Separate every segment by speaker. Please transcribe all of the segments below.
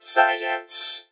Speaker 1: science.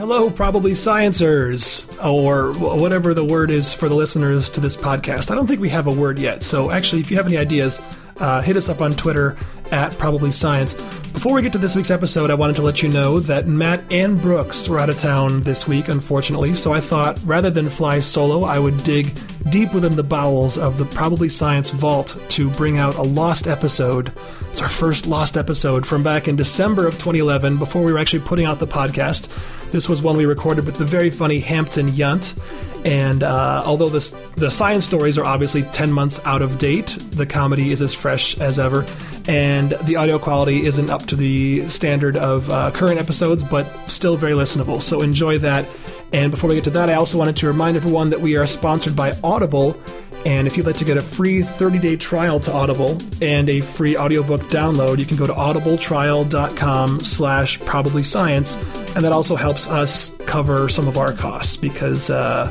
Speaker 2: Hello, probably sciencers, or wh- whatever the word is for the listeners to this podcast. I don't think we have a word yet. So, actually, if you have any ideas, uh, hit us up on Twitter at probably science. Before we get to this week's episode, I wanted to let you know that Matt and Brooks were out of town this week, unfortunately. So, I thought rather than fly solo, I would dig deep within the bowels of the probably science vault to bring out a lost episode. It's our first lost episode from back in December of 2011, before we were actually putting out the podcast. This was one we recorded with the very funny Hampton Yunt. And uh, although this, the science stories are obviously 10 months out of date, the comedy is as fresh as ever. And the audio quality isn't up to the standard of uh, current episodes, but still very listenable. So enjoy that. And before we get to that, I also wanted to remind everyone that we are sponsored by Audible. And if you'd like to get a free 30 day trial to Audible and a free audiobook download, you can go to audibletrial.com slash probably science. And that also helps us cover some of our costs because uh,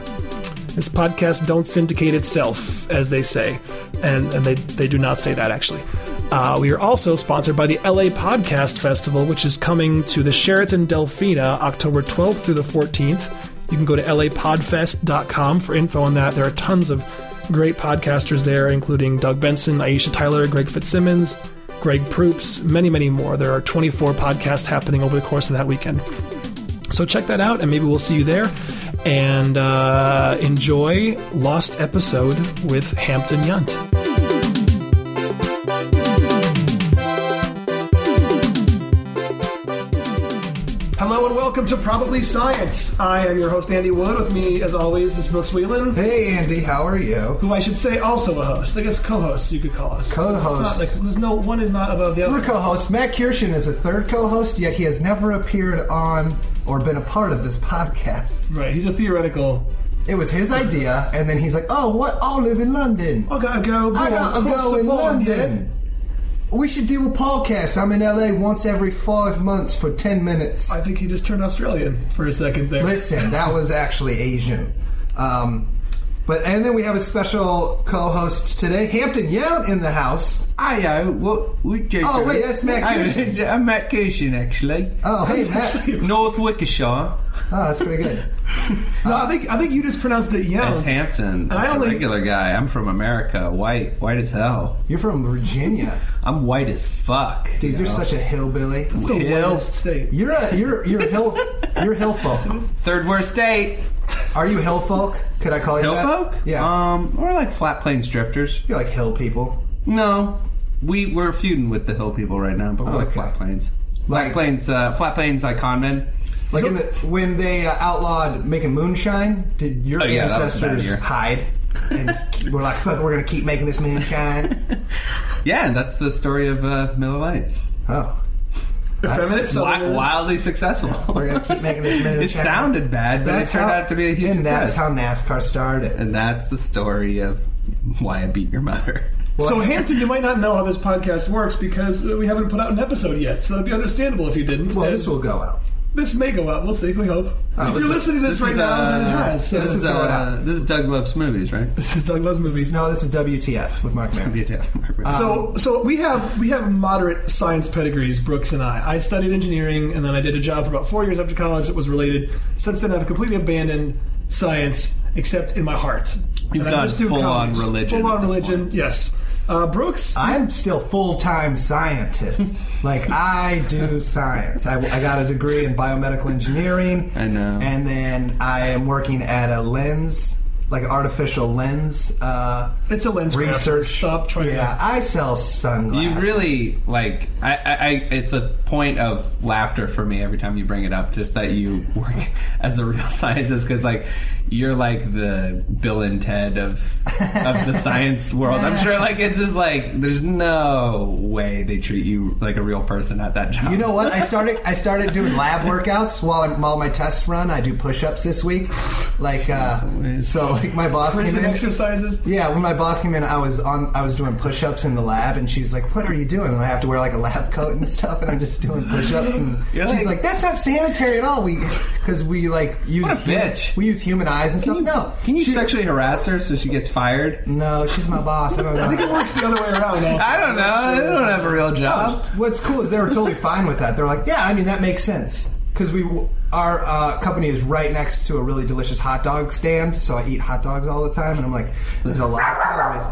Speaker 2: this podcast don't syndicate itself, as they say. And, and they, they do not say that actually. Uh, we are also sponsored by the LA Podcast Festival, which is coming to the Sheraton Delphina October 12th through the 14th. You can go to lapodfest.com for info on that. There are tons of great podcasters there, including Doug Benson, Aisha Tyler, Greg Fitzsimmons, Greg Proops, many, many more. There are 24 podcasts happening over the course of that weekend. So check that out, and maybe we'll see you there. And uh, enjoy Lost Episode with Hampton Yunt. Hello and welcome to Probably Science. I am your host, Andy Wood. With me, as always, is Brooks Whelan.
Speaker 3: Hey Andy, how are you?
Speaker 2: who I should say also a host. I guess co-hosts you could call us.
Speaker 3: Co-hosts.
Speaker 2: It's not Like, there's no one is not above the
Speaker 3: We're
Speaker 2: other.
Speaker 3: co-hosts. Matt Kirshen is a third co-host, yet he has never appeared on or been a part of this podcast.
Speaker 2: Right. He's a theoretical.
Speaker 3: It was his idea, and then he's like, "Oh, what? I'll live in London.
Speaker 2: I gotta go.
Speaker 3: I gotta go in London. We should do a podcast. I'm in LA once every five months for ten minutes."
Speaker 2: I think he just turned Australian for a second there.
Speaker 3: Listen, that was actually Asian. Um, but and then we have a special co-host today, Hampton Young, in the house.
Speaker 4: Ayo, what would you
Speaker 3: Oh,
Speaker 4: do?
Speaker 3: wait, that's Matt
Speaker 4: Oh,
Speaker 3: Cushing.
Speaker 4: is it- I'm Matt Cushing, actually.
Speaker 3: Oh, hey Matt. Oh,
Speaker 4: North Wickershire.
Speaker 3: that's pretty good.
Speaker 2: No, I think I think you just pronounced it yeah.
Speaker 3: Oh.
Speaker 4: That's Hampton.
Speaker 2: I
Speaker 4: That's a
Speaker 2: only-
Speaker 4: regular guy. I'm from America. White, white as hell.
Speaker 3: You're from Virginia.
Speaker 4: I'm white as fuck.
Speaker 3: Dude, you're such a hillbilly.
Speaker 2: It's the
Speaker 4: Hill.
Speaker 2: worst state.
Speaker 3: You're a you're you're hill you're hill folk.
Speaker 4: Third worst state.
Speaker 3: Are you hill folk? Could I call you
Speaker 4: Hill
Speaker 3: that?
Speaker 4: folk?
Speaker 3: Yeah,
Speaker 4: Um, or like Flat Plains drifters.
Speaker 3: you're like hill people.
Speaker 4: No, we we're feuding with the hill people right now, but we're like
Speaker 3: Okay.
Speaker 4: Flat Plains.
Speaker 3: Like-
Speaker 4: Flat Plains, uh, Flat Plains icon men.
Speaker 3: Like in the, when they uh, outlawed making moonshine, did your
Speaker 4: Oh, yeah, that was a bad
Speaker 3: ancestors
Speaker 4: year.
Speaker 3: hide? And keep- we're like, fuck, we're gonna keep making this moonshine.
Speaker 4: Yeah, and that's the story of uh, Miller Lite.
Speaker 3: Oh,
Speaker 2: Effeminate
Speaker 4: Wi-
Speaker 2: Southerners.
Speaker 4: wildly successful.
Speaker 3: we're gonna keep making this moonshine.
Speaker 4: it sounded bad, but it turned
Speaker 3: how-
Speaker 4: out to be a huge
Speaker 3: and that's
Speaker 4: success.
Speaker 3: how NASCAR started.
Speaker 4: And that's the story of why I beat your mother.
Speaker 2: So Hampton, you might not know how this podcast works because uh, we haven't put out an episode yet. So that'd be understandable if you didn't.
Speaker 3: Well,
Speaker 2: And
Speaker 3: this will go out.
Speaker 2: this may go out. We'll see. We hope. if
Speaker 4: Oh, this
Speaker 2: you're
Speaker 4: is-
Speaker 2: listening to this,
Speaker 4: this
Speaker 2: right
Speaker 4: is,
Speaker 2: now, then it
Speaker 4: uh,
Speaker 2: has. So
Speaker 4: This is
Speaker 3: going
Speaker 4: uh,
Speaker 3: out.
Speaker 4: this is Doug Love's movies, right?
Speaker 2: this is Doug Love's movies.
Speaker 3: No, this is WTF with Mark Maron.
Speaker 4: Uh,
Speaker 2: So,
Speaker 4: Um,
Speaker 2: so we have we have moderate science pedigrees, Brooks and I. I studied engineering, and then I did a job for about four years after college that was related. Since then, I've completely abandoned science, except in my heart.
Speaker 4: You've
Speaker 2: And I
Speaker 4: gone
Speaker 2: just do
Speaker 4: full-on
Speaker 2: comms.
Speaker 4: religion
Speaker 2: Full on
Speaker 4: at this
Speaker 2: religion,
Speaker 4: point.
Speaker 2: yes. Uh, Brooks,
Speaker 3: I'm still full time scientist. like I do science. I, I got a degree in biomedical engineering.
Speaker 4: I know.
Speaker 3: And then I am working at a lens, like artificial lens uh,
Speaker 2: it's a lens graph.
Speaker 3: research.
Speaker 2: Stop trying.
Speaker 3: Yeah,
Speaker 2: To,
Speaker 3: I sell sunglasses.
Speaker 4: You really like. I, I, I. It's a point of laughter for me every time you bring it up. Just that you work as a real scientist, because like you're like the Bill and Ted of of the science world. I'm sure like it's just like there's no way they treat you like a real person at that job.
Speaker 3: You know what? I started. I started doing lab workouts while I'm, while my tests run. I do push-ups this week. Like uh,
Speaker 4: Always.
Speaker 3: so, like my boss
Speaker 2: prison
Speaker 3: came in.
Speaker 2: exercises.
Speaker 3: Yeah, when my boss came in, I was on. I was doing push-ups in the lab, and she was like, "What are you doing?" And I have to wear like a lab coat and stuff, and I'm just doing push-ups. And
Speaker 4: You're
Speaker 3: she's
Speaker 4: like-
Speaker 3: like, "That's not sanitary at all. We because we like use
Speaker 4: What a
Speaker 3: human-
Speaker 4: bitch.
Speaker 3: we use human eyes and stuff. no,
Speaker 4: Can you
Speaker 3: She-
Speaker 4: sexually harass her so she gets fired?
Speaker 3: No, she's my boss. I don't know.
Speaker 2: I think it works the other way around. Also.
Speaker 4: I don't know. I don't have a real job.
Speaker 3: What's cool is they were totally fine with that. They're like, yeah, I mean that makes sense because we our uh, company is right next to a really delicious hot dog stand, so I eat hot dogs all the time, and I'm like, there's a lot of calories.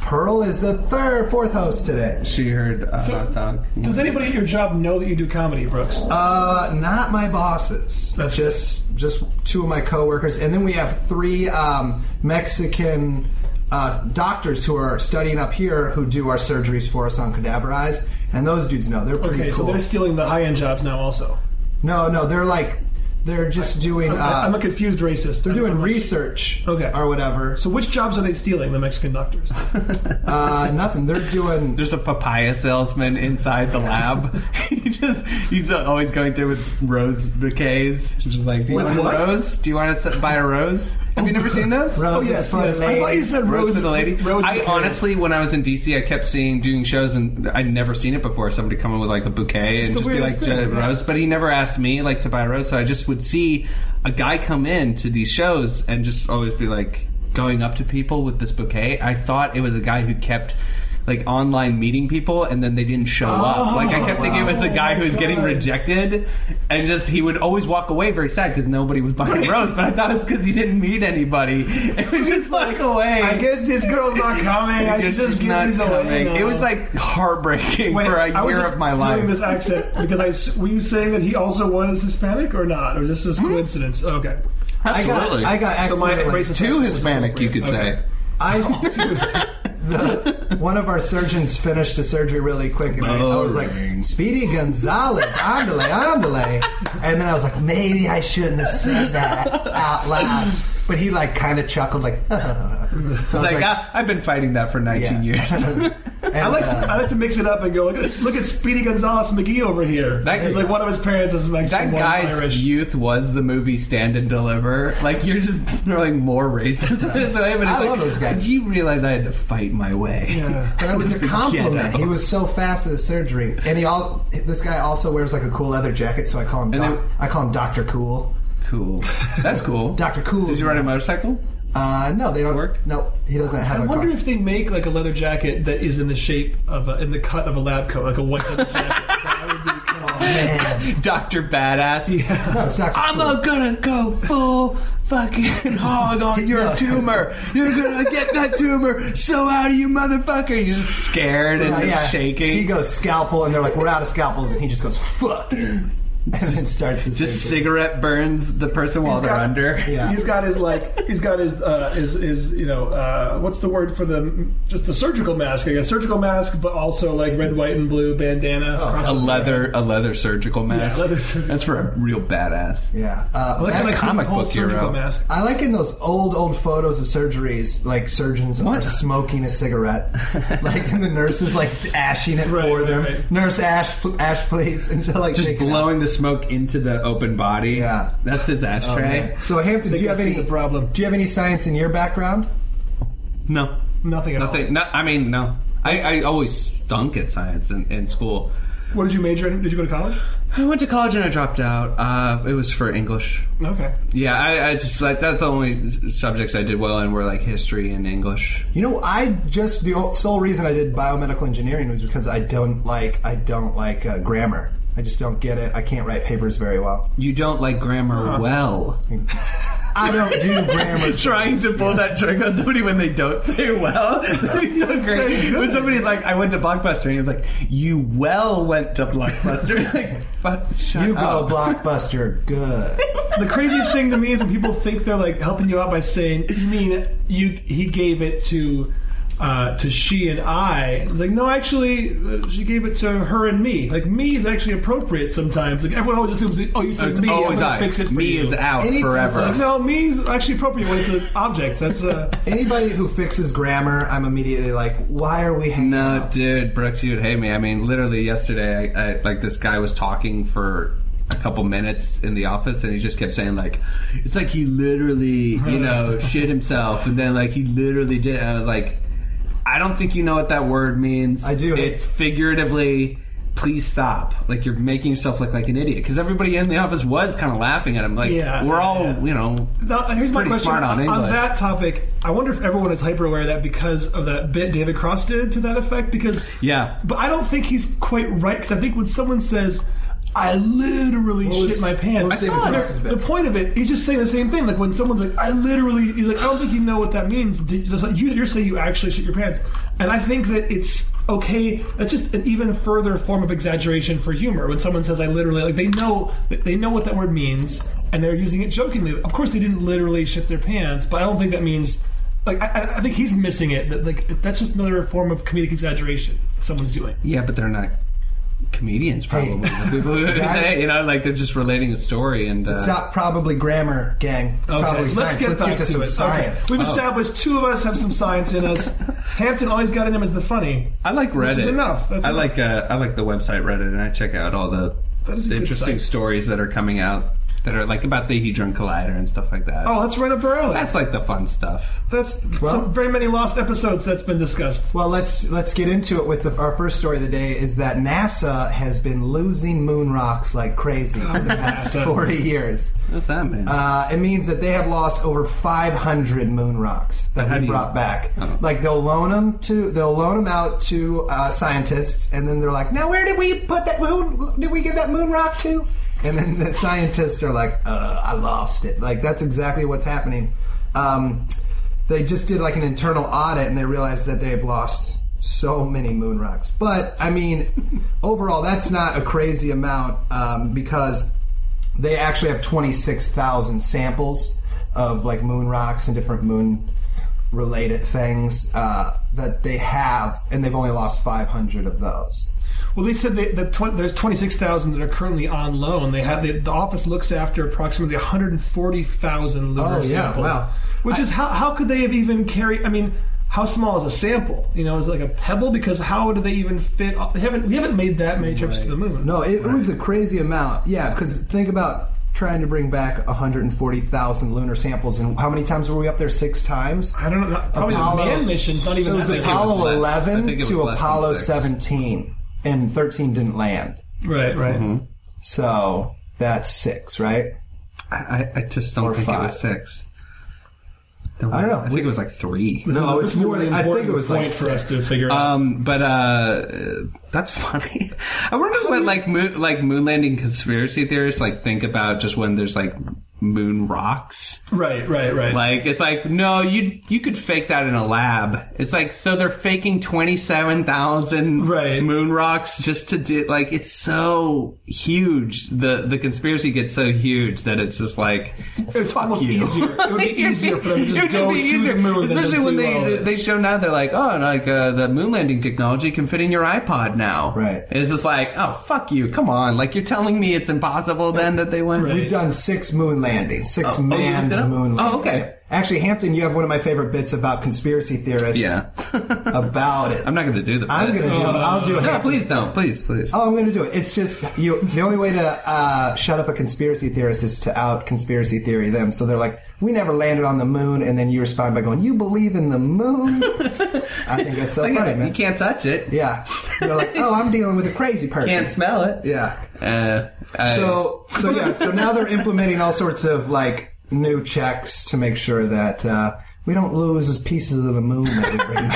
Speaker 3: Pearl is the third, fourth host today.
Speaker 4: She heard uh, a
Speaker 2: So-
Speaker 4: hot dog.
Speaker 2: Does anybody at your job know that you do comedy, Brooks?
Speaker 4: Oh,
Speaker 3: Uh, not my bosses.
Speaker 2: That's
Speaker 3: just just two of my coworkers, and then we have three um, Mexican uh, doctors who are studying up here who do our surgeries for us on cadaver eyes, and those dudes know they're pretty
Speaker 2: okay, so
Speaker 3: cool.
Speaker 2: they're stealing the high end jobs now, also.
Speaker 3: No, no, they're like they're just doing uh,
Speaker 2: I- I'm a confused racist. They're
Speaker 3: doing research,
Speaker 2: Okay.
Speaker 3: or whatever.
Speaker 2: So which jobs are they stealing? The Mexican doctors.
Speaker 3: Uh, nothing. They're doing.
Speaker 4: There's a papaya salesman inside the lab. he just he's always going through with rose bouquets. He's just like, do you
Speaker 3: With
Speaker 4: want
Speaker 3: what?
Speaker 4: a rose? Do you want to s- buy a rose? Have you never seen those?
Speaker 3: Rose.
Speaker 2: oh
Speaker 3: is
Speaker 2: yes,
Speaker 3: for
Speaker 2: yes. I
Speaker 3: the
Speaker 2: thought you
Speaker 3: ladies.
Speaker 2: said
Speaker 4: Rose
Speaker 2: Rose
Speaker 4: to the lady.
Speaker 2: Rose
Speaker 4: I
Speaker 2: bouquets.
Speaker 4: honestly, when I was in DC, I kept seeing doing shows, and I'd never seen it before. Somebody come in with like a bouquet and
Speaker 3: the
Speaker 4: just be
Speaker 3: weirdest
Speaker 4: like
Speaker 3: thing,
Speaker 4: "J-
Speaker 3: yeah.
Speaker 4: rose, but he never asked me like to buy a rose. So I just would see a guy come in to these shows and just always be like going up to people with this bouquet. I thought it was a guy who kept. Like online meeting people, and then they didn't show up. Like I kept thinking it was a guy who was getting rejected, and just he would always walk away very sad because nobody was buying a rose. But I thought it's because he didn't meet anybody. It was just like away.
Speaker 2: I guess this girl's not coming. I should
Speaker 4: It's
Speaker 2: just
Speaker 4: just
Speaker 2: give
Speaker 4: not
Speaker 2: these away.
Speaker 4: coming.
Speaker 2: now.
Speaker 4: It was like heartbreaking
Speaker 2: Wait,
Speaker 4: for a
Speaker 2: I was
Speaker 4: year
Speaker 2: just
Speaker 4: of my
Speaker 2: doing
Speaker 4: life.
Speaker 2: this accent because I s- were you saying that he also was Hispanic or not, or just just
Speaker 4: Hmm?
Speaker 2: coincidence? Okay,
Speaker 3: I got. I got
Speaker 2: so my Oh,
Speaker 3: accidentally-
Speaker 2: racist
Speaker 4: Too
Speaker 2: accent was
Speaker 4: Hispanic, you could
Speaker 2: appropriate.
Speaker 4: say.
Speaker 2: Okay.
Speaker 3: I the, one of our surgeons finished a surgery really quick, and I, I was like,
Speaker 4: Boring.
Speaker 3: "Speedy Gonzalez, andale, andale," and then I was like, "Maybe I shouldn't have said that out loud." But he like kind of chuckled, like, so
Speaker 4: It's
Speaker 3: I was
Speaker 4: like, "Ah, I've been fighting that for
Speaker 3: Yeah.
Speaker 4: 19 years.
Speaker 3: and,
Speaker 2: I like to,
Speaker 3: uh,
Speaker 2: I like to mix it up and go look at, look at Speedy Gonzalez McGee over here.
Speaker 4: That-
Speaker 2: He's like one of his parents is Mexican,
Speaker 4: that
Speaker 2: one
Speaker 4: guy's
Speaker 2: Irish.
Speaker 4: youth was the movie Stand and Deliver. Like, you're just throwing more racism his way. But it's
Speaker 3: I
Speaker 4: like,
Speaker 3: love those guys.
Speaker 4: Did you realize I had to fight my way?
Speaker 2: yeah.
Speaker 3: But it was a compliment.
Speaker 4: Ghetto.
Speaker 3: He was so fast at the surgery, and he all this guy also wears like a cool leather jacket. So I call him
Speaker 4: And
Speaker 3: doc,
Speaker 4: they-
Speaker 3: I call him Doctor Cool.
Speaker 4: Cool. That's cool.
Speaker 3: Doctor Cool.
Speaker 4: Did you ride a motorcycle?
Speaker 3: Uh, no, they don't
Speaker 4: Work?
Speaker 3: No, he doesn't have.
Speaker 2: I
Speaker 3: a
Speaker 2: wonder
Speaker 3: car.
Speaker 2: if they make like a leather jacket that is in the shape of a, in the cut of a lab coat, like a white leather jacket. that would be kind of
Speaker 3: Man.
Speaker 4: Dr. Badass.
Speaker 3: No, it's not.
Speaker 4: I'm not gonna go full fucking hog on your
Speaker 3: Yeah.
Speaker 4: tumor. You're gonna get that tumor so out of you, motherfucker. You're just scared and
Speaker 3: Yeah, yeah.
Speaker 4: shaking.
Speaker 3: He goes scalpel, and they're like, "We're out of scalpels," and he just goes, "Fuck," and then starts his
Speaker 4: just
Speaker 3: surgery.
Speaker 4: cigarette burns the person while
Speaker 2: He's
Speaker 4: they're
Speaker 2: got-
Speaker 4: under.
Speaker 3: Yeah.
Speaker 2: He's got his like he's got his uh, his his you know uh, what's the word for the just the surgical mask? I guess surgical mask, but also like red, white, and blue bandana. across
Speaker 4: A
Speaker 2: the-
Speaker 4: leather, a leather surgical mask.
Speaker 2: leather surgical-
Speaker 4: That's for a real badass.
Speaker 3: Yeah, uh,
Speaker 2: It's like
Speaker 3: that-
Speaker 2: kind of
Speaker 4: comic book
Speaker 2: surgical
Speaker 4: hero.
Speaker 2: mask.
Speaker 3: I like in those old old photos of surgeries, like surgeons are
Speaker 4: What?
Speaker 3: smoking a cigarette, like and the nurse is like ashing it
Speaker 2: Right,
Speaker 3: for
Speaker 2: right,
Speaker 3: them.
Speaker 2: right.
Speaker 3: Nurse ash, pl- ash please, and just like
Speaker 4: Just
Speaker 3: take it out.
Speaker 4: blowing the smoke into the open body.
Speaker 3: Yeah. Oh,
Speaker 4: that's his ashtray.
Speaker 3: Yeah. So Hampton, do
Speaker 2: I
Speaker 3: you have
Speaker 2: see
Speaker 3: any
Speaker 2: the problem.
Speaker 3: Do you have any science in your background?
Speaker 4: No,
Speaker 2: Nothing at
Speaker 4: nothing. No, I mean, no. I, I always stunk at science in, in school.
Speaker 2: all. What did you major in? Did you go to college?
Speaker 4: I went to college and I dropped out. Uh, it was for English.
Speaker 2: Okay.
Speaker 4: Yeah, I, I just like that's the only s- subjects I did well in were like history and English.
Speaker 3: You know, I just the o- sole reason I did biomedical engineering was because I don't like I don't like uh, grammar. I just don't get it. I can't write papers very well.
Speaker 4: You don't like grammar well.
Speaker 3: I don't do grammar.
Speaker 4: Trying to pull that trick on somebody when they don't say well. That'd be so great. When somebody's like, I went to Blockbuster, and he's like, You well went to Blockbuster. like, fuck, shut
Speaker 3: You go
Speaker 4: up.
Speaker 3: blockbuster, good.
Speaker 2: The craziest thing to me is when people think they're like helping you out by saying, "You mean you?" He gave it to. Uh, to she and I, it's like no. Actually, uh, she gave it to her and me. Like me is actually appropriate sometimes. Like everyone always assumes, that, oh, you said
Speaker 4: It's
Speaker 2: me. I'm
Speaker 4: always
Speaker 2: gonna
Speaker 4: I.
Speaker 2: fix it for
Speaker 4: Me
Speaker 2: you.
Speaker 4: is out
Speaker 3: Any-
Speaker 4: forever.
Speaker 2: Like, no, me's actually appropriate when it's an object. That's uh,
Speaker 3: Anybody who fixes grammar, I'm immediately like, why are we hanging
Speaker 4: No,
Speaker 3: out?
Speaker 4: dude, Brooks, you'd hate me. I mean, literally yesterday, I, I like this guy was talking for a couple minutes in the office, and he just kept saying like, "It's like he literally, you know, shit himself," and then like he literally did. And I was like, "I don't think you know what that word means.
Speaker 3: I do.
Speaker 4: It's figuratively." please stop. Like you're making yourself look like an idiot because everybody in the office was kind of laughing at him. Like
Speaker 2: Yeah,
Speaker 4: we're all,
Speaker 2: yeah.
Speaker 4: you know,
Speaker 2: Now, here's my
Speaker 4: pretty
Speaker 2: question
Speaker 4: smart on English.
Speaker 2: that topic. I wonder if everyone is hyper aware of that because of that bit David Cross did to that effect. Because
Speaker 4: yeah.
Speaker 2: but I don't think he's quite right. Because I think when someone says, "I literally
Speaker 3: What
Speaker 2: shit
Speaker 3: was-
Speaker 2: my pants,"
Speaker 3: what was
Speaker 2: I
Speaker 3: David
Speaker 2: saw it.
Speaker 3: Cross's bit?
Speaker 2: The point of it, he's just saying the same thing. Like when someone's like, "I literally," he's like, "I don't think you know what that means." Did- just like, you- You're saying you actually shit your pants, and I think that it's okay. That's just an even further form of exaggeration for humor. When someone says, "I literally," like they know they know what that word means, and they're using it jokingly. Of course, they didn't literally shit their pants, but I don't think that means. Like I- I, I think he's missing it. That like that's just another form of comedic exaggeration someone's doing.
Speaker 4: Yeah, but they're not comedians, probably. The people who
Speaker 3: Guys-
Speaker 4: say, you know, like they're just relating a story and. Uh,
Speaker 3: It's not probably grammar, gang. It's probably
Speaker 2: let's
Speaker 3: science.
Speaker 2: get
Speaker 3: let's
Speaker 2: back
Speaker 3: get to,
Speaker 2: to,
Speaker 3: some
Speaker 2: it.
Speaker 3: science. Oh.
Speaker 2: Okay. We've established two of us have some science in us. Hampton always got in him as the funny.
Speaker 4: I like Reddit.
Speaker 2: is enough. That's
Speaker 4: I
Speaker 2: enough.
Speaker 4: like uh, I like the website Reddit, and I check out all the,
Speaker 2: That is a
Speaker 4: the
Speaker 2: good
Speaker 4: interesting
Speaker 2: site.
Speaker 4: stories that are coming out that are like about the Hedron Collider and stuff like that.
Speaker 2: Oh, that's right up our alley.
Speaker 4: that's like the fun stuff.
Speaker 2: that's
Speaker 3: Well-
Speaker 2: some, very many lost episodes that's been discussed.
Speaker 3: Well, let's let's get into it with the, our first story of the day is that NASA has been losing moon rocks like crazy for the past
Speaker 2: NASA.
Speaker 3: 40 years.
Speaker 4: What's that man?
Speaker 3: Uh, it means that they have lost over 500 moon rocks that
Speaker 4: How do
Speaker 3: we
Speaker 4: you-
Speaker 3: brought back.
Speaker 4: Oh.
Speaker 3: Like they'll loan them to they'll loan 'em out to uh, scientists, and then they're like, "Now where did we put that? Who did we give that moon rock to?" And then the scientists are like, uh, "I lost it." Like that's exactly what's happening. Um, they just did like an internal audit, and they realized that they've lost so many moon rocks. But I mean, overall, that's not a crazy amount um, because they actually have 26,000 samples of like moon rocks and different moon related things uh, that they have, and they've only lost 500 of those.
Speaker 2: Well, they said that, that twen- there's 26,000 that are currently on loan. They have they, the office looks after approximately 140,000 liver
Speaker 3: Oh, yeah,
Speaker 2: samples,
Speaker 3: wow.
Speaker 2: which is how how could they have even carried? I mean. How small is a sample? You know, is it like a pebble? Because how do they even fit? They haven't. We haven't made that many trips to the moon.
Speaker 3: No, it, it was a crazy amount. Yeah, because think about trying to bring back 140,000 lunar samples, and how many times were we up there? Six times?
Speaker 2: I don't know. that- Probably
Speaker 3: Apollo-
Speaker 2: the man missions, not even
Speaker 3: It was
Speaker 2: that many.
Speaker 3: Apollo
Speaker 4: less. I
Speaker 3: 11
Speaker 4: think it
Speaker 3: to
Speaker 4: was less than
Speaker 3: Apollo
Speaker 4: six.
Speaker 3: 17, and 13 didn't land.
Speaker 2: Right, right.
Speaker 3: So that's six, right?
Speaker 4: I, I, I just don't
Speaker 3: Or
Speaker 4: think it
Speaker 3: five.
Speaker 4: was six.
Speaker 3: don't know.
Speaker 4: I think it was like three.
Speaker 3: No,
Speaker 2: This
Speaker 3: Oh, it's
Speaker 2: is a
Speaker 3: more
Speaker 2: really
Speaker 3: than I think
Speaker 2: important
Speaker 3: it was like
Speaker 2: point for us
Speaker 3: six.
Speaker 2: to figure out.
Speaker 4: Um, but uh, that's funny. I wonder what like moon, like moon landing conspiracy theorists like think about just when there's like moon rocks.
Speaker 2: Uh, right, right, right.
Speaker 4: Like it's like no, you you could fake that in a lab. It's like so they're faking twenty seven thousand
Speaker 2: Right.
Speaker 4: moon rocks just to do like it's so huge. The the conspiracy gets so huge that it's just like
Speaker 2: it's almost
Speaker 4: you.
Speaker 2: easier. It would be easier for them to
Speaker 4: It would
Speaker 2: just go
Speaker 4: be
Speaker 2: to the
Speaker 4: easier,
Speaker 2: moon, than to
Speaker 4: especially when
Speaker 2: do all
Speaker 4: they
Speaker 2: this.
Speaker 4: they show now they're like, oh, like uh, the moon landing technology can fit in your iPod now.
Speaker 3: Right.
Speaker 4: And it's just like, oh, fuck you, come on, like you're telling me it's impossible then that they went.
Speaker 2: Right.
Speaker 3: We've done six moon landings, six
Speaker 4: oh, you
Speaker 3: manned
Speaker 4: looked it up?
Speaker 3: moon landings.
Speaker 4: Oh, okay.
Speaker 3: Yeah. Actually, Hampton, you have one of my favorite bits about conspiracy theorists.
Speaker 4: Yeah.
Speaker 3: about it.
Speaker 4: I'm not gonna do the.
Speaker 3: I'm gonna do. I'll do it.
Speaker 4: No, please don't. Please, please.
Speaker 3: Oh, I'm gonna do it. It's just you. The only way to uh, shut up a conspiracy theorist is to out conspiracy theory them. So they're like, "We never landed on the moon," and then you respond by going, "You believe in the moon?" I think that's so
Speaker 4: Like,
Speaker 3: funny, man.
Speaker 4: you can't touch it.
Speaker 3: Yeah. They're like, "Oh, I'm dealing with a crazy person."
Speaker 4: Can't smell it.
Speaker 3: yeah.
Speaker 4: Uh, I-
Speaker 3: So so yeah, so now they're implementing all sorts of like new checks to make sure that uh, we don't lose as pieces of the moon that we bring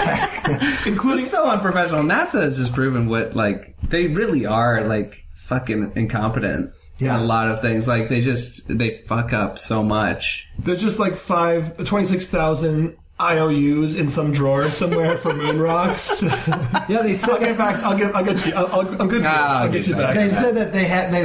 Speaker 3: back.
Speaker 4: It's so unprofessional. NASA has just proven what like they really are like fucking incompetent.
Speaker 3: Yeah.
Speaker 4: in a lot of things like they just they fuck up so much.
Speaker 2: There's just like five, 26,000 IOUs in some drawer somewhere for moon rocks. Just-
Speaker 3: yeah, they said
Speaker 2: I'll get
Speaker 3: that
Speaker 2: back. I'll get. I'll get you. I'll, I'll, I'm good for this.
Speaker 4: Ah,
Speaker 2: I'll
Speaker 4: I'll
Speaker 2: get
Speaker 4: get
Speaker 2: you back.
Speaker 4: back.
Speaker 3: They said that they had they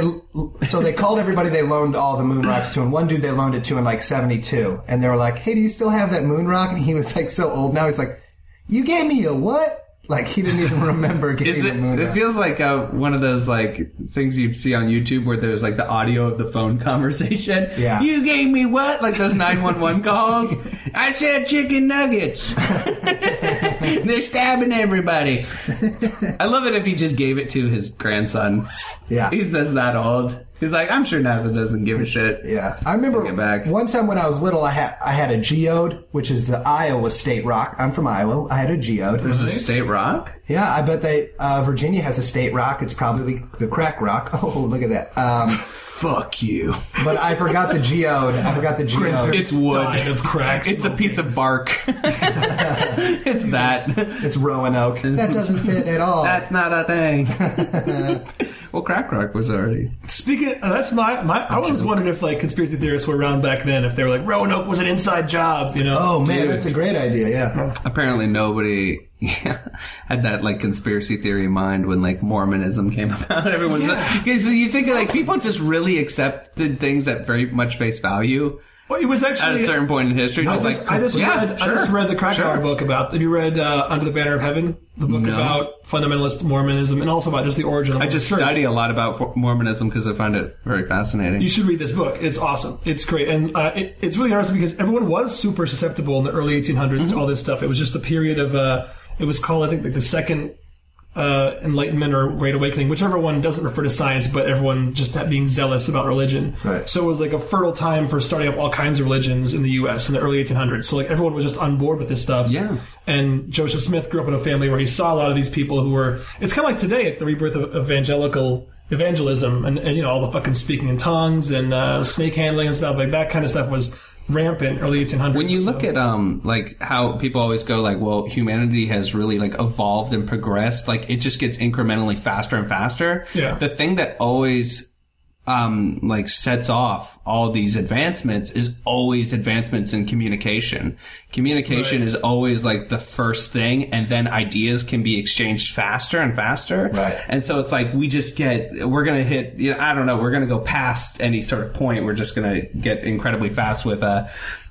Speaker 3: so they called everybody they loaned all the moon rocks to, and one dude they loaned it to in like '72, and they were like, "Hey, do you still have that moon rock?" And he was like so old now, he's like, "You gave me a what?" Like he didn't even remember getting
Speaker 4: Is
Speaker 3: the
Speaker 4: it?
Speaker 3: moon
Speaker 4: It
Speaker 3: rock.
Speaker 4: feels like uh one of those like things you see on YouTube where there's like the audio of the phone conversation.
Speaker 3: Yeah.
Speaker 4: You gave me what? Like those nine one one calls. I said chicken nuggets. They're stabbing everybody. I love it if he just gave it to his grandson.
Speaker 3: Yeah.
Speaker 4: He's just that old. He's like, I'm sure NASA doesn't give a shit.
Speaker 3: Yeah, I remember
Speaker 4: Take it back.
Speaker 3: one time when I was little, I had I had a geode, which is the Iowa state rock. I'm from Iowa. I had a geode.
Speaker 4: There's a state rock.
Speaker 3: Yeah, I bet they uh, Virginia has a state rock. It's probably the, the crack rock. Oh, look at that. Um,
Speaker 4: Fuck you.
Speaker 3: but I forgot the geode. I forgot the geode.
Speaker 4: It's wood.
Speaker 2: Died of cracks.
Speaker 4: It's a piece of bark. it's that.
Speaker 3: It's Roanoke. That doesn't fit at all.
Speaker 4: That's not a thing. well, crack rock was already.
Speaker 2: Speaking, uh, that's my my. I always wondered if like conspiracy theorists were around back then, if they were like Roanoke was an inside job, you know?
Speaker 3: oh man, that's a great idea. Yeah,
Speaker 4: Apparently, nobody had that like conspiracy theory in mind when like Mormonism came about. Everyone's because you think that, like people just really accepted things at very much face value
Speaker 2: Well, it was
Speaker 4: at
Speaker 2: actually
Speaker 4: a certain point in history.
Speaker 2: I
Speaker 4: Just
Speaker 2: just,
Speaker 4: like
Speaker 2: I just
Speaker 4: yeah,
Speaker 2: read,
Speaker 4: sure,
Speaker 2: I just read the Krakauer
Speaker 4: sure.
Speaker 2: book about. Have you read uh, Under the Banner of Heaven, the book
Speaker 4: No.
Speaker 2: about fundamentalist Mormonism and also about just the origin? of
Speaker 4: I just
Speaker 2: the church?
Speaker 4: study a lot about for- Mormonism because I find it very fascinating.
Speaker 2: You should read this book. It's awesome. It's great, and uh, it, it's really interesting because everyone was super susceptible in the early 1800s
Speaker 4: Mm-hmm.
Speaker 2: to all this stuff. It was just a period of. Uh, it was called, I think, like the second uh, Enlightenment or Great Awakening, whichever one doesn't refer to science, but everyone just that being zealous about religion.
Speaker 3: Right.
Speaker 2: So it was like a fertile time for starting up all kinds of religions in the U.S. in the early 1800s. So like everyone was just on board with this stuff.
Speaker 4: Yeah.
Speaker 2: And Joseph Smith grew up in a family where he saw a lot of these people who were. It's kind of like today at the rebirth of evangelical evangelism, and, and you know all the fucking speaking in tongues and uh, snake handling and stuff like that kind of stuff was rampant early 1800s.
Speaker 4: When you look at um like how people always go like, well, humanity has really like evolved and progressed. Like it just gets incrementally faster and faster.
Speaker 2: Yeah.
Speaker 4: The thing that always um like sets off all these advancements is always advancements in communication. Communication
Speaker 2: Right.
Speaker 4: is always like the first thing and then ideas can be exchanged faster and faster.
Speaker 3: Right.
Speaker 4: And so it's like we just get we're gonna hit you know, I don't know, we're gonna go past any sort of point. We're just gonna get incredibly fast with uh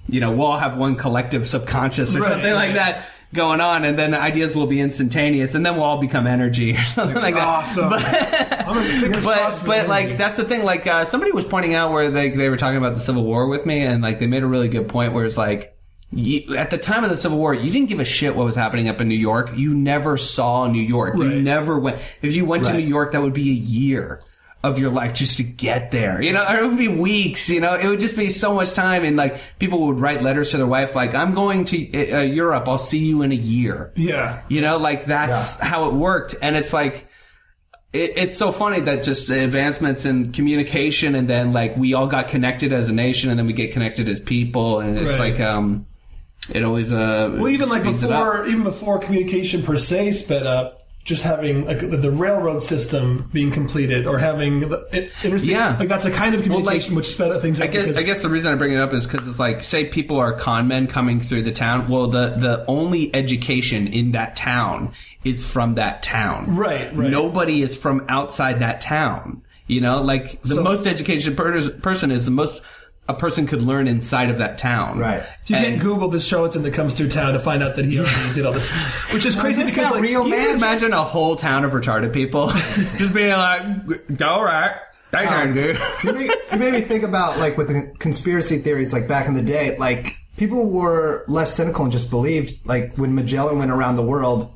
Speaker 4: you know, we'll all have one collective subconscious or
Speaker 2: Right,
Speaker 4: something
Speaker 2: right.
Speaker 4: like that going on and then ideas will be instantaneous and then we'll all become energy or something like that.
Speaker 2: awesome. I'm gonna- fingers crossed for
Speaker 4: But but
Speaker 2: the
Speaker 4: like
Speaker 2: energy.
Speaker 4: that's the thing. Like uh, somebody was pointing out where like they were talking about the Civil War with me, and like they made a really good point where it's like. You, at the time of the Civil War, you didn't give a shit what was happening up in New York. You never saw New York.
Speaker 2: Right.
Speaker 4: You never went. If you went to
Speaker 3: Right.
Speaker 4: New York, that would be a year of your life just to get there. You know, or it would be weeks. You know, it would just be so much time. And like people would write letters to their wife, like "I'm going to uh, Europe. I'll see you in a year."
Speaker 2: yeah.
Speaker 4: You know, like that's how it worked. And it's like, it, it's so funny that just the advancements in communication and then like we all got connected as a nation and then we get connected as people. And it's
Speaker 2: Right.
Speaker 4: like, um, it always, uh,
Speaker 2: Well, even like
Speaker 4: speeds it up.
Speaker 2: before, even before communication per se sped up, just having like the, the railroad system being completed or having the, it, interesting,
Speaker 4: Yeah.
Speaker 2: like that's a kind of
Speaker 4: like,
Speaker 2: communication which sped up things up.
Speaker 4: I guess, I
Speaker 2: because-
Speaker 4: guess the reason I bring it up is because it's like, say people are con men coming through the town. Well, the, the only education in that town is from that town.
Speaker 2: Right, right.
Speaker 4: Nobody is from outside that town. You know, like the
Speaker 2: So-
Speaker 4: most educated per- person is the most a person could learn inside of that town.
Speaker 3: right.
Speaker 2: you can't Google the charlatan that comes through town to find out that he already did all this, which is crazy
Speaker 3: this
Speaker 2: because
Speaker 3: guy
Speaker 2: like,
Speaker 3: real,
Speaker 4: Can you just
Speaker 3: man?
Speaker 4: imagine a whole town of retarded people just being like, all right, they can do.
Speaker 3: you, made, you made me think about like with the conspiracy theories like back in the day like people were less cynical and just believed like when magellan went around the world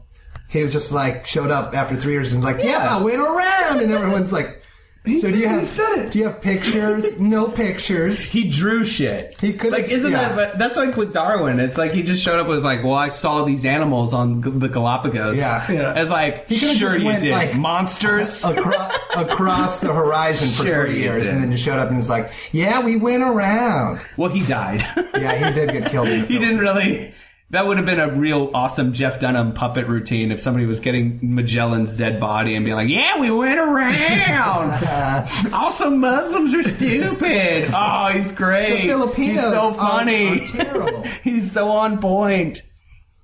Speaker 3: he was just like showed up after three years and like yeah, i went around and everyone's like so do
Speaker 2: did-
Speaker 3: you
Speaker 2: he
Speaker 3: have
Speaker 2: said it.
Speaker 3: do you have pictures no pictures
Speaker 4: He drew shit.
Speaker 3: He could've-
Speaker 4: like isn't
Speaker 3: yeah.
Speaker 4: that? But that's like with Darwin. It's like he just showed up and was like, "Well, I saw these animals on G- the Galapagos."
Speaker 3: Yeah.
Speaker 2: Yeah.
Speaker 4: It's like
Speaker 3: could've
Speaker 4: sure
Speaker 3: just
Speaker 4: you
Speaker 3: went,
Speaker 4: did,
Speaker 3: like,
Speaker 4: monsters.
Speaker 3: across, across the horizon for
Speaker 4: Sure
Speaker 3: three
Speaker 4: he
Speaker 3: years
Speaker 4: did.
Speaker 3: and then just showed up and was like yeah we went around
Speaker 4: well, he died.
Speaker 3: yeah he did get killed in the
Speaker 4: he
Speaker 3: film.
Speaker 4: didn't really. That would have been a real awesome Jeff Dunham puppet routine if somebody was getting Magellan's dead body and being like, "Yeah, we went around." also, Muslims are stupid. Oh, he's great.
Speaker 3: The Filipinos
Speaker 4: He's so
Speaker 3: are-
Speaker 4: funny.
Speaker 3: are terrible.
Speaker 4: he's so on point.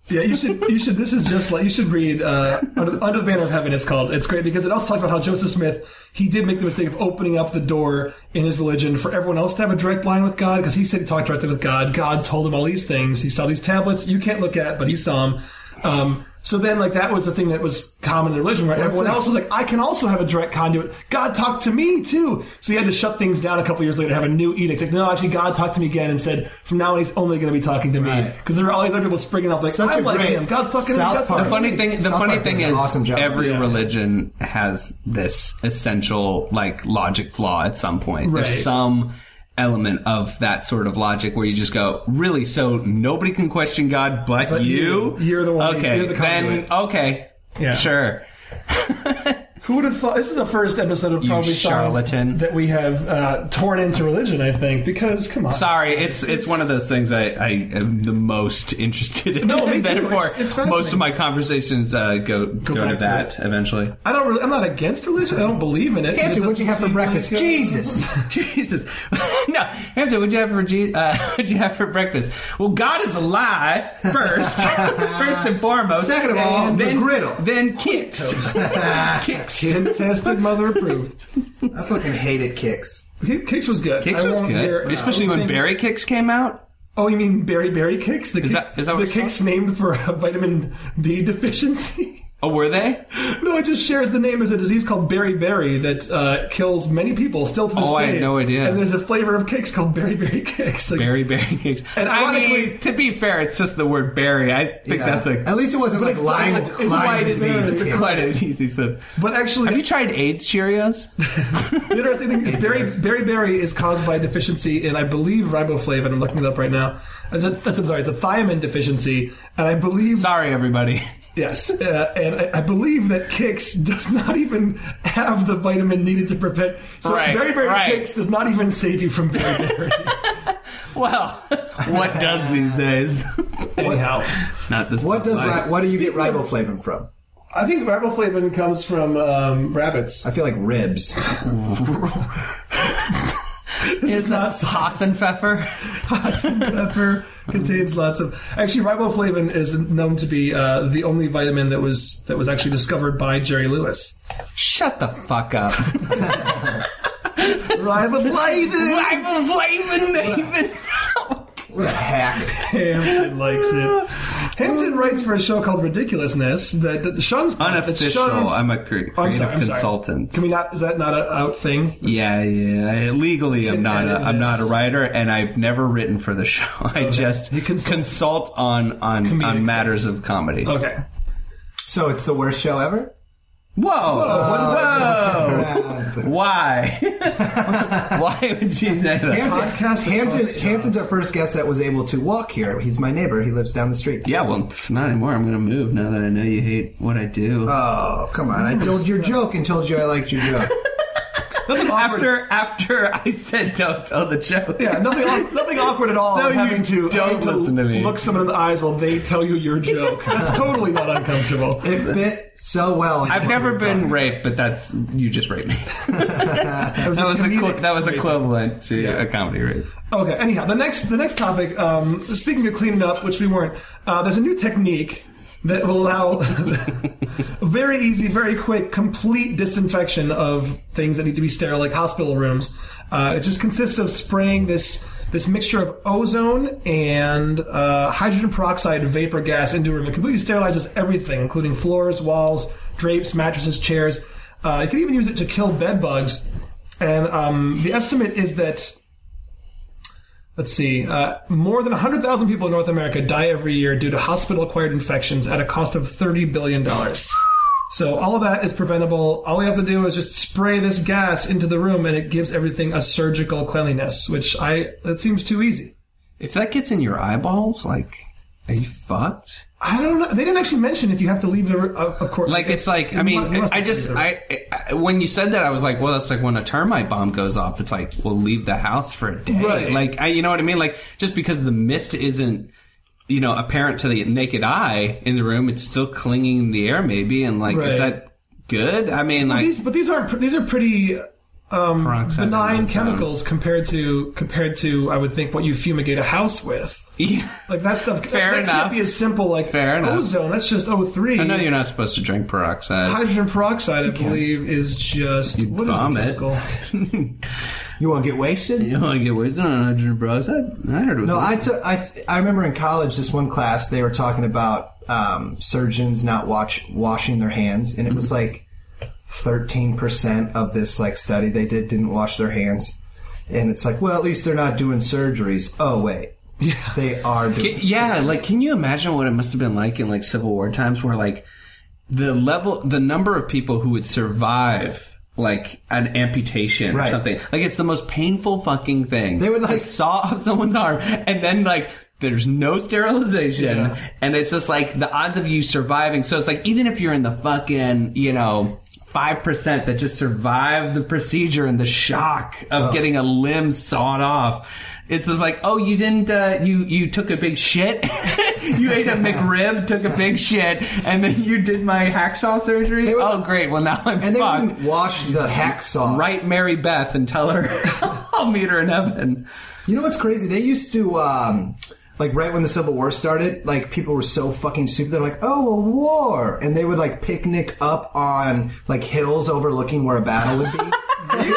Speaker 2: Yeah, you should. You should. This is just like you should read uh, under, the- under the banner of heaven. It's called. It's great because it also talks about how Joseph Smith he did make the mistake of opening up the door in his religion for everyone else to have a direct line with God because he said he talked directly with God. God told him all these things. He saw these tablets you can't look at, but he saw them. Um, So then, like that was the thing that was common in religion, right? Everyone
Speaker 3: like-
Speaker 2: else was like, "I can also have a direct conduit. God talked to me too." So you had to shut things down a couple years later, have a new edict. Like, no, actually, God talked to me again and said, "From now on, he's only going to be talking to me."
Speaker 3: Right.
Speaker 2: Because there were all these other people springing up, like,
Speaker 3: Such
Speaker 2: "I'm
Speaker 3: a
Speaker 2: like
Speaker 3: great
Speaker 2: him. God's talking to me."
Speaker 3: South
Speaker 2: God's talking to
Speaker 3: Park.
Speaker 4: The
Speaker 2: me."
Speaker 4: funny thing, the
Speaker 3: South
Speaker 4: funny
Speaker 3: Park
Speaker 4: thing
Speaker 3: does an
Speaker 4: is,
Speaker 3: awesome job.
Speaker 4: every
Speaker 2: Yeah.
Speaker 4: religion has this essential like logic flaw at some point.
Speaker 2: Right.
Speaker 4: There's some element of that sort of logic where you just go, really? So nobody can question God, but,
Speaker 2: But
Speaker 4: you?
Speaker 2: you. You're the one-
Speaker 4: Okay,
Speaker 2: you're the
Speaker 4: then
Speaker 2: conduit.
Speaker 4: okay,
Speaker 2: Yeah.
Speaker 4: sure.
Speaker 2: Who would have thought? This is the first episode of probably Science
Speaker 4: charlatan.
Speaker 2: that we have uh, torn into religion. I think because come on,
Speaker 4: Sorry, it's, it's one of those things I, I am the most interested in.
Speaker 2: No, me too.
Speaker 4: Therefore,
Speaker 2: It's- it's
Speaker 4: most
Speaker 2: fascinating.
Speaker 4: of my conversations uh, go go, to
Speaker 2: back to
Speaker 4: that eventually.
Speaker 2: I don't. Really, I'm not against religion. I don't believe in it. It
Speaker 3: Anthony, what'd
Speaker 2: doesn't
Speaker 3: you have for
Speaker 2: seem like
Speaker 3: breakfast?
Speaker 2: a-
Speaker 3: Jesus.
Speaker 4: Jesus, no, Hampton. What'd you have for ge- uh, What'd you have for breakfast? Well, God is a lie first, first and foremost.
Speaker 3: Second of all,
Speaker 4: And then
Speaker 3: the griddle.
Speaker 4: then kicks, kicks.
Speaker 2: Kid tested, mother approved.
Speaker 3: I fucking hated kicks.
Speaker 2: Ki- Kicks was good.
Speaker 4: Kicks
Speaker 2: I
Speaker 4: was
Speaker 2: won't
Speaker 4: good,
Speaker 2: hear-
Speaker 4: especially
Speaker 2: uh,
Speaker 4: when
Speaker 2: thing-
Speaker 4: Barry Kicks came out.
Speaker 2: Oh, you mean Barry Barry Kicks? The is
Speaker 4: that- is that what
Speaker 2: the
Speaker 4: it's
Speaker 2: Kicks named for a vitamin D deficiency?
Speaker 4: Oh, were they?
Speaker 2: no, it just shares the name as a disease called Barry Barry that uh, kills many people still to this
Speaker 4: Oh, I
Speaker 2: day.
Speaker 4: had no idea.
Speaker 2: And there's a flavor of kicks called Barry Barry Kicks. Like,
Speaker 4: Barry Barry Kicks.
Speaker 2: And
Speaker 4: I
Speaker 2: ironically-
Speaker 4: mean, to be fair, it's just the word Barry. I think
Speaker 3: Yeah.
Speaker 4: that's a
Speaker 3: At least it wasn't
Speaker 2: it's-
Speaker 3: like
Speaker 2: it's
Speaker 3: Lyme,
Speaker 2: like- it's
Speaker 3: Lyme
Speaker 2: quite-
Speaker 3: disease.
Speaker 2: it's
Speaker 3: kicks.
Speaker 4: quite an easy slip.
Speaker 2: But actually,
Speaker 4: Have you tried AIDS Cheerios?
Speaker 2: The interesting thing is berry, berry berry is caused by a deficiency in, I believe, riboflavin. I'm looking it up right now. That's, that's- I'm sorry, it's a thiamine deficiency, and I believe
Speaker 4: Sorry, everybody.
Speaker 2: yes, uh, and I, I believe that Kix does not even have the vitamin needed to prevent. So
Speaker 4: Right,
Speaker 2: berry berry
Speaker 4: right.
Speaker 2: Kix does not even save you from berry berry.
Speaker 4: Well, what does these days?
Speaker 2: Anyhow,
Speaker 4: Not this.
Speaker 3: What does
Speaker 4: life.
Speaker 3: ri- what do you get riboflavin from?
Speaker 2: I think riboflavin comes from um, rabbits.
Speaker 3: I feel like ribs.
Speaker 2: This is not
Speaker 4: Hassenpfeffer?
Speaker 2: Awesome pepper contains lots of. Actually, riboflavin is known to be uh, the only vitamin that was that was actually discovered by Jerry Lewis.
Speaker 4: Shut the fuck up.
Speaker 2: Riboflavin.
Speaker 3: what a hack.
Speaker 2: Hampton likes it. Hampton writes for a show called Ridiculousness that, that Sean's that
Speaker 4: Unofficial.
Speaker 2: Sean's-
Speaker 4: I'm a cre- creative
Speaker 2: Oh, I'm sorry, I'm sorry.
Speaker 4: consultant.
Speaker 2: Can we not? Is that not an out thing?
Speaker 4: Yeah, yeah. I- Legally, I'm not. A,
Speaker 2: edit
Speaker 4: I'm not a
Speaker 2: this.
Speaker 4: writer, and I've never written for the show. I just
Speaker 2: You consult.
Speaker 4: consult, on on,
Speaker 2: Comedic
Speaker 4: on matters of comedy.
Speaker 2: Okay.
Speaker 3: So it's the worst show ever. Uh,
Speaker 4: Whoa! Whoa!
Speaker 3: Hampton,
Speaker 4: Why? Why would you say that?
Speaker 2: Podcast
Speaker 3: Hampton,
Speaker 2: across
Speaker 3: Hampton's our first guest that was able to walk here. He's my neighbor. He lives down the street.
Speaker 4: Yeah, well, pff, not anymore. I'm gonna move now that I know you hate what I do.
Speaker 2: Uh,
Speaker 3: Oh come on! I told your joke and told you I liked your joke.
Speaker 4: after after I said don't tell the joke.
Speaker 2: Yeah, nothing, aw- nothing awkward at all.
Speaker 4: So
Speaker 2: in having
Speaker 4: you
Speaker 2: to having
Speaker 4: don't listen to me.
Speaker 2: Look someone in the eyes while they tell you your joke. That's totally not uncomfortable.
Speaker 3: It fit so well.
Speaker 4: I've never been raped, but that's you just raped me. that was equi- that was equivalent to a comedy rape.
Speaker 2: Okay. Anyhow, the next the next topic. Um, speaking of cleaning up, which we weren't. Uh, there's a new technique that will allow very easy, very quick, complete disinfection of things that need to be sterile, like hospital rooms. Uh, it just consists of spraying this this mixture of ozone and uh, hydrogen peroxide vapor gas into a room. It completely sterilizes everything, including floors, walls, drapes, mattresses, chairs. Uh, you can even use it to kill bed bugs. And um, the estimate is that let's see, uh, more than 100,000 people in North America die every year due to hospital acquired infections at a cost of $30 billion. So all of that is preventable. All we have to do is just spray this gas into the room and it gives everything a surgical cleanliness, which I, that seems too easy.
Speaker 4: If that gets in your eyeballs, like, are you fucked?
Speaker 2: I don't know. They didn't actually mention if you have to leave the, r- uh, of course.
Speaker 4: Like it's like I
Speaker 2: You
Speaker 4: mean
Speaker 2: mu- you must
Speaker 4: I
Speaker 2: have
Speaker 4: just
Speaker 2: to leave the room.
Speaker 4: I, I when you said that I was like well that's like when a termite bomb goes off it's like we'll leave the house for a day
Speaker 2: Right.
Speaker 4: like I, you know what I mean like just because the mist isn't you know apparent to the naked eye in the room it's still clinging in the air maybe and like
Speaker 2: Right.
Speaker 4: is that good I mean like
Speaker 2: These, but these aren't, pr- these are pretty
Speaker 4: peroxide and
Speaker 2: benign
Speaker 4: ozone.
Speaker 2: chemicals compared to, compared to, I would think, what you fumigate a house with.
Speaker 4: Yeah.
Speaker 2: Like that stuff. that,
Speaker 4: Fair
Speaker 2: that
Speaker 4: enough.
Speaker 2: can't be as simple like
Speaker 4: Fair enough.
Speaker 2: ozone. That's just O3.
Speaker 4: I know you're not supposed to drink peroxide.
Speaker 2: Hydrogen peroxide, I believe, is just what is the
Speaker 4: vomit.
Speaker 2: chemical?
Speaker 3: You want to get wasted?
Speaker 4: You want to get wasted on hydrogen peroxide? I heard it was.
Speaker 3: No, I took. I I remember in college this one class they were talking about um, surgeons not watch, washing their hands, and it was like thirteen percent of this like study they did didn't wash their hands, and it's like, well, at least they're not doing surgeries. Oh wait, yeah, they are. Doing,
Speaker 4: Yeah, like can you imagine what it must have been like in like Civil War times where like the level the number of people who would survive like an amputation or
Speaker 3: Right.
Speaker 4: something. Like it's the most painful fucking thing.
Speaker 3: They would, like-
Speaker 4: I saw off someone's arm and then like there's no sterilization and it's just like the odds of you surviving so it's like even if you're in the fucking, you know, 5% that just survived the procedure and the shock of getting a limb sawed off. It's just like, oh, you didn't, uh, you, you took a big shit. you ate a McRib, took a big shit, and then you did my hacksaw surgery.
Speaker 3: would-
Speaker 4: Oh, great. Well, now I'm
Speaker 3: and they
Speaker 4: fucked.
Speaker 3: wouldn't wash the hacksaw.
Speaker 4: Write Mary Beth and tell her I'll meet her in heaven.
Speaker 3: You know what's crazy? They used to, um, like, right when the Civil War started, like, people were so fucking stupid. They're like, oh, a war. And they would, like, picnic up on, like, hills overlooking where a battle would be.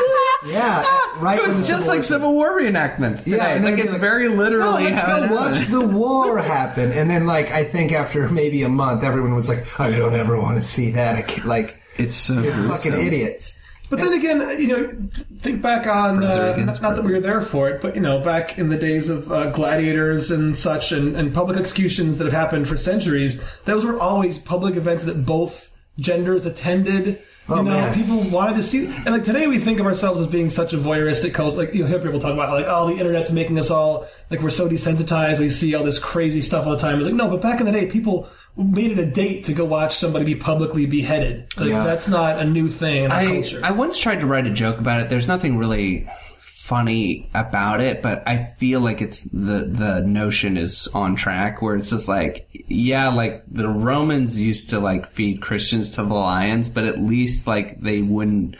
Speaker 3: yeah. Right
Speaker 4: So
Speaker 3: when the
Speaker 4: it's just like
Speaker 3: Civil War started.
Speaker 4: Civil War reenactments. Today.
Speaker 3: Yeah, and
Speaker 4: like
Speaker 3: they'd be
Speaker 4: it's very literally.
Speaker 3: No, let's
Speaker 4: how it
Speaker 3: go
Speaker 4: happened.
Speaker 3: watch the war happen, and then like I think after maybe a month, everyone was like, "I don't ever want to see that." I can't- Like,
Speaker 4: It's so
Speaker 3: fucking idiots.
Speaker 5: But then again, uh, you know, think back on uh, not, not that we were there for it, but you know, back in the days of uh, gladiators and such, and, and public executions that have happened for centuries. Those were always public events that both genders attended. You
Speaker 3: Oh,
Speaker 5: know,
Speaker 3: man.
Speaker 5: people wanted to see, and like today we think of ourselves as being such a voyeuristic culture. Like you know, hear people talk about how, like, oh, the internet's making us all like we're so desensitized. We see all this crazy stuff all the time. It's like no, but back in the day, people made it a date to go watch somebody be publicly beheaded. Like
Speaker 3: Yeah.
Speaker 5: that's not a new thing in our
Speaker 4: I,
Speaker 5: culture.
Speaker 4: I once tried to write a joke about it. There's nothing really funny about it, but I feel like it's the the notion is on track where it's just like yeah, like the Romans used to like feed Christians to the lions, but at least like they wouldn't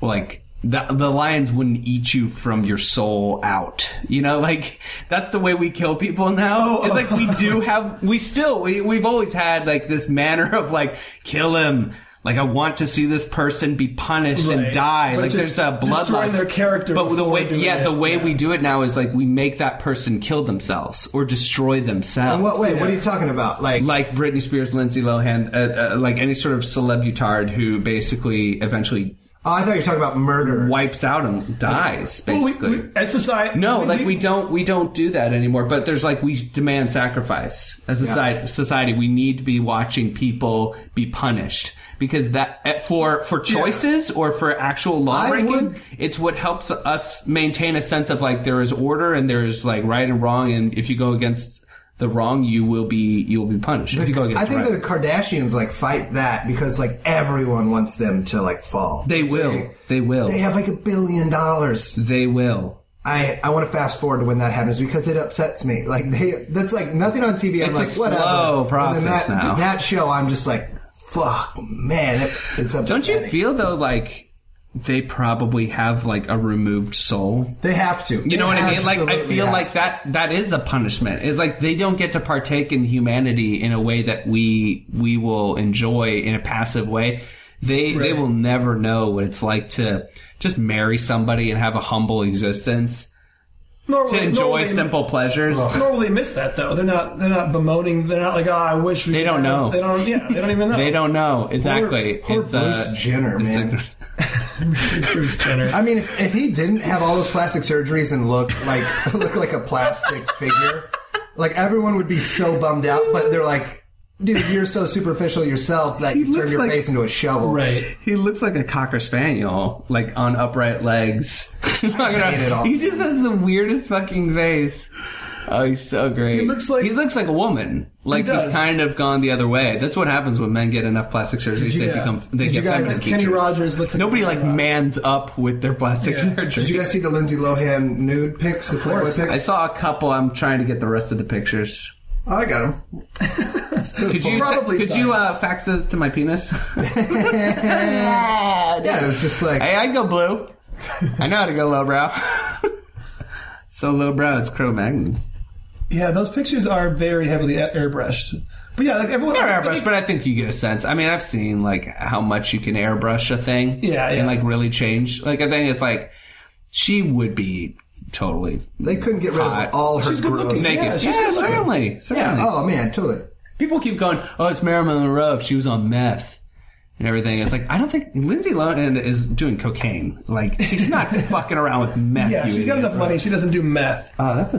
Speaker 4: like the, the lions wouldn't eat you from your soul out. You know, like that's the way we kill people now. It's like we do have, we still, we, we've always had like this manner of like, kill him. Like I want to see this person be punished
Speaker 5: Right.
Speaker 4: and die.
Speaker 5: But
Speaker 4: like
Speaker 5: just
Speaker 4: there's a
Speaker 5: destroying
Speaker 4: bloodlust.
Speaker 5: their character
Speaker 4: but the
Speaker 5: before
Speaker 4: way,
Speaker 5: doing
Speaker 4: yeah,
Speaker 5: it.
Speaker 4: the way
Speaker 5: Yeah.
Speaker 4: we do it now is like we make that person kill themselves or destroy themselves
Speaker 3: What? Wait, what are you talking about? Like,
Speaker 4: like Britney Spears, Lindsay Lohan, uh, uh, like any sort of celeb butard who basically eventually
Speaker 3: oh, I thought you were talking about murder.
Speaker 4: wipes out and dies.
Speaker 5: Well, we-
Speaker 4: Basically,
Speaker 5: we- as society,
Speaker 4: no, like we, don't we don't do that anymore. But there's like we demand sacrifice as a society. society we need to be watching people be punished because that eh, for for choices or for actual law
Speaker 3: I
Speaker 4: breaking,
Speaker 3: would-
Speaker 4: it's what helps us maintain a sense of like there is order and there is like right and wrong. And if you go against the wrong, you will be you will be punished. if you go against
Speaker 3: I
Speaker 4: the
Speaker 3: think
Speaker 4: right.
Speaker 3: that the Kardashians like fight that because like everyone wants them to like fall.
Speaker 4: They will. They will.
Speaker 3: They
Speaker 4: They,
Speaker 3: have like a billion dollars.
Speaker 4: will.
Speaker 3: I I want to fast forward to when that happens because it upsets me. Like they, that's like nothing on TV. I'm
Speaker 4: It's a
Speaker 3: like whatever.
Speaker 4: slow
Speaker 3: And then
Speaker 4: process
Speaker 3: that,
Speaker 4: now.
Speaker 3: That show, I'm just like, fuck, man, it, it's upsetting.
Speaker 4: Don't you feel though like they probably have like a removed soul?
Speaker 3: They have to.
Speaker 4: You know what I mean? Like I feel like that that is a punishment. It's like they don't get to partake in humanity in a way that we we will enjoy in a passive way. They they will never know what it's like to just marry somebody and have a humble existence
Speaker 5: normally,
Speaker 4: to enjoy
Speaker 5: normally,
Speaker 4: simple pleasures.
Speaker 5: Normally miss that though. They're not. They're not bemoaning. They're not like, oh, I wish we.
Speaker 4: They don't know.
Speaker 5: They don't. Yeah, they don't even know.
Speaker 4: They don't know exactly.
Speaker 3: Poor
Speaker 4: it's
Speaker 3: Bruce
Speaker 4: uh,
Speaker 3: Jenner,
Speaker 4: it's
Speaker 3: man.
Speaker 4: a-
Speaker 5: Bruce Jenner.
Speaker 3: I mean, if, if he didn't have all those plastic surgeries and look like look like a plastic figure, like everyone would be so bummed out. But they're like, dude, you're so superficial yourself that you turn
Speaker 4: looks
Speaker 3: your
Speaker 4: like-
Speaker 3: face into a shovel.
Speaker 5: right.
Speaker 4: He looks like a cocker spaniel, like on upright legs.
Speaker 3: it all.
Speaker 4: He just has the weirdest fucking face. Oh, he's so great. He
Speaker 5: looks like-
Speaker 4: he looks like a woman. Like
Speaker 5: does.
Speaker 4: he's kind of gone the other way. That's what happens when men get enough plastic surgeries. They
Speaker 5: Yeah.
Speaker 4: become they
Speaker 3: Did you
Speaker 4: get
Speaker 3: guys-
Speaker 4: feminine
Speaker 5: Kenny
Speaker 4: features.
Speaker 5: Rogers looks like
Speaker 4: Nobody
Speaker 5: a-
Speaker 4: like mans up with their plastic
Speaker 5: Yeah.
Speaker 4: surgery.
Speaker 3: Did you guys see the Lindsay Lohan nude pics? The Playboy
Speaker 5: course.
Speaker 3: pics?
Speaker 4: I saw a couple. I'm trying to get the rest of the pictures.
Speaker 3: Oh, I got him.
Speaker 4: Could you
Speaker 5: Probably
Speaker 4: could you uh, fax those to my penis?
Speaker 3: Yeah, it was just like
Speaker 4: Hey, I'd go blue. I know how to go lowbrow. so lowbrow, it's Cro Magnon.
Speaker 5: Yeah, those pictures are very heavily a- airbrushed. But yeah, like everyone.
Speaker 4: They're airbrushed, but I think you get a sense. I mean, I've seen like how much you can airbrush a thing,
Speaker 5: Yeah, yeah.
Speaker 4: and like really change. Like I think it's like she would be totally
Speaker 3: they couldn't get rid
Speaker 4: Hot.
Speaker 3: of all her
Speaker 5: She's good
Speaker 3: gross-
Speaker 5: looking.
Speaker 4: naked.
Speaker 5: Yeah,
Speaker 4: Yeah,
Speaker 5: she's good looking.
Speaker 4: certainly, certainly.
Speaker 3: Yeah. Oh man, totally.
Speaker 4: People keep going, oh, it's Marilyn Monroe. She was on meth and everything. It's like I don't think Lindsay Lohan is doing cocaine. Like she's not fucking around with meth.
Speaker 2: Yeah,
Speaker 4: you
Speaker 2: she's got
Speaker 4: idiots.
Speaker 2: enough money. She doesn't do meth.
Speaker 4: Oh, that's a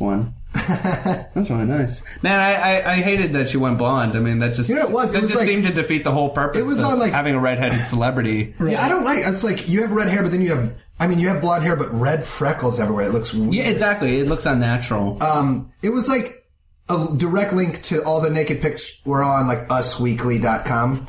Speaker 4: one. that's really nice. Man, I, I, I hated that she went blonde. I mean, that just
Speaker 3: You know what it was? It
Speaker 4: that
Speaker 3: was
Speaker 4: just
Speaker 3: like-
Speaker 4: seemed to defeat the whole purpose.
Speaker 3: It was
Speaker 4: of
Speaker 3: on, like-
Speaker 4: having a redheaded celebrity.
Speaker 3: Yeah, I don't like. It's like you have red hair, but then you have. I mean, you have blonde hair, but red freckles everywhere. It looks weird.
Speaker 4: Yeah, exactly. It looks unnatural.
Speaker 3: um, it was like a direct link to all the naked pics were on like usweekly.com.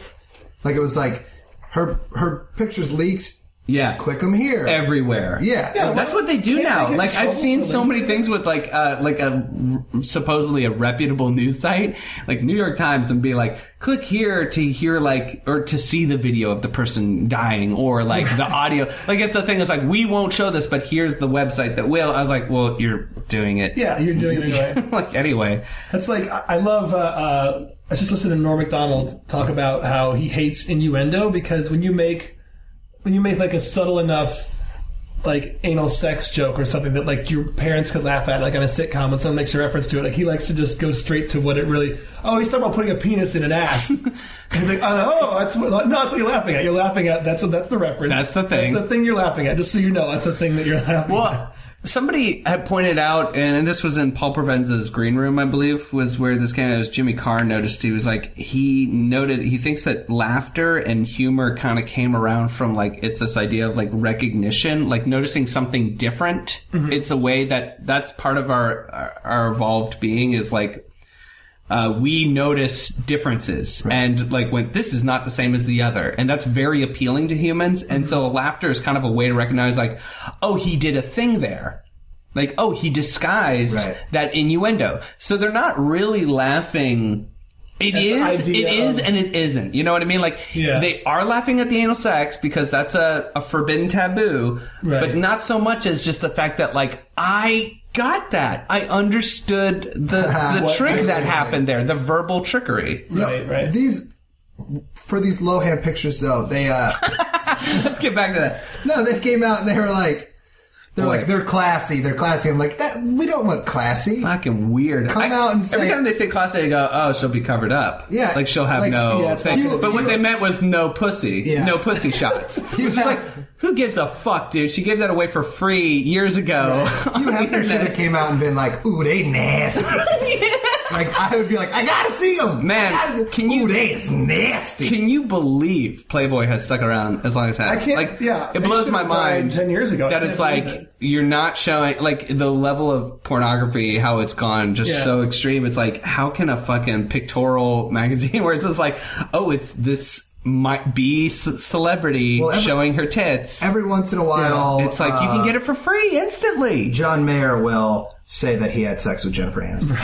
Speaker 3: Like it was like her her pictures leaked.
Speaker 4: yeah,
Speaker 3: Click them here.
Speaker 4: everywhere.
Speaker 3: yeah.
Speaker 2: Yeah.
Speaker 4: That's what they do
Speaker 2: Can't they
Speaker 4: now.
Speaker 2: get
Speaker 4: Like
Speaker 2: in
Speaker 4: I've
Speaker 2: trouble
Speaker 4: seen
Speaker 2: for
Speaker 4: so
Speaker 2: that?
Speaker 4: many things with like uh, like a r- supposedly a reputable news site, like New York Times, and be like, click here to hear like or to see the video of the person dying or like the audio. Like it's the thing is like we won't show this, but here's the website that will. I was like, well, you're doing it.
Speaker 2: Yeah, you're doing it anyway.
Speaker 4: like anyway,
Speaker 2: That's like I I love. Uh, uh, I just listened to Norm Macdonald talk about how he hates innuendo because when you make when you make like a subtle enough like anal sex joke or something that like your parents could laugh at, like on a sitcom when someone makes a reference to it, like he likes to just go straight to what it really. Oh, he's talking about putting a penis in an ass. he's like, oh, oh, that's what, no, that's what you're laughing at. You're laughing at that's what that's the reference.
Speaker 4: That's the thing.
Speaker 2: That's the thing you're laughing at. Just so you know, that's the thing that you're laughing. at.
Speaker 4: Well, somebody had pointed out, and this was in Paul Provenza's green room, I believe, was where this came out. It was Jimmy Carr noticed. He was like, he noted, he thinks that laughter and humor kind of came around from like, it's this idea of like recognition, like noticing something different. It's a way that that's part of our, our, our evolved being is like, uh, we notice differences and like when this is not the same as the other and that's very appealing to humans and
Speaker 2: Mm-hmm.
Speaker 4: so laughter is kind of a way to recognize like oh he did a thing there like oh he disguised
Speaker 3: Right.
Speaker 4: that innuendo so they're not really laughing It is,
Speaker 2: the
Speaker 4: it
Speaker 2: idea
Speaker 4: is
Speaker 2: of-
Speaker 4: and it isn't you know what i mean like
Speaker 2: Yeah.
Speaker 4: they are laughing at the anal sex because that's a, a forbidden taboo
Speaker 2: Right.
Speaker 4: but not so much as just the fact that like i got that i understood the the
Speaker 2: What
Speaker 4: trick
Speaker 2: I
Speaker 4: that
Speaker 2: was
Speaker 4: happened there the verbal trickery
Speaker 3: You know,
Speaker 2: right, right.
Speaker 3: These for these Lohan pictures though, they uh
Speaker 4: let's get back to that
Speaker 3: no, they came out and they were like they're
Speaker 4: Boy.
Speaker 3: like they're classy, they're classy. I'm like that we don't want classy.
Speaker 4: fucking weird
Speaker 3: Come out and
Speaker 4: every
Speaker 3: say-
Speaker 4: time they say class a they go oh she'll be covered up
Speaker 3: Yeah.
Speaker 4: like she'll have
Speaker 3: Like,
Speaker 4: no
Speaker 2: yeah, it's
Speaker 4: thing.
Speaker 2: not gonna-
Speaker 4: but what
Speaker 3: you-
Speaker 4: they meant was no pussy
Speaker 3: Yeah.
Speaker 4: no pussy shots
Speaker 3: You
Speaker 4: which is
Speaker 3: have-
Speaker 4: like who gives a fuck dude she gave that away for free years ago on
Speaker 3: You
Speaker 4: the
Speaker 3: have should have
Speaker 4: internet.
Speaker 3: came out and been like, "Ooh, they nasty." Like I would be like, "I gotta see them,
Speaker 4: Man,
Speaker 3: I gotta-
Speaker 4: can you-
Speaker 3: Ooh, they is nasty.
Speaker 4: can you believe Playboy has stuck around as long as it
Speaker 2: I
Speaker 4: has?
Speaker 2: can't.
Speaker 4: Like,
Speaker 2: yeah,
Speaker 4: it
Speaker 2: they
Speaker 4: blows
Speaker 2: should
Speaker 4: my
Speaker 2: have died
Speaker 4: mind.
Speaker 2: Ten years ago, I
Speaker 4: that
Speaker 2: can't
Speaker 4: it's
Speaker 2: believe
Speaker 4: like
Speaker 2: it.
Speaker 4: you're not showing like the level of pornography how it's gone just
Speaker 2: Yeah.
Speaker 4: so extreme it's like how can a fucking pictorial magazine where it's just like oh it's this might be c- celebrity
Speaker 3: Well, every-
Speaker 4: showing her tits
Speaker 3: Every once in a while,
Speaker 4: it's like you can
Speaker 3: uh,
Speaker 4: get it for free instantly
Speaker 3: John Mayer will say that he had sex with Jennifer Aniston.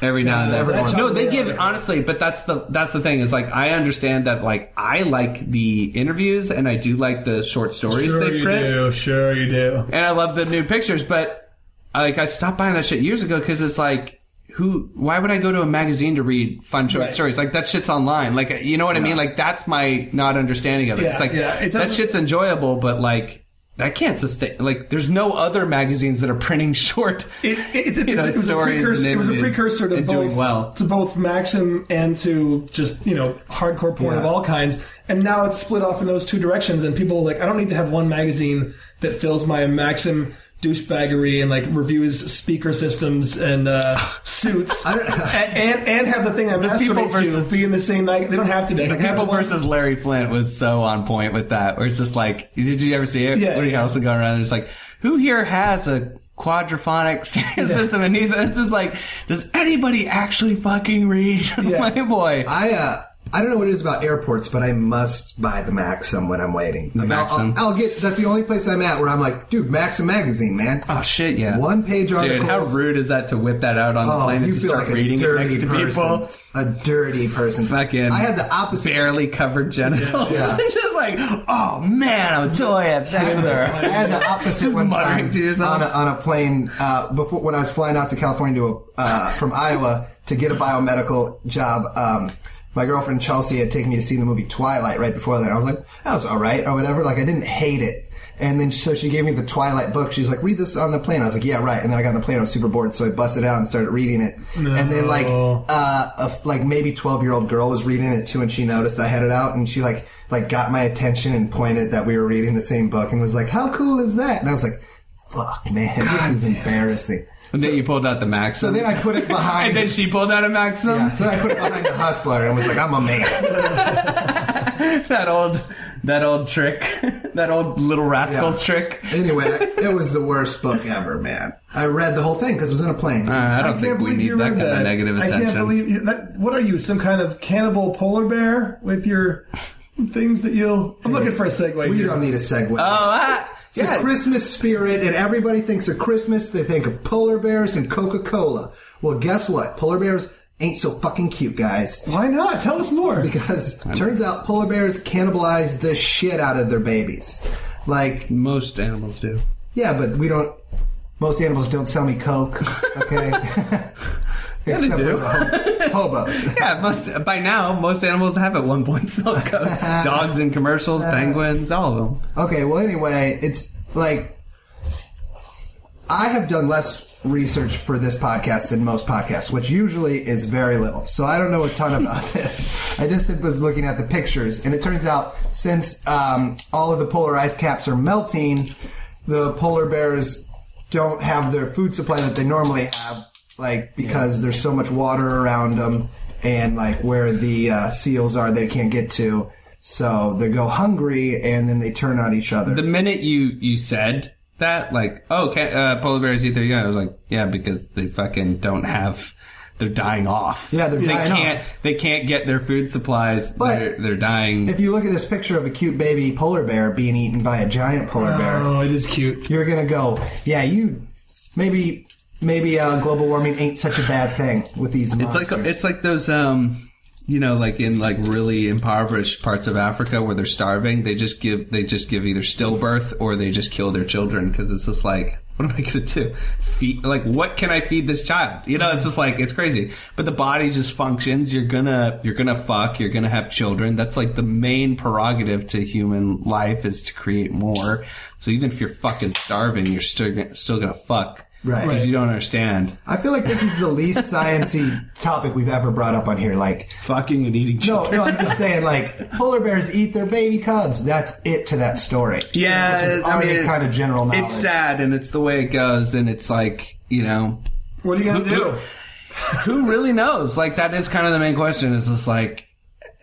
Speaker 4: every now and then.
Speaker 3: every once in a
Speaker 4: no, they
Speaker 2: while.
Speaker 4: give honestly, but that's the that's the thing is like I understand that like I like the interviews and I do like the short stories
Speaker 2: Sure
Speaker 4: they
Speaker 2: you
Speaker 4: print.
Speaker 2: do. Sure you do.
Speaker 4: and I love the new pictures, but like I stopped buying that shit years ago because it's like who why would I go to a magazine to read fun short
Speaker 2: Right.
Speaker 4: stories like that shit's online like you know what I mean like that's my not understanding of it
Speaker 2: Yeah,
Speaker 4: it's like
Speaker 2: yeah, it
Speaker 4: that
Speaker 2: doesn't-
Speaker 4: shit's enjoyable but like I can't sustain like there's no other magazines that are printing short
Speaker 2: It, it, it's,
Speaker 4: you know,
Speaker 2: it's- it was a
Speaker 4: stories
Speaker 2: precursor.
Speaker 4: and
Speaker 2: It was a
Speaker 4: images
Speaker 2: precursor to
Speaker 4: and doing
Speaker 2: both
Speaker 4: well.
Speaker 2: to both Maxim and to just you know hardcore porn of
Speaker 3: Yeah.
Speaker 2: all kinds. And now it's split off in those two directions. And people are like, I don't need to have one magazine that fills my Maxim douchebaggery and like reviews speaker systems and uh, suits, and, and and have the thing I masturbate
Speaker 4: people versus-
Speaker 2: to be in the same. Mag- they don't have to be. The
Speaker 4: People versus Larry Flint was so on point with that. Where it's just like, did you ever see it?
Speaker 2: Yeah.
Speaker 4: Woody Harrelson going around and it's like, who here has a quadraphonic stereo system? And he's it's just like, does anybody actually fucking read
Speaker 2: Yeah.
Speaker 4: Playboy?
Speaker 3: I uh, I don't know what it is about airports, but I must buy the Maxim when I'm waiting. I'll-
Speaker 4: Maxim.
Speaker 3: I'll, I'll get. That's the only place I'm at where I'm like, dude, Maxim magazine, man.
Speaker 4: oh shit, yeah.
Speaker 3: One page
Speaker 4: Dude,
Speaker 3: articles.
Speaker 4: how rude is that to whip that out on the
Speaker 3: Oh,
Speaker 4: plane
Speaker 3: you
Speaker 4: and to
Speaker 3: feel
Speaker 4: start
Speaker 3: like a
Speaker 4: reading it
Speaker 3: dirty
Speaker 4: next to
Speaker 3: person.
Speaker 4: people?
Speaker 3: A dirty person.
Speaker 4: Fucking
Speaker 3: I had the opposite.
Speaker 4: barely covered genitals.
Speaker 3: Yeah.
Speaker 4: just like, oh man, I was so I had sex with
Speaker 3: I
Speaker 4: her.
Speaker 3: had the opposite
Speaker 4: Just
Speaker 3: one
Speaker 4: muttering
Speaker 3: time
Speaker 4: to yourself.
Speaker 3: on a, on a plane uh, before when I was flying out to California to a, uh, from Iowa to get a biomedical job. Um, my girlfriend Chelsea had taken me to see the movie Twilight right before that. I was like, that was all right or whatever. Like I didn't hate it. And then so she gave me the Twilight book. She's like, read this on the plane. I was like, yeah, right. And then I got on the plane. I was super bored, so I busted out and started reading it. And then like
Speaker 5: No.
Speaker 3: uh, a f- like maybe twelve year old girl was reading it too, and she noticed I had it out, and she like like got my attention and pointed that we were reading the same book, and was like, how cool is that? And I was like, fuck, man, this is embarrassing.
Speaker 4: And then you pulled out the Maxim.
Speaker 3: So then I put it behind.
Speaker 4: and then she pulled out a Maxim.
Speaker 3: yeah, so I put it behind the hustler and was like, I'm a man.
Speaker 4: that old, that old trick, that old little rascals
Speaker 3: Yeah.
Speaker 4: trick.
Speaker 3: Anyway, it was the worst book ever, man. I read the whole thing because it was in a plane.
Speaker 4: I don't
Speaker 5: can't
Speaker 4: think we
Speaker 5: believe
Speaker 4: need
Speaker 5: you
Speaker 4: that
Speaker 5: read
Speaker 4: kind of negative
Speaker 5: I
Speaker 4: attention.
Speaker 5: can't believe that. What are you, some kind of cannibal polar bear with your things that you'll? I'm looking for a segue.
Speaker 3: we
Speaker 5: here.
Speaker 3: don't need a segue.
Speaker 4: oh, ah,
Speaker 3: It's a Christmas spirit, and everybody thinks of Christmas. They think of polar bears and Coca Cola. Well, guess what? Polar bears ain't so fucking cute, guys.
Speaker 5: Why not? Tell us more.
Speaker 3: Because turns out polar bears cannibalize the shit out of their babies. Like,
Speaker 4: most animals do.
Speaker 3: yeah, but we don't. Most animals don't sell me Coke, okay? Except for
Speaker 4: do.
Speaker 3: the ho- hobos.
Speaker 4: Yeah, most by now most animals have at one point self coat. Dogs in commercials, penguins, all of them.
Speaker 3: Okay, well, anyway, it's like I have done less research for this podcast than most podcasts, which usually is very little. So I don't know a ton about this. I just was looking at the pictures, and it turns out since um, all of the polar ice caps are melting, the polar bears don't have their food supply that they normally have, like because there's so much water around them, and like where the uh, seals are, they can't get to. So they go hungry, and then they turn on each other.
Speaker 4: The minute you you said that, like, oh, can, uh, polar bears eat their young, I was like, yeah, because they fucking don't have. They're dying off.
Speaker 3: Yeah, they're
Speaker 4: they
Speaker 3: dying
Speaker 4: can't, They can't get their food supplies.
Speaker 3: But-
Speaker 4: they're, they're dying.
Speaker 3: If you look at this picture of a cute baby polar bear being eaten by a giant polar bear,
Speaker 5: Oh, it is cute.
Speaker 3: you're gonna go, yeah, you maybe maybe uh, global warming ain't such a bad thing with these
Speaker 4: It's
Speaker 3: monsters.
Speaker 4: like it's like those um you know like in like really impoverished parts of Africa where they're starving they just give they just give either stillbirth or they just kill their children because it's just like what am I gonna do feed like what can I feed this child you know it's just like it's crazy but the body just functions you're gonna you're gonna fuck you're gonna have children that's like the main prerogative to human life is to create more so even if you're fucking starving you're still gonna, still gonna fuck
Speaker 3: Right.
Speaker 4: because you don't understand
Speaker 3: I feel like this is the least sciencey topic we've ever brought up on here. Like,
Speaker 4: fucking and eating children.
Speaker 3: no, no, I'm just saying, like, polar bears eat their baby cubs. That's it to that story.
Speaker 4: Yeah,
Speaker 3: Which is
Speaker 4: I
Speaker 3: already
Speaker 4: mean,
Speaker 3: kind of general knowledge.
Speaker 4: It's sad, and it's the way it goes, and it's like you know,
Speaker 5: What are you gonna do?
Speaker 4: who really knows? Like that is kind of the main question. Is just like,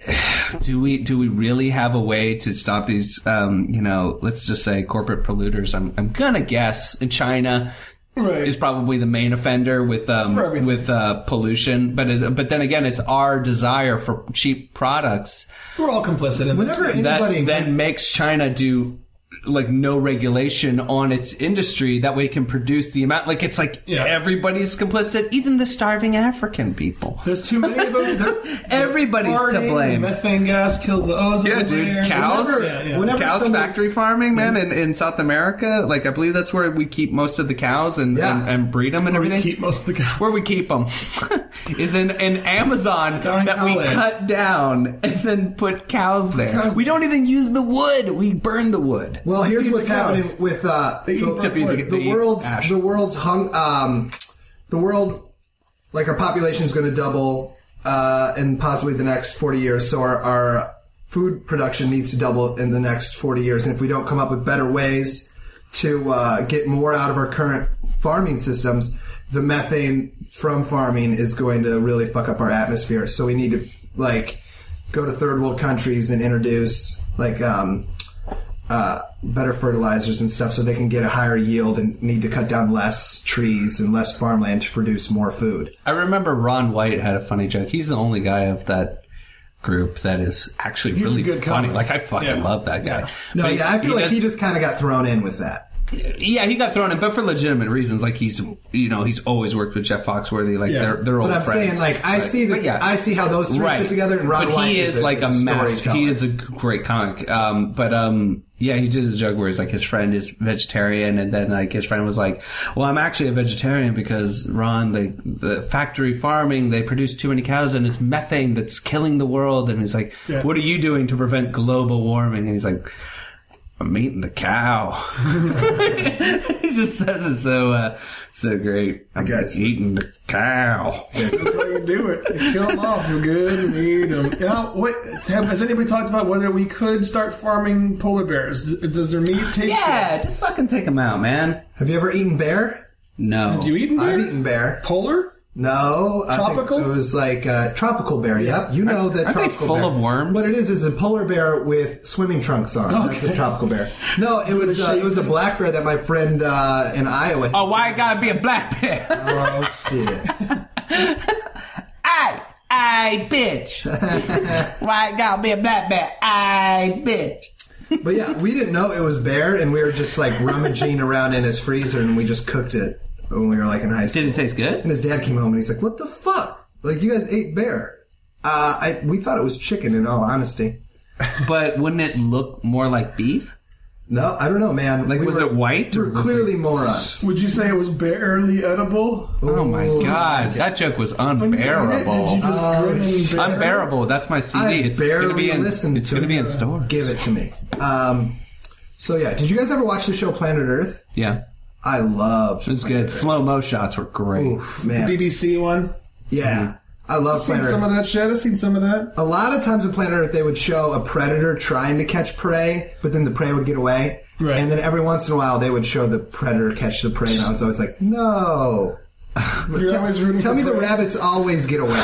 Speaker 4: do we do we really have a way to stop these? Um, you know, let's just say corporate polluters. I'm I'm gonna guess in China.
Speaker 5: Right.
Speaker 4: Is probably the main offender with um,
Speaker 5: For everything.
Speaker 4: with uh, pollution, but it, but then again, it's our desire for cheap products
Speaker 5: We're all complicit in this.
Speaker 3: Whenever
Speaker 4: that
Speaker 3: anybody
Speaker 4: then makes China do like no regulation on its industry that way it can produce the amount like it's like
Speaker 5: Yeah.
Speaker 4: everybody's complicit even the starving african people
Speaker 5: There's too many of them. They're-
Speaker 4: Everybody's to
Speaker 5: farting,
Speaker 4: blame.
Speaker 5: Methane gas kills the ozone.
Speaker 4: yeah dude
Speaker 5: layer.
Speaker 4: cows
Speaker 5: Whenever- yeah, yeah.
Speaker 3: whenever-
Speaker 4: cows
Speaker 3: somebody-
Speaker 4: factory farming man in, in south america like i believe that's where we keep most of the cows and
Speaker 3: Yeah.
Speaker 4: and, and breed them and
Speaker 5: Where we
Speaker 4: everything
Speaker 5: keep most of the cows.
Speaker 4: where we keep them is in, in Amazon
Speaker 5: Down
Speaker 4: that we
Speaker 5: Cali.
Speaker 4: cut down and then put cows there.
Speaker 5: Cows-
Speaker 4: We don't even use the wood; we burn the wood.
Speaker 3: Well, here's
Speaker 5: feed the
Speaker 3: what's
Speaker 5: cows.
Speaker 3: happening with uh,
Speaker 5: They eat
Speaker 3: the,
Speaker 5: To feed the-
Speaker 3: the
Speaker 4: they eat
Speaker 3: world's
Speaker 4: ash.
Speaker 3: the world's hung um, the world like our population is going to double uh, in possibly the next 40 years. So our, our food production needs to double in the next 40 years, and if we don't come up with better ways to uh, get more out of our current farming systems, the methane from farming is going to really fuck up our atmosphere. So we need to like go to third world countries and introduce like um, uh, better fertilizers and stuff so they can get a higher yield and need to cut down less trees and less farmland to produce more food.
Speaker 4: I remember Ron White had a funny joke. He's the only guy of that group that is actually really
Speaker 5: good
Speaker 4: funny.
Speaker 5: comic.
Speaker 4: Like I fucking
Speaker 5: Yeah.
Speaker 4: love that guy.
Speaker 3: No,
Speaker 4: But
Speaker 3: yeah, I feel like
Speaker 4: does-
Speaker 3: he just kind of got thrown in with that.
Speaker 4: yeah, he got thrown in, but for legitimate reasons. Like he's, you know, he's always worked with Jeff Foxworthy. Like
Speaker 5: Yeah.
Speaker 4: they're they're old
Speaker 3: But I'm
Speaker 4: friends.
Speaker 3: saying, like, I
Speaker 4: Right.
Speaker 3: see the,
Speaker 4: But yeah.
Speaker 3: I see how those three
Speaker 4: right
Speaker 3: put together, and Ron
Speaker 4: but
Speaker 3: White
Speaker 4: he is, like a, master.
Speaker 3: storyteller.
Speaker 4: He is a g- great comic. Um, but um, yeah, he did a joke where he's like his friend is vegetarian, and then like his friend was like, "Well, I'm actually a vegetarian because Ron, they, the factory farming, they produce too many cows, and it's methane that's killing the world." And he's like,
Speaker 5: Yeah.
Speaker 4: "What are you doing to prevent global warming?" And he's like. I'm eating the cow. he just says it so uh, so great. I'm
Speaker 2: guess-
Speaker 4: eating the cow.
Speaker 2: That's how you do it. You kill them off for good and eat them. You know, what, have, has anybody talked about whether we could start farming polar bears? D- Does their meat taste
Speaker 4: Yeah, just fucking take him out, man.
Speaker 3: Have you ever eaten bear?
Speaker 4: No.
Speaker 2: good? Have you eaten bear?
Speaker 3: I've eaten bear.
Speaker 2: Polar?
Speaker 3: No, I think
Speaker 2: Tropical?
Speaker 3: it was like uh, tropical bear. Yep, you know the
Speaker 4: Aren't they
Speaker 3: tropical
Speaker 4: full
Speaker 3: bear.
Speaker 4: of worms?
Speaker 3: What it is is a polar bear with swimming trunks on. That's a tropical bear. No, it was uh, it was a black bear that my friend uh, in Iowa.
Speaker 4: Oh, why it gotta be a black bear?
Speaker 3: oh shit!
Speaker 4: I, I bitch. why it gotta be a black bear? I bitch.
Speaker 3: But yeah, we didn't know it was bear, and we were just like rummaging around in his freezer, and we just cooked it when we were like in high school.
Speaker 4: Did it taste
Speaker 3: And
Speaker 4: good?
Speaker 3: his dad came home and he's like, "What the fuck? Like you guys ate bear? Uh, I we thought it was chicken. In all honesty,
Speaker 4: But wouldn't it look more like beef?
Speaker 3: no, I don't know, man.
Speaker 4: Like
Speaker 3: we
Speaker 4: was
Speaker 3: were,
Speaker 4: it white?
Speaker 3: we
Speaker 4: Or
Speaker 3: We're clearly morons.
Speaker 2: Would you say it was barely edible?
Speaker 4: oh my god, that joke was
Speaker 2: Did you
Speaker 4: unbearable.
Speaker 2: just grin and bear?
Speaker 4: Unbearable. That's my CD.
Speaker 3: I
Speaker 4: it's
Speaker 3: barely
Speaker 4: gonna be in.
Speaker 3: listened
Speaker 4: It's
Speaker 3: to
Speaker 4: gonna be in
Speaker 3: it.
Speaker 4: store.
Speaker 3: Give it to me. Um, so yeah, did you guys ever watch the show Planet Earth?
Speaker 4: Yeah,
Speaker 3: I loved.
Speaker 4: it was good. Slow mo shots were great.
Speaker 3: man.
Speaker 2: The BBC one?
Speaker 3: Yeah, I love
Speaker 2: Seen
Speaker 3: Planet Earth.
Speaker 2: some of that shit. I've seen some of that.
Speaker 3: a lot of times in Planet Earth, they would show a predator trying to catch prey, but then the prey would get away.
Speaker 2: Right.
Speaker 3: And then every once in a while, they would show the predator catch the prey, and I was always like, no.
Speaker 2: You're always rooting
Speaker 3: Tell
Speaker 2: for
Speaker 3: me the
Speaker 2: prey.
Speaker 3: rabbits always get away.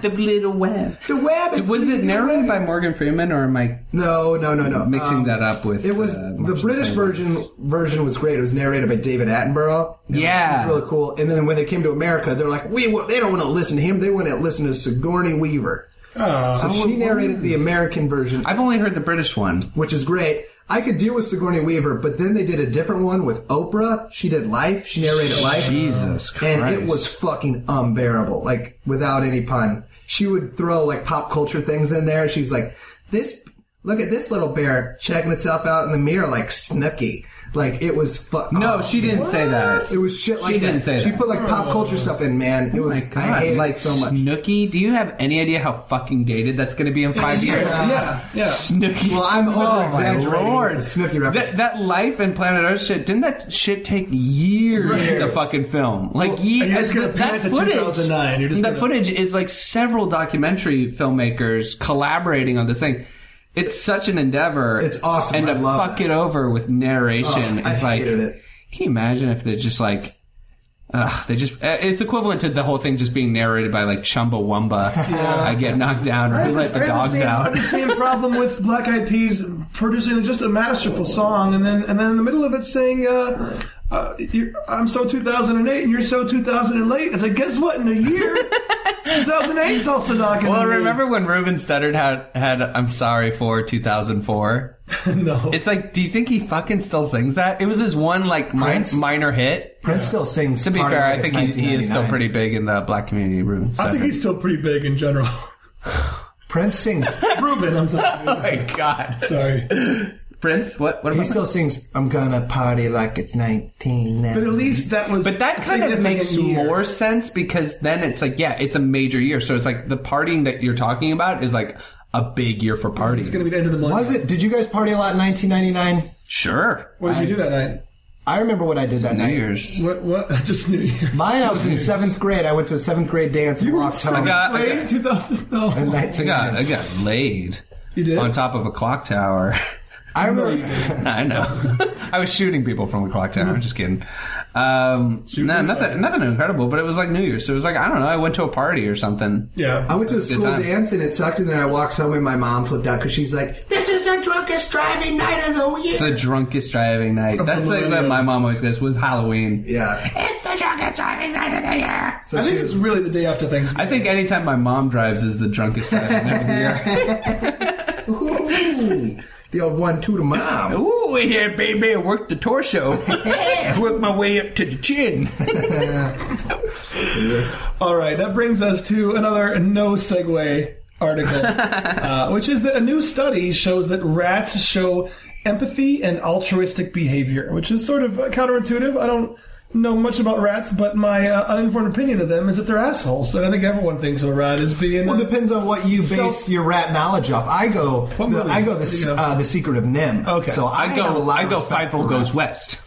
Speaker 4: the little web.
Speaker 3: The rabbits.
Speaker 4: Was it narrated by Morgan Freeman, or am I
Speaker 3: No, no, no, no.
Speaker 4: mixing
Speaker 3: Um,
Speaker 4: that up with?
Speaker 3: It was
Speaker 4: uh,
Speaker 3: the
Speaker 4: Martian
Speaker 3: British
Speaker 4: Playboy?
Speaker 3: version. Version was great. It was narrated by David Attenborough. And
Speaker 4: Yeah.
Speaker 3: it was really cool. And then when they came to America, they're like, we wa- they don't want to listen to him. They want to listen to Sigourney Weaver.
Speaker 2: Oh.
Speaker 3: So she narrated the American version.
Speaker 4: I've only heard the British one.
Speaker 3: which is great. I could deal with Sigourney Weaver, but then they did a different one with Oprah. She did Life. She narrated Life.
Speaker 4: Jesus Christ!
Speaker 3: And it was fucking unbearable. Like, without any pun. She would throw like pop culture things in there. She's like, this, look at this little bear checking itself out in the mirror like Snooky. Like, it was fuck.
Speaker 4: No, she didn't say that.
Speaker 3: It was shit like
Speaker 4: She
Speaker 3: that.
Speaker 4: didn't say
Speaker 3: She
Speaker 4: that. Oh
Speaker 3: put like pop culture stuff in, man. It was, I hated it
Speaker 4: like
Speaker 3: so much.
Speaker 4: Snooki, do you have any idea how fucking dated that's going to be in five years?
Speaker 2: Yeah, yeah.
Speaker 4: Snooki.
Speaker 3: Well, I'm
Speaker 4: oh my
Speaker 3: over-exaggerating with
Speaker 4: lord.
Speaker 3: the Snooki reference.
Speaker 4: That, that life and Planet Earth shit didn't that shit take years, to fucking film? Like ye-
Speaker 5: and you're just gonna
Speaker 4: that,
Speaker 5: pin it to
Speaker 4: footage.
Speaker 5: 2009. You're just
Speaker 4: that
Speaker 5: gonna-
Speaker 4: footage is like several documentary filmmakers collaborating on this thing. It's such an endeavor.
Speaker 3: It's awesome.
Speaker 4: And
Speaker 3: I
Speaker 4: to
Speaker 3: love
Speaker 4: fuck
Speaker 3: that.
Speaker 4: it over with narration,
Speaker 3: Oh, I
Speaker 4: it's like
Speaker 3: hated it.
Speaker 4: can you imagine if they're just like, ugh, they just, uh, it's equivalent to the whole thing just being narrated by like Chumbawamba. I get knocked down, we let the
Speaker 2: I had
Speaker 4: dogs
Speaker 2: same, I had
Speaker 4: out.
Speaker 2: the same problem with Black Eyed Peas producing just a masterful song, and then and then in the middle of it saying, uh, uh, you're, "I'm so 2008 and you're so 2008." It's like, guess what? In a year, 2008's also not going.
Speaker 4: Well, remember when Ruben Studdard had, had I'm Sorry for 2004?
Speaker 5: no.
Speaker 4: It's like, do you think he fucking still sings that? It was his one like mi-
Speaker 3: Prince?
Speaker 4: minor hit.
Speaker 3: Prince still sings.
Speaker 4: To be
Speaker 3: part of
Speaker 4: fair,
Speaker 3: it.
Speaker 4: I
Speaker 3: It's
Speaker 4: think he, he is still
Speaker 3: 1999.
Speaker 4: pretty big in the black community, Ruben Studdard.
Speaker 2: I think he's still pretty big in general.
Speaker 3: Prince sings.
Speaker 2: Ruben, I'm talking.
Speaker 4: Oh my god.
Speaker 2: Sorry, but
Speaker 4: Prince, what, what
Speaker 3: He
Speaker 4: about
Speaker 3: still sings "I'm gonna party like it's 19." But
Speaker 2: at least that was.
Speaker 4: But that
Speaker 2: a
Speaker 4: kind of
Speaker 2: significant
Speaker 4: makes
Speaker 2: year.
Speaker 4: more sense because then it's like, yeah, it's a major year. So it's like the partying that you're talking about is like a big year for partying.
Speaker 2: It's going to be the end of the month.
Speaker 3: was it? Did you guys party a lot in 1999?
Speaker 4: sure.
Speaker 2: What did you do that night?
Speaker 3: I remember what I did that
Speaker 4: New
Speaker 3: night.
Speaker 4: Year's.
Speaker 2: What? What? Just New Year.
Speaker 3: Mine, I was in seventh grade. I went to a seventh grade dance and walked
Speaker 2: so
Speaker 3: home.
Speaker 4: got- I
Speaker 2: Wait, 2000. No.
Speaker 3: in
Speaker 4: I got,
Speaker 3: 1999.
Speaker 4: I got laid
Speaker 2: You did?
Speaker 4: on top of a clock tower.
Speaker 3: I remember.
Speaker 4: I know. I was shooting people from the clock tower. I'm just kidding. Um, no, nothing, nothing incredible, but it was like New Year's. So it was like, I don't know, I went to a party or something.
Speaker 2: Yeah.
Speaker 3: I went to a school
Speaker 4: time.
Speaker 3: dance and it sucked, and then I walked home and my mom flipped out because she's like, "This is the drunkest driving night of the year."
Speaker 4: The drunkest driving night. That's like what my mom always goes was Halloween.
Speaker 3: yeah,
Speaker 6: It's the drunkest driving night of the year.
Speaker 3: so
Speaker 2: I
Speaker 3: she
Speaker 2: think
Speaker 3: was-
Speaker 2: it's really the day after Thanksgiving.
Speaker 4: I think anytime my mom drives is the drunkest driving night of the year.
Speaker 3: Ooh, the old one two to mom.
Speaker 4: Ooh, yeah, baby, I worked the torso. Work my way up to the chin.
Speaker 2: All right, that brings us to another no segue article, uh, which is that a new study shows that rats show empathy and altruistic behavior, which is sort of uh, counterintuitive. I don't know much about rats, but my uh, uninformed opinion of them is that they're assholes. And I think everyone thinks of a rat as being.
Speaker 3: Well, it depends on what you base
Speaker 2: Self-
Speaker 3: your rat knowledge off. I go,
Speaker 2: What
Speaker 3: the,
Speaker 2: movie
Speaker 3: I go
Speaker 2: did you go?
Speaker 3: the uh, the Secret of Nim.
Speaker 2: Okay.
Speaker 3: so I,
Speaker 4: I
Speaker 3: have a
Speaker 4: go.
Speaker 3: lot
Speaker 4: I
Speaker 3: of
Speaker 4: go.
Speaker 3: respect
Speaker 4: Fightful
Speaker 3: for rats.
Speaker 4: goes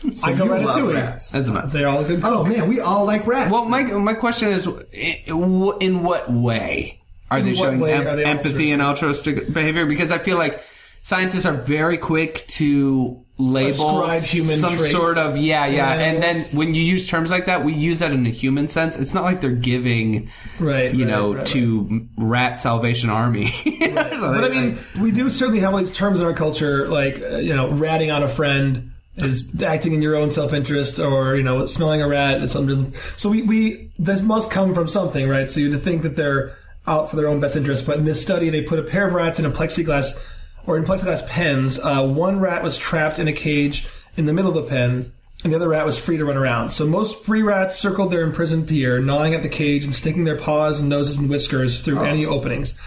Speaker 4: west.
Speaker 3: So
Speaker 2: I go
Speaker 3: you love
Speaker 2: Ratatouille.
Speaker 3: rats.
Speaker 4: As a matter.
Speaker 2: They're all good.
Speaker 3: Oh man, we all like rats.
Speaker 4: Well, my my question is, i- w- in what way are they
Speaker 2: what
Speaker 4: showing
Speaker 2: way
Speaker 4: em-
Speaker 2: are they
Speaker 4: empathy and altruistic behavior? Because I feel like scientists are very quick to label
Speaker 2: Ascribe human
Speaker 4: some
Speaker 2: traits
Speaker 4: sort of yeah, yeah,
Speaker 2: and
Speaker 4: and then
Speaker 2: animals.
Speaker 4: when you use terms like that, we use that in a human sense. It's not like they're giving,
Speaker 2: Right,
Speaker 4: you
Speaker 2: right,
Speaker 4: know,
Speaker 2: right,
Speaker 4: to Rat Salvation Army. So
Speaker 2: But I
Speaker 4: they-
Speaker 2: mean, we do certainly have all these terms in our culture, like uh, you know, ratting on a friend is acting in your own self-interest, or you know, smelling a rat is something. doesn't- So we we this must come from something, right? So you to think that they're out for their own best interest, but in this study, they put a pair of rats in a plexiglass or in plexiglass pens. Uh, one rat was trapped in a cage in the middle of the pen. And the other rat was free to run around. So most free rats circled their imprisoned peer, gnawing at the cage and sticking their paws and noses and whiskers through any openings.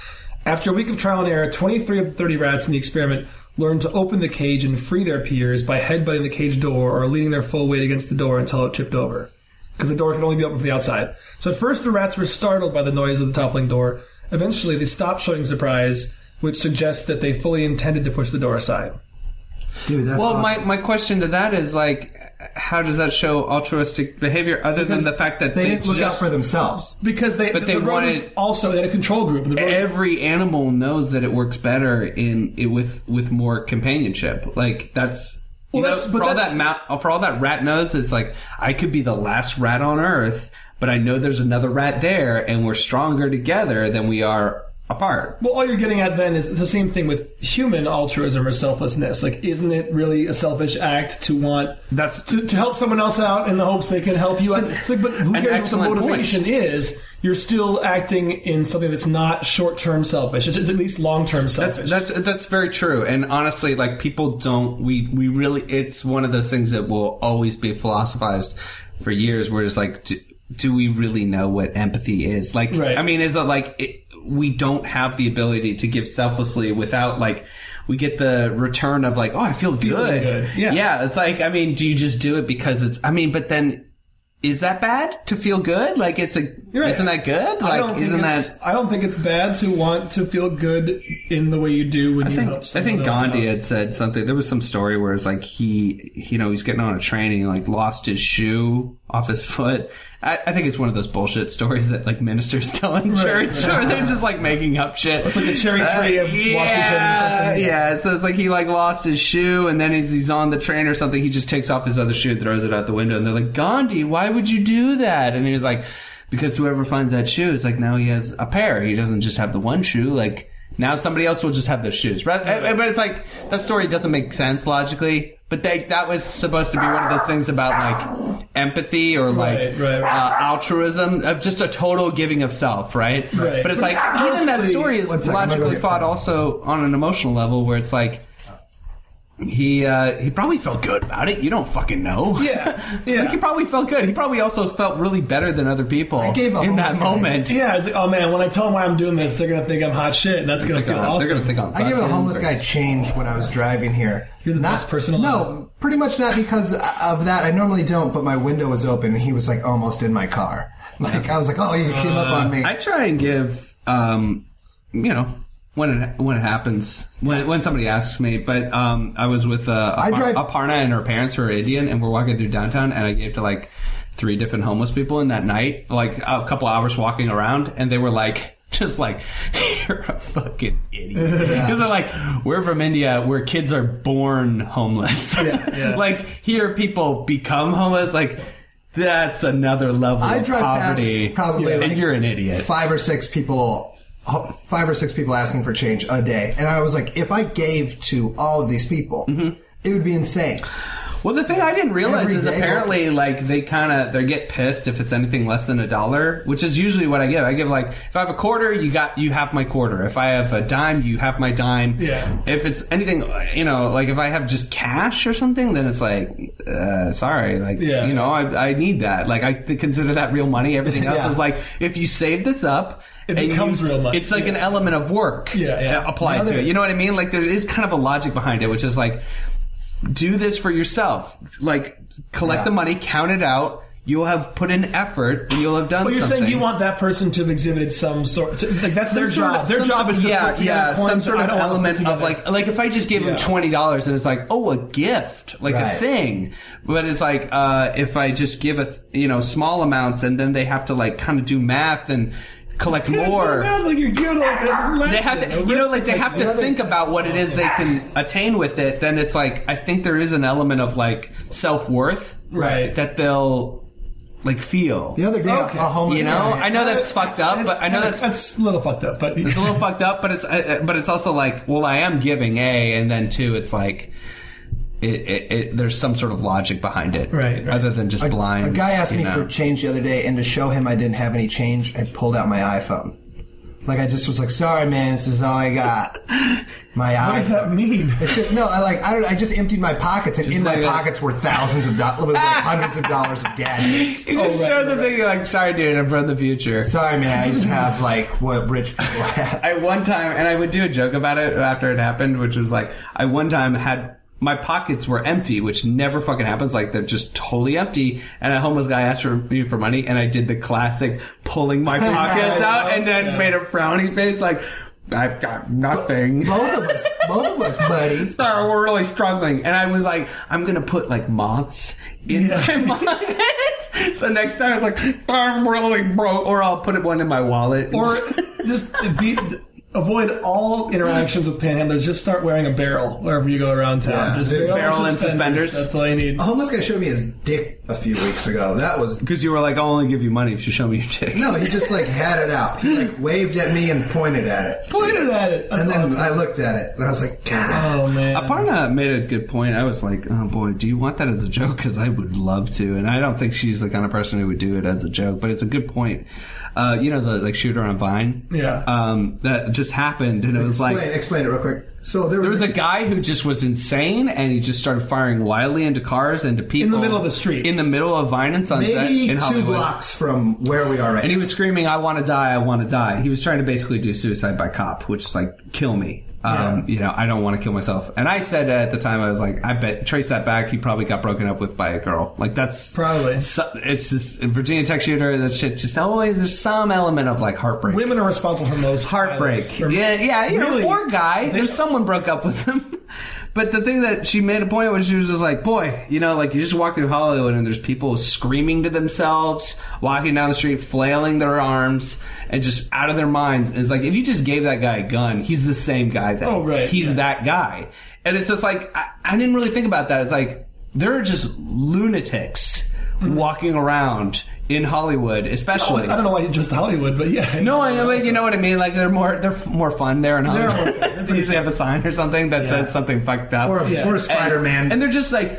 Speaker 2: After a week of trial and error, 23 of the 30 rats in the experiment learned to open the cage and free their peers by headbutting the cage door or leaning their full weight against the door until it tipped over. Because the door could only be opened from the outside. So at first, the rats were startled by the noise of the toppling door. Eventually, they stopped showing surprise, which suggests that they fully intended to push the door aside.
Speaker 3: dude, that's
Speaker 4: Well,
Speaker 3: awesome.
Speaker 4: my, my question to that is like, how does that show altruistic behavior other
Speaker 2: Because
Speaker 4: than the fact that
Speaker 3: they didn't look out
Speaker 4: just
Speaker 3: for themselves.
Speaker 2: Because they,
Speaker 4: But
Speaker 2: the
Speaker 4: they
Speaker 2: rodents
Speaker 4: wanted-
Speaker 2: also they had a control group. And the rodents-
Speaker 4: every animal knows that it works better in it with with more companionship. Like that's
Speaker 2: Well,
Speaker 4: you know,
Speaker 2: that's- but
Speaker 4: for all
Speaker 2: that's-
Speaker 4: that ma- for all that rat knows, it's like I could be the last rat on Earth, but I know there's another rat there, and we're stronger together than we are apart.
Speaker 2: Well, all you're getting at then is it's the same thing with human altruism or selflessness. Like, isn't it really a selfish act to want
Speaker 4: That's-
Speaker 2: to, to help someone else out in the hopes they can help you? out? It's like, but who
Speaker 4: an
Speaker 2: cares what the
Speaker 4: excellent point.
Speaker 2: motivation is? You're still acting in something that's not short term selfish. It's, it's at least long term selfish.
Speaker 4: That's that's very true. And honestly, like people don't we we really it's one of those things that will always be philosophized for years. Where it's like, do, do we really know what empathy is? Like,
Speaker 2: Right.
Speaker 4: I mean, is it like it, we don't have the ability to give selflessly without like. We get the return of like, oh, I feel good.
Speaker 2: good. Yeah.
Speaker 4: yeah, it's like, I mean, do you just do it because it's? I mean, but then, is that bad to feel good? Like, it's a,
Speaker 2: right.
Speaker 4: isn't that good?
Speaker 2: I
Speaker 4: Like,
Speaker 2: don't think
Speaker 4: isn't that?
Speaker 2: it's- I don't think it's bad to want to feel good in the way you do when
Speaker 4: I
Speaker 2: you
Speaker 4: think,
Speaker 2: help.
Speaker 4: I
Speaker 2: someone
Speaker 4: think
Speaker 2: else out.
Speaker 4: Gandhi had said something. There was some story where it's like he, you know, he's getting on a train and he like lost his shoe off his foot. I, I think it's one of those bullshit stories that like ministers tell in church, or they're just like making up shit. It's
Speaker 2: like a cherry tree of Washington or something.
Speaker 4: Yeah, so it's like he like lost his shoe, and then as he's on the train or something, he just takes off his other shoe and throws it out the window. And they're like, Gandhi, why would you do that? And he was like, because whoever finds that shoe, it's like now he has a pair. He doesn't just have the one shoe. Like now somebody else will just have their shoes. Right? And- and- But it's like that story doesn't make sense logically. But they, that was supposed to be one of those things about like empathy or like
Speaker 2: Right, right, right.
Speaker 4: Uh, altruism of just a total giving of self, right?
Speaker 2: Right.
Speaker 4: But it's
Speaker 2: But
Speaker 4: like
Speaker 2: it's
Speaker 4: even that
Speaker 2: mostly-
Speaker 4: story is
Speaker 3: One second, I'm gonna go
Speaker 4: logically
Speaker 3: get
Speaker 4: thought
Speaker 3: that.
Speaker 4: also on an emotional level where it's like he uh, he probably felt good about it. You don't fucking know.
Speaker 2: Yeah, yeah.
Speaker 4: like he probably felt good. He probably also felt really better than other people
Speaker 3: gave up
Speaker 4: in
Speaker 3: on
Speaker 4: that
Speaker 3: this guy.
Speaker 4: moment.
Speaker 2: Yeah, it's like, oh man, when I tell them why I'm doing this, they're gonna think I'm hot shit, and that's gonna
Speaker 4: They're
Speaker 2: feel
Speaker 4: gonna-
Speaker 2: awesome.
Speaker 4: They're gonna think I'm.
Speaker 3: I gave a
Speaker 4: fucking-
Speaker 3: homeless guy change when I was driving here.
Speaker 2: You're the best person alive.
Speaker 3: No, pretty much not because of that. I normally don't, but my window was open. and He was like almost in my car. Like I was like, oh, you came up on me.
Speaker 4: I try and give, um, you know, when it when it happens, when when somebody asks me. But um, I was with uh,
Speaker 3: I
Speaker 4: Apar-
Speaker 3: drive-
Speaker 4: Aparna and her parents who are Indian, and we're walking through downtown, and I gave to like three different homeless people. And that night, like a couple hours walking around, and they were like. Just like you're a fucking idiot, because they're like, we're from India, where kids are born homeless.
Speaker 2: yeah.
Speaker 4: like here, people become homeless. Like that's another level
Speaker 3: I
Speaker 4: of
Speaker 3: drive past
Speaker 4: poverty.
Speaker 3: probably,
Speaker 4: and
Speaker 3: like,
Speaker 4: you're an idiot.
Speaker 3: five or six people ho- five or six people asking for change a day and i was like if i gave to all of these people
Speaker 4: Mm-hmm.
Speaker 3: it would be insane
Speaker 4: Well, the thing I didn't realize
Speaker 3: Every
Speaker 4: is
Speaker 3: day,
Speaker 4: apparently like they kind of they get pissed if it's anything less than a dollar, which is usually what I give. I give like if I have a quarter, you got you have my quarter. If I have a dime, you have my dime.
Speaker 2: Yeah.
Speaker 4: If it's anything, you know, like if I have just cash or something, then it's like, uh, sorry, like
Speaker 2: Yeah.
Speaker 4: you know, I, I need that. Like I th- consider that real money. Everything else
Speaker 3: Yeah.
Speaker 4: is like if you save this up.
Speaker 2: It
Speaker 4: and
Speaker 2: becomes
Speaker 4: you-
Speaker 2: real money.
Speaker 4: It's like an element of work
Speaker 2: Yeah, yeah.
Speaker 4: uh, applied
Speaker 3: Now
Speaker 4: to
Speaker 3: there-
Speaker 4: it. You know what I mean? Like there is kind of a logic behind it, which is like do this for yourself. Like, collect
Speaker 3: Yeah.
Speaker 4: the money, count it out. You'll have put in effort and you'll have done.
Speaker 2: Well, you're
Speaker 4: something.
Speaker 2: saying you want that person to have exhibited some sort. To, like that's their
Speaker 4: Some sort
Speaker 2: job.
Speaker 4: of-
Speaker 2: their
Speaker 4: some
Speaker 2: job
Speaker 4: sort-
Speaker 2: is to
Speaker 4: yeah,
Speaker 2: put together
Speaker 4: yeah,
Speaker 2: coins
Speaker 4: some
Speaker 2: that
Speaker 4: sort
Speaker 2: I
Speaker 4: of
Speaker 2: don't wanna put
Speaker 4: element of
Speaker 2: together.
Speaker 4: like, like if I just gave
Speaker 2: Yeah.
Speaker 4: him twenty dollars and it's like, oh, a gift, like
Speaker 3: Right.
Speaker 4: a thing. But it's like, uh, if I just give a, th- you know, small amounts and then they have to like kind of do math and collect
Speaker 2: It's so
Speaker 4: more.
Speaker 2: bad, like you're giving like a lesson.
Speaker 4: They have to, you know, like they have to think about what it is they can attain with it. Then it's like, I think there is an element of like self worth,
Speaker 2: Right.
Speaker 4: That they'll like feel.
Speaker 3: The other day, a-
Speaker 2: Okay.
Speaker 3: a homeless
Speaker 4: You know,
Speaker 3: guy-
Speaker 4: I know that's
Speaker 2: It's-
Speaker 4: fucked
Speaker 2: it's-
Speaker 4: up,
Speaker 2: it's
Speaker 4: but I know
Speaker 2: kinda-
Speaker 4: that's
Speaker 2: that's a little fucked up. But
Speaker 4: it's a little fucked up, but it's uh, uh, but it's also like, well, I am giving a, and then two, it's like, it, it, it, there's some sort of logic behind it,
Speaker 2: Right, right.
Speaker 4: Other than just blind.
Speaker 3: A guy asked
Speaker 4: you
Speaker 3: me
Speaker 4: know.
Speaker 3: for change the other day, and to show him I didn't have any change, I pulled out my iPhone. Like I just was like, "Sorry, man, this is all I got." My
Speaker 2: what does that
Speaker 3: iPhone.
Speaker 2: mean?
Speaker 3: It's just, no, I like I don't. I just emptied my pockets, and in my
Speaker 4: like a-
Speaker 3: pockets were thousands of dollars, like hundreds of dollars of gadgets.
Speaker 2: Oh,
Speaker 4: You just showed the thing, you're like, sorry, dude, I'm from the future.
Speaker 3: Sorry, man, I just have like what rich people have.
Speaker 4: I one time, and I would do a joke about it after it happened, which was like, I one time had my pockets were empty, which never fucking happens. Like they're just totally empty. And a homeless guy asked for me for money, and I did the classic pulling my pockets out, and then made a frowny face, like I've got nothing.
Speaker 3: Both of us, both of us, buddy.
Speaker 4: Sorry, we're really struggling. And I was like, I'm gonna put like moths in my pockets. So next time it's like, I'm really broke, or I'll put one in my wallet. and
Speaker 2: or
Speaker 4: just-
Speaker 2: just be, avoid all interactions with panhandlers. Just start wearing a barrel wherever you go around town.
Speaker 3: Yeah,
Speaker 2: just
Speaker 3: dude.
Speaker 4: Barrel and suspenders.
Speaker 2: That's all you need.
Speaker 3: A homeless guy showed me his dick a few weeks ago. That was
Speaker 4: Because you were like, I'll only give you money if you show me your dick.
Speaker 3: no. He just like had it out. He like waved at me and pointed at it.
Speaker 2: Pointed at it. That's
Speaker 3: Oh, And then
Speaker 2: awesome.
Speaker 3: I looked at it and I was like, God.
Speaker 2: oh man.
Speaker 4: Aparna made a good point. I was like, oh boy, do you want that as a joke? Because I would love to. And I don't think she's the kind of person who would do it as a joke, but it's a good point. Uh, you know, the like shooter on Vine?
Speaker 2: Yeah.
Speaker 4: Um, that just happened. And it was
Speaker 3: Explain,
Speaker 4: Oh, like,
Speaker 3: explain it real quick. So there was,
Speaker 4: There was a guy who just was insane, and he just started firing wildly into cars, into people
Speaker 2: middle of the street.
Speaker 4: in the middle of Vine and Sunset
Speaker 3: maybe
Speaker 4: in
Speaker 3: two
Speaker 4: Hollywood.
Speaker 3: blocks from where we are right
Speaker 4: And he
Speaker 3: now.
Speaker 4: was screaming, "I want to die! I want to die!" He was trying to basically do suicide by cop, which is like, "Kill me." Um, You know, I don't want to kill myself. And I said at the time, I was like, "I bet trace that back. He probably got broken up with by a girl. Like that's
Speaker 2: Probably.
Speaker 4: So, it's just Virginia Tech shooter. That shit just always there's some element of like heartbreak,
Speaker 2: Women are responsible for most
Speaker 4: heartbreak.
Speaker 2: violence. For-
Speaker 4: yeah, yeah, you
Speaker 2: Really?
Speaker 4: know, poor guy. There's someone broke up with him. But the thing that she made a point was she was just like, boy, you know, like you just walk through Hollywood and there's people screaming to themselves, walking down the street, flailing their arms, and just out of their minds. And it's like, if you just gave that guy a gun, he's the same guy that
Speaker 2: Oh, right,
Speaker 4: he's
Speaker 2: yeah.
Speaker 4: that guy. And it's just like, I, I didn't really think about that. It's like, there are just lunatics walking around in Hollywood, especially.
Speaker 2: Mm-hmm. I don't know why just Hollywood, but yeah.
Speaker 4: No, I know, but you know what I mean. Like they're more, they're f- more fun there and
Speaker 2: They're more
Speaker 4: on.
Speaker 2: fun. They're
Speaker 4: they usually have a sign or something that says something fucked up.
Speaker 3: Or a,
Speaker 2: Yeah.
Speaker 3: or a
Speaker 2: And-
Speaker 3: Spider Man.
Speaker 4: and they're just like,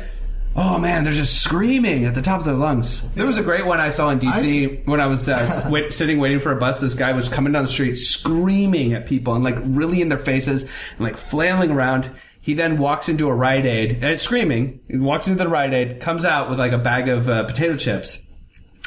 Speaker 4: oh man, they're just screaming at the top of their lungs. There was a great one I saw in DC when I was uh, wait, sitting waiting for a bus. This guy was coming down the street screaming at people and like really in their faces and like flailing around. He then walks into a Rite Aid, and screaming, he walks into the Rite Aid, comes out with like a bag of uh, potato chips.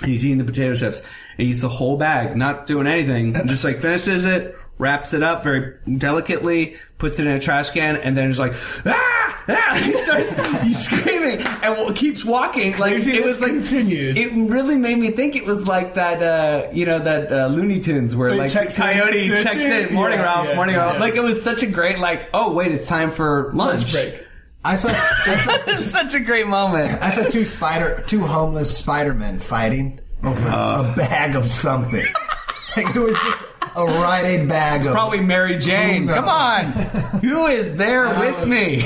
Speaker 4: And he's eating the potato chips and he eats the whole bag, not doing anything. just like finishes it, wraps it up very delicately, puts it in a trash can, and then just like ah, ah! He starts he's screaming and w- keeps walking. Like it was like
Speaker 2: continues.
Speaker 4: It really made me think it was like that, uh, you know, that uh, Looney Tunes where
Speaker 2: he
Speaker 4: like
Speaker 2: checks
Speaker 4: Coyote
Speaker 2: in to a
Speaker 4: checks
Speaker 2: tune.
Speaker 4: in, morning
Speaker 2: Yeah,
Speaker 4: Ralph,
Speaker 2: yeah,
Speaker 4: morning Ralph.
Speaker 2: yeah.
Speaker 4: Like it was such a great, like, oh wait, it's time for lunch.
Speaker 2: break.
Speaker 3: I saw, I saw,
Speaker 4: such a great moment.
Speaker 3: I saw two spider, two homeless Spider Men fighting over a bag of something. like it was just a Rite Aid bag. Of,
Speaker 4: Probably Mary Jane.
Speaker 3: no.
Speaker 4: Come on, who is there with me?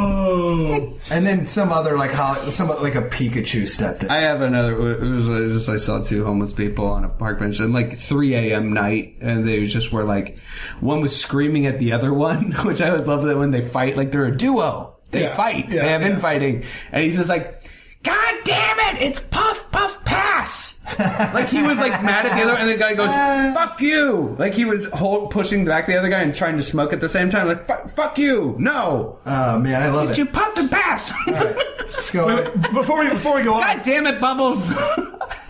Speaker 2: Oh.
Speaker 3: and then some other like Holly, some other- like a Pikachu stepped in.
Speaker 4: I have another. It was, it was just I saw two homeless people on a park bench, and like 3 a.m. night, and they just were like, one was screaming at the other one, which I always love that when they fight, like they're a duo. They
Speaker 2: Yeah.
Speaker 4: fight.
Speaker 2: Yeah,
Speaker 4: they have
Speaker 2: yeah.
Speaker 4: infighting, and he's just like. God damn it! It's puff puff pass. like he was like mad at the other, and the guy goes, "Fuck you!" Like he was hold, pushing back the other guy and trying to smoke at the same time. Like, "Fuck- "Fuck you! No,
Speaker 3: oh man, I love
Speaker 4: you
Speaker 3: it.
Speaker 4: puff and pass."
Speaker 3: Let's go.
Speaker 2: Before we before we go on,
Speaker 4: God damn it, Bubbles!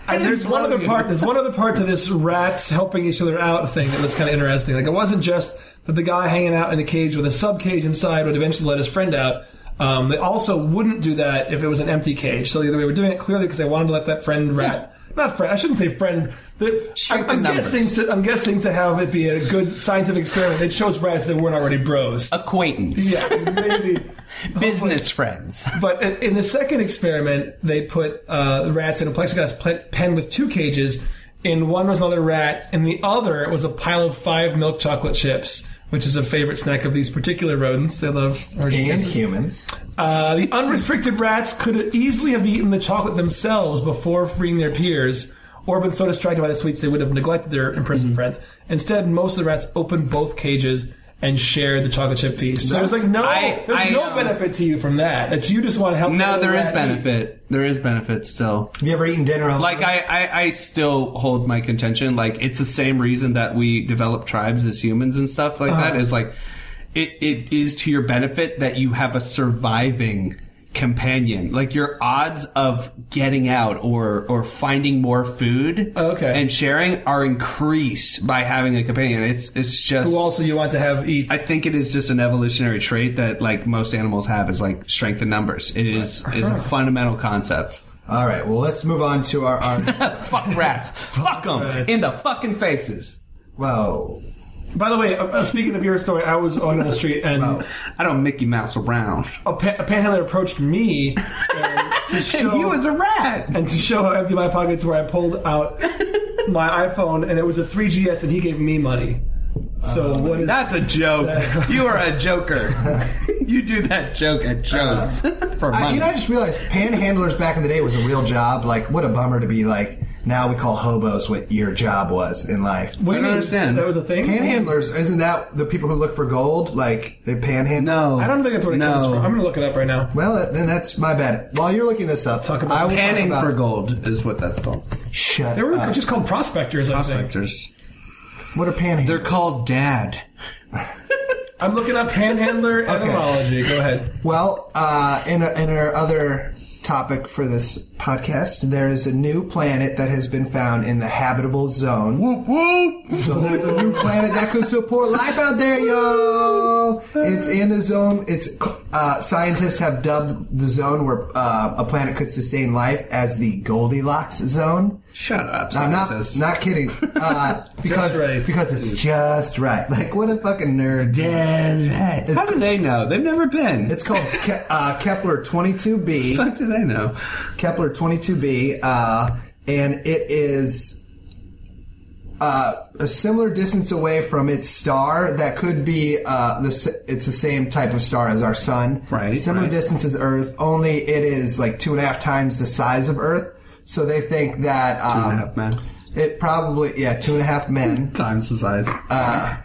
Speaker 2: And there's one other part. There's one other part to this rats helping each other out thing that was kind of interesting. Like it wasn't just that the guy hanging out in a cage with a sub cage inside would eventually let his friend out. Um, they also wouldn't do that if it was an empty cage. So either way, we're doing it clearly because they wanted to let that friend rat. Not friend. I shouldn't say friend. They-
Speaker 4: Shrink
Speaker 2: I'm,
Speaker 4: the
Speaker 2: I'm
Speaker 4: numbers.
Speaker 2: guessing. To, I'm guessing to have it be a good scientific experiment. They chose rats that weren't already bros.
Speaker 4: Acquaintance.
Speaker 2: Yeah, maybe.
Speaker 4: Business friends.
Speaker 2: But in, in the second experiment, they put uh, the rats in a plexiglass pl- pen with two cages. In one was another rat, and the other was a pile of five milk chocolate chips, which is a favorite snack of these particular rodents. They love Hershey
Speaker 3: And
Speaker 2: kisses.
Speaker 3: humans.
Speaker 2: Uh, the unrestricted rats could easily have eaten the chocolate themselves before freeing their peers, or been so distracted by the sweets they would have neglected their
Speaker 4: Mm-hmm.
Speaker 2: imprisoned friends. Instead, most of the rats opened both cages and shared the chocolate chip feast. So it's like no,
Speaker 4: I-
Speaker 2: there's
Speaker 4: I,
Speaker 2: no
Speaker 4: um,
Speaker 2: benefit to you from that. It's you just want to help.
Speaker 4: No,
Speaker 2: another
Speaker 4: there is
Speaker 2: rat eat.
Speaker 4: benefit. There is benefit still.
Speaker 3: Have you ever eaten dinner alone?
Speaker 4: Like I, I, I still hold my contention. Like it's the same reason that we develop tribes as humans and stuff like that. Is like it, it is to your benefit that you have a surviving companion. Like your odds of getting out or or finding more food
Speaker 2: Okay.
Speaker 4: and sharing are increased by having a companion. It's it's just
Speaker 2: Who also you want to have eat?
Speaker 4: I think it is just an evolutionary trait that like most animals have is like strength in numbers. It is is a fundamental concept.
Speaker 3: All right, well, let's move on to our. our
Speaker 4: Fuck rats. Fuck them in the fucking faces.
Speaker 3: whoa.
Speaker 2: By the way, uh, uh, speaking of your story, I was on the street and
Speaker 4: I don't Mickey Mouse around.
Speaker 2: a, pa- a panhandler approached me uh, to show.
Speaker 4: He was a rat.
Speaker 2: and to show how empty my pockets were, I pulled out my iPhone, and it was a 3GS, and he gave me money.
Speaker 4: Uh,
Speaker 2: So what is
Speaker 4: That's a joke. you are a joker. you do that joke at Joe's for
Speaker 3: I,
Speaker 4: money.
Speaker 3: you know, I just realized panhandlers back in the day was a real job. Like, what a bummer to be like. Now we call hobos what your job was in life.
Speaker 2: What do you
Speaker 4: I don't
Speaker 2: mean?
Speaker 4: understand.
Speaker 2: That was a thing.
Speaker 3: Panhandlers, isn't that the people who look for gold? Like, they panhandle?
Speaker 4: no,
Speaker 2: I don't think that's where it
Speaker 4: no.
Speaker 2: comes from. I'm gonna look it up right now.
Speaker 3: Well, then that's my bad. While you're looking this up,
Speaker 2: Talk about
Speaker 3: I will
Speaker 4: Panning
Speaker 3: talk about,
Speaker 4: for gold is what that's called.
Speaker 3: Shut
Speaker 2: They were
Speaker 3: up.
Speaker 2: just called prospectors. I think.
Speaker 4: Uh, Prospectors.
Speaker 3: What are panhandlers?
Speaker 4: They're called dad.
Speaker 2: I'm looking up panhandler etymology. Go ahead.
Speaker 3: Well, uh, in, in our other topic for this podcast, there is a new planet that has been found in the habitable zone.
Speaker 4: Whoop whoop.
Speaker 3: So there's a new planet that could support life out there, y'all. It's in a zone. It's uh, scientists have dubbed the zone where uh, a planet could sustain life as the Goldilocks zone.
Speaker 4: Shut up,
Speaker 3: I'm not
Speaker 4: scientists.
Speaker 3: not kidding. Uh, because
Speaker 2: right.
Speaker 3: because it's just right. Like what a fucking nerd.
Speaker 4: That's right. How do they know? They've never been.
Speaker 3: It's called Ke- uh, Kepler 22b.
Speaker 4: fuck do they know?
Speaker 3: Kepler 22b, uh, and it is uh, a similar distance away from its star that could be uh, the s- it's the same type of star as our sun.
Speaker 4: Right,
Speaker 3: Similar
Speaker 4: right.
Speaker 3: distance as Earth, only it is like two and a half times the size of Earth. So they think that um,
Speaker 4: Two and a half men.
Speaker 3: it probably yeah two and a half men.
Speaker 4: Times the size. Uh,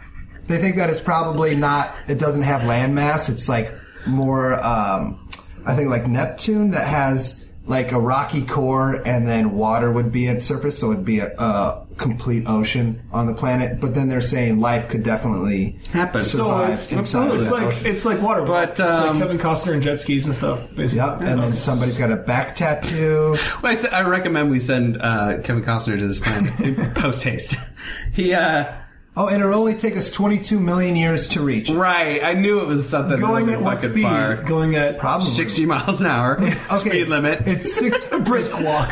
Speaker 3: They think that it's probably not. It doesn't have landmass. It's like more. Um, I think like Neptune that has like a rocky core, and then water would be its surface, so it'd be a, a complete ocean on the planet. But then they're saying life could definitely
Speaker 4: Happen.
Speaker 2: Oh,
Speaker 3: survive
Speaker 2: it's,
Speaker 3: inside of
Speaker 2: it's
Speaker 3: that
Speaker 2: like
Speaker 3: ocean.
Speaker 2: it's like water.
Speaker 4: But,
Speaker 2: it's
Speaker 4: um,
Speaker 2: like Kevin Costner and jet skis and stuff. Basically.
Speaker 3: Yep, and then somebody's got a back tattoo.
Speaker 4: Well, I, said, I recommend we send uh, Kevin Costner to this planet post haste. He, uh,
Speaker 3: Oh, and it'll only take us 22 million years to reach.
Speaker 4: right, I knew it was something
Speaker 2: going
Speaker 4: really
Speaker 2: at what
Speaker 4: fucking
Speaker 2: speed?
Speaker 4: far.
Speaker 2: Going at
Speaker 3: Probably
Speaker 4: 60 miles an hour
Speaker 3: Okay,
Speaker 4: speed limit.
Speaker 3: It's six
Speaker 2: brisk walk.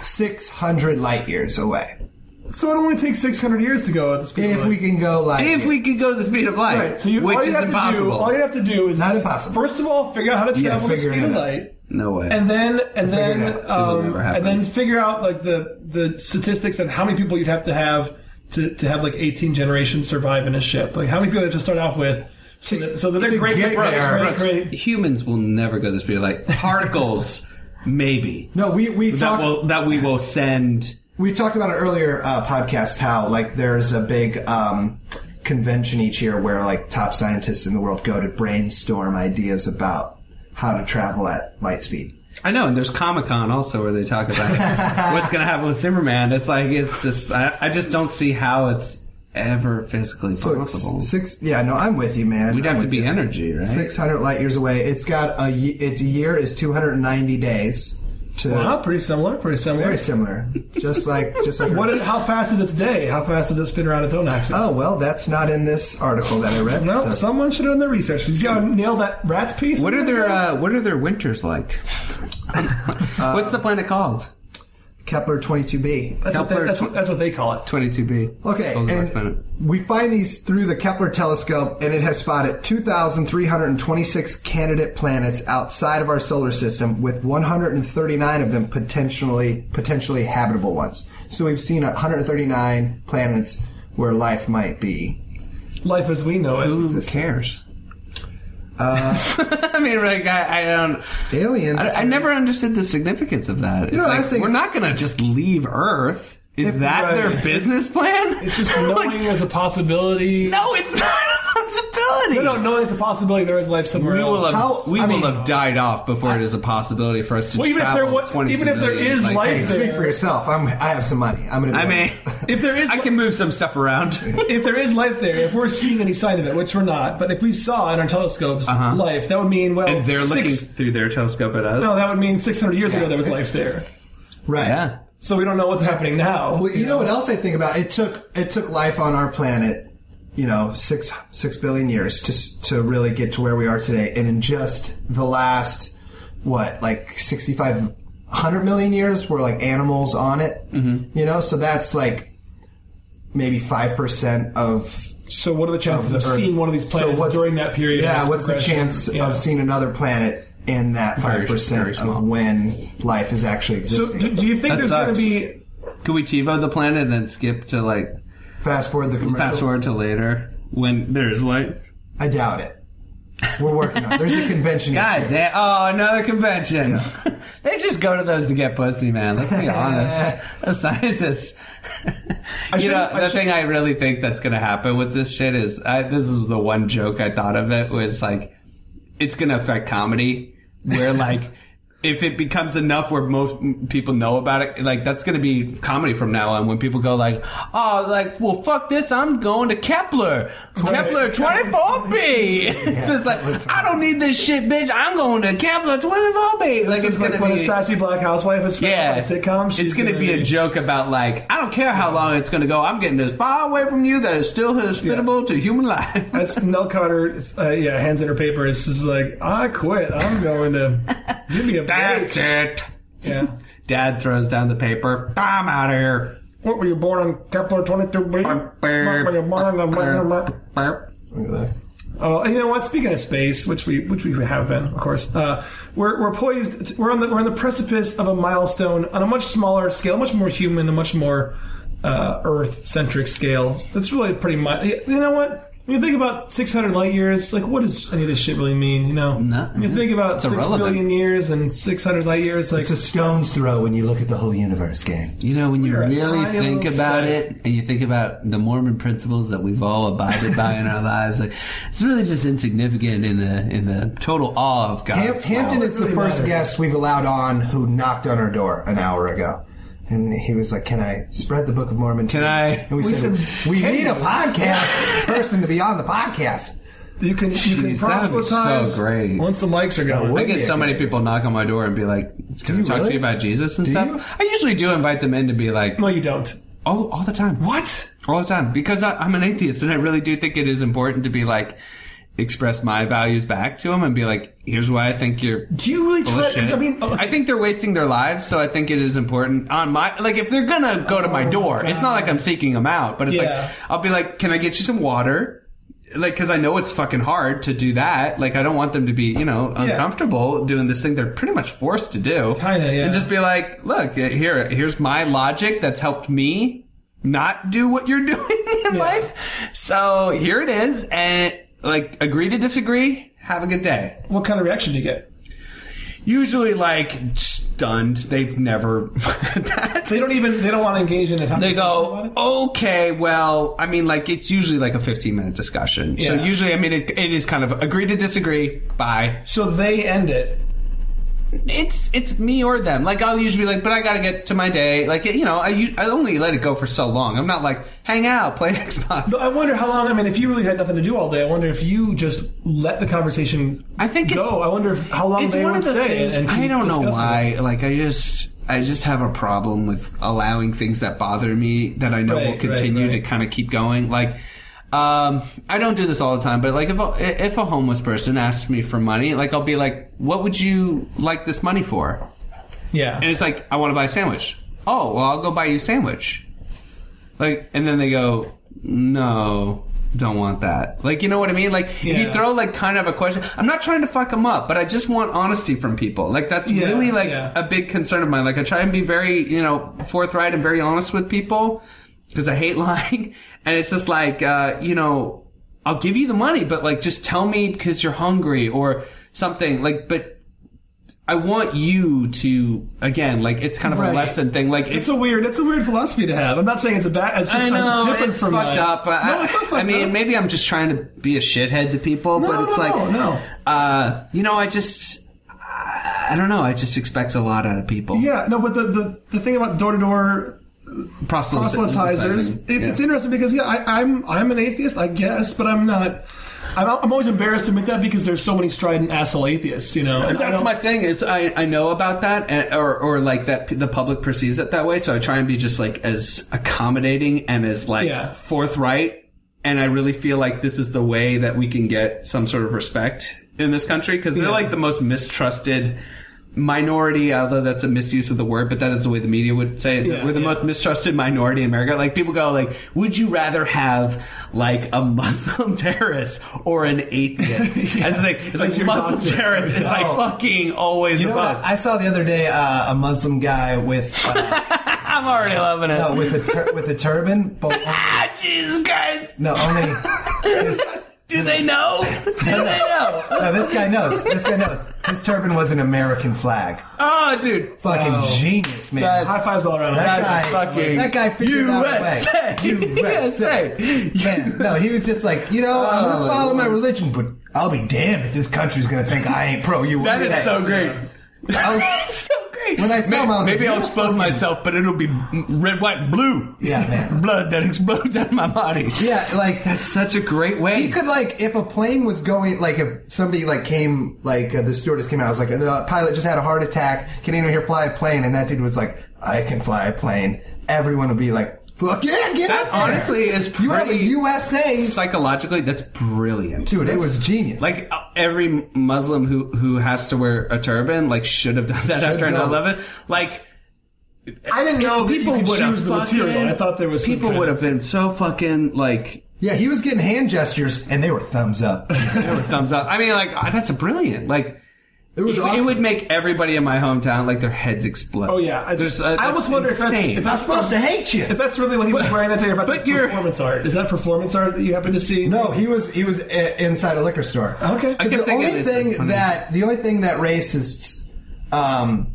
Speaker 3: 600 light years away.
Speaker 2: So it only takes 600 years to go at the speed. of
Speaker 3: If
Speaker 2: light.
Speaker 3: we can go like
Speaker 4: if we could go the speed of light,
Speaker 2: Right, so you,
Speaker 4: which
Speaker 2: all you
Speaker 4: is
Speaker 2: have
Speaker 4: impossible.
Speaker 2: To do, all you have to do is
Speaker 3: Not impossible.
Speaker 2: First of all, figure out how to travel the
Speaker 3: figure it
Speaker 2: speed of
Speaker 3: out.
Speaker 2: light,
Speaker 4: no way.
Speaker 2: and then and
Speaker 3: it
Speaker 2: then
Speaker 3: out.
Speaker 4: It'll
Speaker 2: um,
Speaker 4: never happen.
Speaker 2: and then figure out like the the statistics and how many people you'd have to have to, to have like 18 generations survive in a ship. Like how many people you have to start off with. So that, so that they're
Speaker 3: to
Speaker 2: great,
Speaker 3: get
Speaker 2: great, great,
Speaker 3: there.
Speaker 2: great, great.
Speaker 4: Humans will never go the speed of light. Particles, maybe.
Speaker 3: no, we we
Speaker 4: That,
Speaker 3: talked
Speaker 4: will, that we will send.
Speaker 3: We talked about it earlier uh, podcast how like there's a big um, convention each year where like top scientists in the world go to brainstorm ideas about how to travel at light speed.
Speaker 4: I know, and there's Comic Con also where they talk about what's going to happen with Superman. It's like it's just I, I just don't see how it's ever physically possible.
Speaker 3: Six, yeah, no, I'm with you, man.
Speaker 4: We'd have to be energy, right?
Speaker 3: six hundred light years away. It's got a y- its year is two hundred and ninety days. to
Speaker 2: Wow, pretty similar. Pretty similar.
Speaker 3: very similar. just like just like
Speaker 2: What? How fast is its day? How fast does it spin around its own axis?
Speaker 3: Oh well, that's not in this article that I read.
Speaker 2: no!
Speaker 3: so-
Speaker 2: Someone should have done their research. You got to nail that rat's piece.
Speaker 4: What are their uh, What are their winters like? What's the planet called?
Speaker 3: Kepler 22b.
Speaker 2: That's what, they,
Speaker 4: Kepler-
Speaker 2: that's, what, that's what they call it.
Speaker 4: Twenty two B.
Speaker 3: Okay, and we find these through the Kepler telescope, and it has spotted 2,326 candidate planets outside of our solar system, with 139 of them potentially potentially habitable ones. So we've seen 139 planets where life might be.
Speaker 2: Life as we know it.
Speaker 4: Who cares?
Speaker 2: Uh,
Speaker 4: I mean, like I, I don't.
Speaker 3: Aliens.
Speaker 4: I, I never understood the significance of that. It's
Speaker 3: know, I
Speaker 4: like,
Speaker 3: was thinking-
Speaker 4: we're not going to just leave Earth. Is that
Speaker 2: right.
Speaker 4: their business plan?
Speaker 2: It's just
Speaker 4: Oh
Speaker 2: knowing there's a possibility.
Speaker 4: no, it's not a possibility.
Speaker 2: No, no, knowing it's a possibility there is life somewhere
Speaker 4: We
Speaker 2: else.
Speaker 4: will have
Speaker 3: How-
Speaker 4: we
Speaker 3: I
Speaker 4: will
Speaker 3: mean-
Speaker 4: have died off before it is a possibility for us to
Speaker 2: Well, even if there
Speaker 4: travel.
Speaker 2: wa-
Speaker 4: 22
Speaker 2: even if there
Speaker 4: million,
Speaker 2: is life
Speaker 3: Hey, speak for yourself. I'm, I have some money. I'm gonna. Be
Speaker 4: I mean,
Speaker 2: If there is,
Speaker 4: I can move some stuff around.
Speaker 2: if there is life there, if we're seeing any sign of it, which we're not, but if we saw in our telescopes life, that would mean well,
Speaker 4: Uh-huh. and they're looking
Speaker 2: six,
Speaker 4: through their telescope at us.
Speaker 2: No, that would mean 600 years ago there was life there.
Speaker 3: right.
Speaker 4: yeah.
Speaker 2: So we don't know what's happening now.
Speaker 3: Well, you know what else I think about? It took it took life on our planet, you know, six six billion years to s- to really get to where we are today, and in just the last what like sixty five hundred million years, we're like animals on it, mm-hmm. you know. So that's like maybe five percent of
Speaker 2: so what are the chances of,
Speaker 3: Of the Earth.
Speaker 2: seeing one of these
Speaker 3: So
Speaker 2: planets
Speaker 3: what's-
Speaker 2: during that period? of
Speaker 3: yeah.
Speaker 2: its
Speaker 3: What's the
Speaker 2: progression?
Speaker 3: chance
Speaker 2: Yeah.
Speaker 3: of seeing another planet in that
Speaker 4: Very-
Speaker 3: five
Speaker 4: very
Speaker 3: percent
Speaker 4: small.
Speaker 3: of when life is actually
Speaker 2: So
Speaker 3: existing?
Speaker 2: do, do you think
Speaker 4: That
Speaker 2: there's going
Speaker 4: sucks.
Speaker 2: to be?
Speaker 4: Could we TiVo the planet and then skip to like
Speaker 3: fast forward the commercial.
Speaker 4: fast forward to later when there's life?
Speaker 3: I doubt it. We're working on. it. There's a convention. in
Speaker 4: God damn! Oh, another convention. they just go to those to get pussy, man. Let's be honest. Those scientists. you know,
Speaker 2: shouldn't- I
Speaker 4: the thing I really think that's going to happen with this shit is I, this is the one joke I thought of. It was like it's going to affect comedy, where like. If it becomes enough where most m- people know about it, like that's going to be comedy from now on. When people go like, "Oh, like, well, fuck this, I'm going to Kepler, Kepler 24b." it's just like I don't need this shit, bitch. I'm going to Kepler 24b. Like
Speaker 2: It's
Speaker 4: it's
Speaker 2: like
Speaker 4: going to
Speaker 2: when
Speaker 4: be
Speaker 2: a sassy black housewife is found
Speaker 4: yeah,
Speaker 2: on a sitcom. she's
Speaker 4: It's going to be a joke about like I don't care how long it's going to go. I'm getting as far away from you that is still hospitable to human life.
Speaker 2: That's Nell Carter. it's, Uh, yeah, hands in her paper. It's just like I quit. I'm going to give me a
Speaker 4: That's
Speaker 2: break.
Speaker 4: it.
Speaker 2: Yeah.
Speaker 4: Dad throws down the paper. I'm out of here.
Speaker 2: What were you born on Kepler 22? B? What were you born on-
Speaker 3: Look at that.
Speaker 2: Oh, and you know what? Speaking of space, which we which we have been, of course, uh, we're we're poised. We're on the we're on the precipice of a milestone on a much smaller scale, much more human, a much more uh, Earth centric scale. That's really pretty much. You know what? When you think about 600 light years, like what does any of this shit really mean? You know,
Speaker 4: No,
Speaker 2: when you
Speaker 4: yeah.
Speaker 2: think about
Speaker 4: It's
Speaker 2: six billion
Speaker 4: irrelevant.
Speaker 2: years and 600 light years, like
Speaker 3: It's a stone's throw when you look at the whole universe game.
Speaker 4: You know, when you
Speaker 2: We're a
Speaker 4: really
Speaker 2: tiny
Speaker 4: think
Speaker 2: little
Speaker 4: about
Speaker 2: speck.
Speaker 4: it and you think about the Mormon principles that we've all abided by in our lives, like it's really just insignificant in the in the total awe of God.
Speaker 3: Ham- Hampton is the
Speaker 2: really
Speaker 3: first
Speaker 2: matters.
Speaker 3: guest we've allowed on who knocked on our door an hour ago. And he was like, Can I spread the Book of Mormon? to
Speaker 4: Can
Speaker 3: you?"
Speaker 4: I?
Speaker 3: And we,
Speaker 2: We
Speaker 3: said,
Speaker 2: said,
Speaker 3: We
Speaker 2: "Can
Speaker 3: need a
Speaker 2: you?"
Speaker 3: podcast person to be on the podcast.
Speaker 2: you can you can
Speaker 4: Jeez, that would be so
Speaker 2: proselytize
Speaker 4: great.
Speaker 2: once the mics are going.
Speaker 3: would
Speaker 4: I
Speaker 3: be
Speaker 4: get
Speaker 3: a
Speaker 4: so
Speaker 3: good
Speaker 4: many
Speaker 3: idea.
Speaker 4: people knock on my door and be like, "Can I
Speaker 3: you
Speaker 4: talk to
Speaker 3: really?
Speaker 4: you about Jesus and
Speaker 3: Do
Speaker 4: stuff?"
Speaker 3: you?
Speaker 4: I usually do invite them in to be like,
Speaker 2: no, you don't.
Speaker 4: "Oh, all the time,
Speaker 2: What?
Speaker 4: all the time," because I, I'm an atheist and I really do think it is important to be like express my values back to them and be like, "Here's why I think you're."
Speaker 2: Do you really try?
Speaker 4: Bullshit.
Speaker 2: Because I mean,
Speaker 4: I think they're wasting their lives, so I think it is important on my like if they're gonna go to my door, it's not like I'm seeking them out, but it's
Speaker 2: Oh, Yeah.
Speaker 4: like I'll be like, can I get you some water? Like, because I know it's fucking hard to do that. Like, I don't want them to be you know uncomfortable doing this thing they're pretty much forced to do.
Speaker 2: Kinda, yeah.
Speaker 4: And just be like, look, eh, here, here's my logic that's helped me not do what you're doing in life. So here it is, and like agree to disagree. Have a good day
Speaker 2: what kind of reaction do you get?
Speaker 4: usually like stunned. They've never had that.
Speaker 2: They don't even they don't want to engage in a conversation
Speaker 4: They
Speaker 2: about it.
Speaker 4: go, "Oh." okay, well, I mean, like, it's usually like a 15 minute discussion. So,
Speaker 2: Yeah.
Speaker 4: usually, I mean, it, it is kind of agree to disagree, bye.
Speaker 2: So they end it.
Speaker 4: it's it's me or them. Like I'll usually be like, but I gotta get to my day. Like you know, I u- I only let it go for so long. I'm not like hang out, play Xbox.
Speaker 2: Though I wonder how long. I mean, if you really had nothing to do all day, I wonder if you just let the conversation
Speaker 4: I think it's-
Speaker 2: go. I wonder if, how long
Speaker 4: it's
Speaker 2: they
Speaker 4: one
Speaker 2: would
Speaker 4: of those
Speaker 2: stay.
Speaker 4: things.
Speaker 2: and keep
Speaker 4: I don't know
Speaker 2: discussing
Speaker 4: why.
Speaker 2: it.
Speaker 4: Like I just I just have a problem with allowing things that bother me that I know
Speaker 2: Right,
Speaker 4: will
Speaker 2: right,
Speaker 4: continue to
Speaker 2: right.
Speaker 4: kind of keep going. Like um, I don't do this all the time, but like if a, if a homeless person asks me for money, like I'll be like, "What would you like this money for?"
Speaker 2: Yeah.
Speaker 4: And it's like, I want to buy a sandwich. Oh, well, I'll go buy you a sandwich. Like, and then they go, no, don't want that. Like, you know what I mean? Like, if you
Speaker 2: Yeah.
Speaker 4: throw like kind of a question, I'm not trying to fuck them up, but I just want honesty from people. Like, that's
Speaker 2: Yeah,
Speaker 4: really like
Speaker 2: yeah.
Speaker 4: a big concern of mine. Like, I try and be very, you know, forthright and very honest with people because I hate lying. And it's just like, uh, you know, I'll give you the money, but like, just tell me because you're hungry or something. Like, but I want you to again, like it's kind of a
Speaker 2: Right.
Speaker 4: lesson thing. Like
Speaker 2: It's a weird, it's a weird philosophy to have. I'm not saying it's a bad. It's just
Speaker 4: I
Speaker 2: it's
Speaker 4: know
Speaker 2: different
Speaker 4: it's
Speaker 2: from
Speaker 4: fucked
Speaker 2: mine.
Speaker 4: up. I,
Speaker 2: no, it's not fucked
Speaker 4: I mean,
Speaker 2: up.
Speaker 4: maybe I'm just trying to be a shithead to people,
Speaker 2: No,
Speaker 4: but it's
Speaker 2: no,
Speaker 4: like,
Speaker 2: no, no.
Speaker 4: uh, you know, I just, I don't know, I just expect a lot out of people.
Speaker 2: Yeah, no, but the the, the thing about door to door
Speaker 4: Proselytizing.
Speaker 2: proselytizers, it,
Speaker 4: Yeah.
Speaker 2: it's interesting because yeah, I, I'm I'm an atheist, I guess, but I'm not. I'm, I'm always embarrassed to admit that because there's so many strident asshole atheists, you know. and I
Speaker 4: That's
Speaker 2: don't-
Speaker 4: my thing is I, I know about that and, or or like that p- the public perceives it that way so I try and be just like as accommodating and as like
Speaker 2: Yeah.
Speaker 4: forthright and I really feel like this is the way that we can get some sort of respect in this country because they're like the most mistrusted minority although that's a misuse of the word but that is the way the media would say it.
Speaker 2: Yeah,
Speaker 4: we're the
Speaker 2: yeah.
Speaker 4: most mistrusted minority in America like people go like would you rather have like a Muslim terrorist or an atheist as the thing it's like
Speaker 2: As your
Speaker 4: Muslim
Speaker 2: doctor.
Speaker 4: terrorists it's like
Speaker 3: No.
Speaker 4: fucking always
Speaker 3: You know what?
Speaker 4: above.
Speaker 3: I saw the other day uh, a Muslim guy with uh,
Speaker 4: I'm already loving it.
Speaker 3: no, with a tur- with a turban, but only,
Speaker 4: Ah, Jesus Christ!
Speaker 3: no, only this,
Speaker 4: Do they know? Do they know?
Speaker 3: no. This guy knows. This guy knows. His turban was an American flag.
Speaker 4: Oh, dude.
Speaker 3: Fucking genius, man.
Speaker 4: That's-
Speaker 2: high fives all around.
Speaker 3: That
Speaker 4: That's
Speaker 3: guy-
Speaker 4: fucking
Speaker 3: that guy figured
Speaker 4: USA.
Speaker 3: out a way.
Speaker 4: USA.
Speaker 3: Man, no, he was just like, you know, I'm
Speaker 4: Oh,
Speaker 3: gonna follow
Speaker 4: Lord.
Speaker 3: my religion, but I'll be damned if this country's gonna think I ain't pro USA.
Speaker 4: That is so great.
Speaker 3: I was-
Speaker 4: That's so great.
Speaker 3: When I saw
Speaker 4: May-
Speaker 3: him, I was like,
Speaker 4: maybe I'll
Speaker 3: "You're
Speaker 4: explode
Speaker 3: fucking-"
Speaker 4: myself, but it'll be m- red, white, and blue.
Speaker 3: Yeah, man.
Speaker 4: Blood that explodes out of my body.
Speaker 3: yeah, like
Speaker 4: That's such a great
Speaker 3: He
Speaker 4: way.
Speaker 3: could like if a plane was going like if somebody like came like uh, the stewardess came out was like the pilot just had a heart attack can anyone here fly a plane and that dude was like I can fly a plane everyone would be like fuck yeah get
Speaker 4: That
Speaker 3: up there.
Speaker 4: honestly is
Speaker 3: you are the
Speaker 4: pretty-
Speaker 3: USA
Speaker 4: Psychologically, that's brilliant.
Speaker 3: dude it was genius
Speaker 4: Like uh, every Muslim who who has to wear a turban, like should have done that after
Speaker 3: go.
Speaker 4: 9/11. Like
Speaker 2: I didn't know that you
Speaker 4: people
Speaker 2: could
Speaker 4: would have
Speaker 2: choose the material.
Speaker 4: fucking-
Speaker 2: I thought there was some
Speaker 4: people
Speaker 2: kind
Speaker 4: would
Speaker 2: of-
Speaker 4: have been so fucking like
Speaker 3: yeah he was getting hand gestures and they were thumbs up
Speaker 4: they were thumbs up. I mean, like ah, that's brilliant. Like
Speaker 3: it was
Speaker 4: it, it
Speaker 3: awesome.
Speaker 4: would make everybody in my hometown like their heads explode.
Speaker 2: Oh yeah, I,
Speaker 4: There's,
Speaker 2: just,
Speaker 4: uh,
Speaker 2: I almost
Speaker 4: that's
Speaker 2: wonder
Speaker 4: insane.
Speaker 2: if
Speaker 3: I'm
Speaker 2: that's if that's
Speaker 3: supposed to hate you
Speaker 2: if that's really what he was wearing that day, or if that's
Speaker 4: but
Speaker 2: like
Speaker 4: you're-
Speaker 2: performance art. Is that performance art that you happen to see?
Speaker 3: no he was he was i- inside a liquor store
Speaker 2: Okay.
Speaker 4: I
Speaker 2: I,
Speaker 4: kept
Speaker 3: the
Speaker 4: thinking
Speaker 3: only
Speaker 4: this is
Speaker 3: thing
Speaker 4: funny.
Speaker 3: that the only thing that racists um,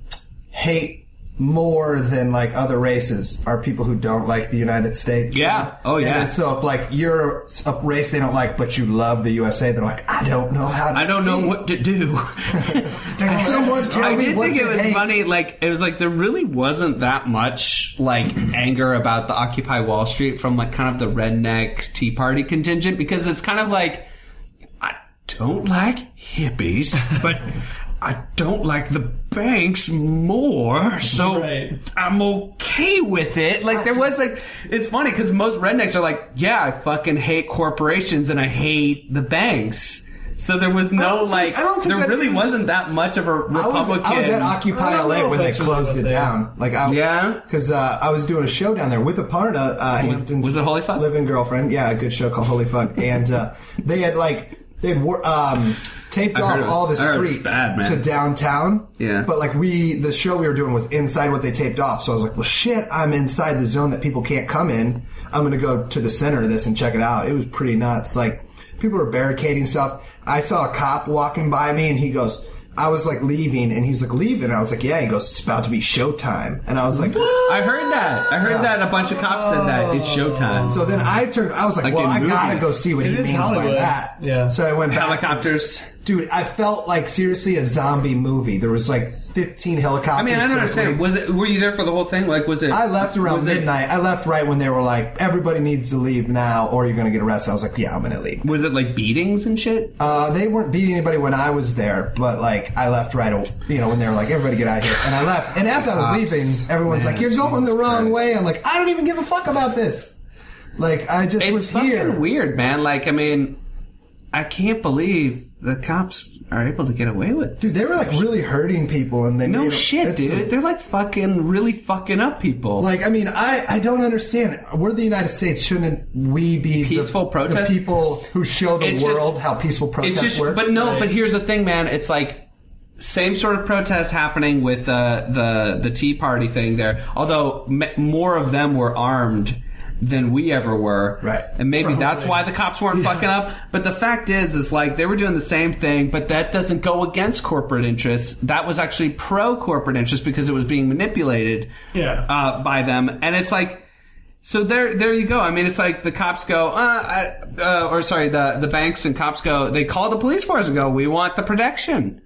Speaker 3: hate more than like other races are people who don't like the United States.
Speaker 4: Yeah. Oh,
Speaker 3: And
Speaker 4: yeah.
Speaker 3: then so if like you're a race they don't like, but you love the USA, they're like, I don't know how. to
Speaker 4: I don't know
Speaker 3: be."
Speaker 4: what to do.
Speaker 3: Can someone tell
Speaker 4: I
Speaker 3: me
Speaker 4: did
Speaker 3: what
Speaker 4: think
Speaker 3: to
Speaker 4: it was
Speaker 3: hate?
Speaker 4: funny. Like it was like there really wasn't that much like anger about the Occupy Wall Street from like kind of the redneck Tea Party contingent because it's kind of like I don't like hippies, but I don't like the banks more, so
Speaker 2: Right.
Speaker 4: I'm okay with it. Like there was like it's funny because most rednecks are like, yeah, I fucking hate corporations and I hate the banks. So there was no
Speaker 2: I don't think-
Speaker 4: like
Speaker 2: I don't think
Speaker 4: there
Speaker 2: that
Speaker 4: really
Speaker 2: is-
Speaker 4: wasn't that much of a
Speaker 3: I was,
Speaker 4: Republican.
Speaker 3: I was at
Speaker 2: I
Speaker 3: Occupy
Speaker 2: don't know
Speaker 3: LA
Speaker 2: if
Speaker 3: when they
Speaker 2: that's really
Speaker 3: closed
Speaker 2: what
Speaker 3: it
Speaker 2: they-
Speaker 3: down. Like, I,
Speaker 4: Yeah?
Speaker 3: because uh, I was doing a show down there with Aparna. Uh, Hampton's
Speaker 4: was it Holy Fuck?
Speaker 3: Living girlfriend. Yeah, a good show called Holy Fuck. and uh, they had like they had wor- um, taped
Speaker 4: I
Speaker 3: off
Speaker 4: heard it was-
Speaker 3: all the
Speaker 4: I heard it was
Speaker 3: streets
Speaker 4: bad, man.
Speaker 3: to downtown.
Speaker 4: Yeah.
Speaker 3: but like we, the show we were doing was inside what they taped off. So I was like, well, shit, I'm inside the zone that people can't come in. I'm gonna go to the center of this and check it out. It was pretty nuts. Like people were barricading stuff. I saw a cop walking by me, and he goes. I was like leaving, and he's like leaving. I was like, yeah. He goes, it's about to be showtime, and I was like,
Speaker 4: I heard that. I heard that a bunch of cops said that it's showtime.
Speaker 3: Oh. so then I turned. I was like,
Speaker 4: Like
Speaker 3: well,
Speaker 4: in
Speaker 3: I gotta
Speaker 4: movies.
Speaker 3: go see what he
Speaker 2: It is
Speaker 3: means by
Speaker 2: Hollywood.
Speaker 3: that.
Speaker 2: Yeah.
Speaker 3: So I went back.
Speaker 4: Helicopters.
Speaker 3: Dude, I felt like seriously a zombie movie. There was like 15 helicopters.
Speaker 4: I mean, I don't
Speaker 3: circling.
Speaker 4: understand. Was it? Were you there for the whole thing? Like, was it?
Speaker 3: I left around
Speaker 4: was it-
Speaker 3: midnight. I left right when they were like, everybody needs to leave now or you're going to get arrested. I was like, yeah, I'm going to leave.
Speaker 4: Was it like beatings and shit?
Speaker 3: Uh, they weren't beating anybody when I was there, but like I left right, aw- you know, when they were like, everybody get out of here. And I left. And as I
Speaker 4: Ah,
Speaker 3: was leaving, everyone's like, you're going the wrong way. I'm like, I don't even give a fuck about this. Like, I just
Speaker 4: it's
Speaker 3: was
Speaker 4: fucking
Speaker 3: here.
Speaker 4: weird, man. Like, I mean, I can't believe the cops are able to get away with.
Speaker 3: Dude, they were like really hurting people and they
Speaker 4: No
Speaker 3: made 'em-
Speaker 4: shit,
Speaker 3: it's a-
Speaker 4: dude. They're like fucking really fucking up people.
Speaker 3: Like, I mean, I, I don't understand. We're the United States. Shouldn't we be the-
Speaker 4: Peaceful
Speaker 3: the,
Speaker 4: protest?
Speaker 3: people who show the
Speaker 4: It's just-
Speaker 3: world how peaceful
Speaker 4: it's
Speaker 3: protests
Speaker 4: just,
Speaker 3: work.
Speaker 4: but no, but here's the thing, man. It's like same sort of protest happening with uh, the the Tea Party thing there. Although m- more of them were armed than we ever were,
Speaker 3: Right.
Speaker 4: And maybe that's why the cops weren't fucking up. But the fact is, is like they were doing the same thing, but that doesn't go against corporate interests. That was actually pro corporate interests because it was being manipulated,
Speaker 2: Yeah.
Speaker 4: uh, by them. And it's like. So there, there you go. I mean, it's like the cops go, uh, I, uh, or sorry, the the banks and cops go. They call the police force and go, "We want the protection."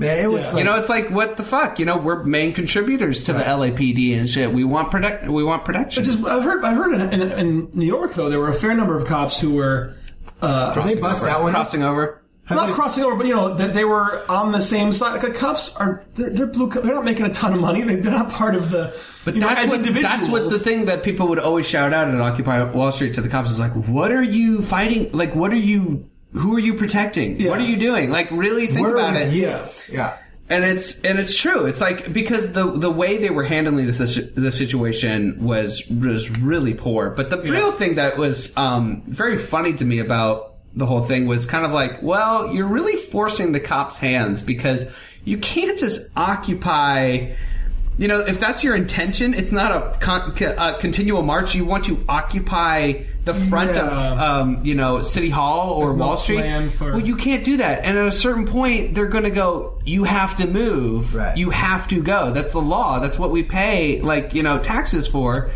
Speaker 3: man, it was like,
Speaker 4: You know, it's like what the fuck. You know, we're main contributors to the LAPD and shit. We want protect. We want protection.
Speaker 2: Just, I heard, I heard in, in, in New York though, there were a fair number of cops who were uh,
Speaker 3: they bust that one.
Speaker 4: crossing over.
Speaker 2: not crossing over, but you know that they were on the same side. Like, cops are they're, they're blue. co- They're not making a ton of money. They, they're not part of the. But you know,
Speaker 4: That's
Speaker 2: as
Speaker 4: what,
Speaker 2: individuals,
Speaker 4: that's what the thing that people would always shout out at Occupy Wall Street to the cops is like, "What are you fighting? Like, what are you? Who are you protecting? What are you doing? Like, really think
Speaker 3: Where
Speaker 4: about
Speaker 3: are
Speaker 4: it."
Speaker 3: we?
Speaker 2: Yeah.
Speaker 3: Yeah.
Speaker 4: and it's and it's true. It's like because the the way they were handling the situ- the situation was was really poor. But the real thing that was um, very funny to me about the whole thing was kind of like, well, you're really forcing the cops' hands because you can't just occupy. You know, if that's your intention, it's not a, con- c- a continual march. You want to occupy the front of,
Speaker 2: Yeah.
Speaker 4: um, you know, City Hall or
Speaker 2: no
Speaker 4: Wall Street.
Speaker 2: plan for-
Speaker 4: Well, you can't do that. And at a certain point, they're going to go, you have to move.
Speaker 3: Right.
Speaker 4: You have to go. That's the law. That's what we pay, like, you know, taxes for.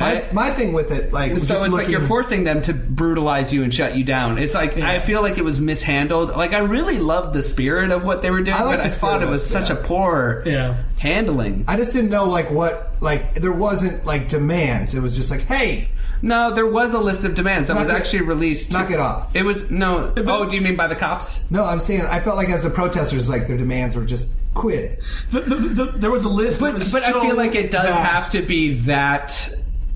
Speaker 3: My,
Speaker 4: I-
Speaker 3: my thing with it, like,
Speaker 4: so it's like you're forcing them to brutalize you and shut you down. It's like I feel like it was mishandled. Like I really loved the spirit of what they were doing,
Speaker 3: I like
Speaker 4: but
Speaker 3: the
Speaker 4: I thought
Speaker 3: spirit
Speaker 4: it
Speaker 3: of
Speaker 4: was
Speaker 3: it,
Speaker 4: such
Speaker 3: yeah.
Speaker 4: a poor
Speaker 2: Yeah.
Speaker 4: handling.
Speaker 3: I just didn't know like what like there wasn't like demands. It was just like, hey,
Speaker 4: No, there was a list of demands that
Speaker 3: Knock
Speaker 4: was
Speaker 3: it-
Speaker 4: actually released.
Speaker 3: knock it off.
Speaker 4: It was no. Oh, do you mean by the cops?
Speaker 3: no, I'm saying I felt like as the protesters, like their demands were just quit it.
Speaker 2: The, the, the, there was a list,
Speaker 4: But
Speaker 2: it
Speaker 4: but
Speaker 2: was
Speaker 4: I
Speaker 2: so
Speaker 4: feel like it does
Speaker 2: vast.
Speaker 4: have to be that.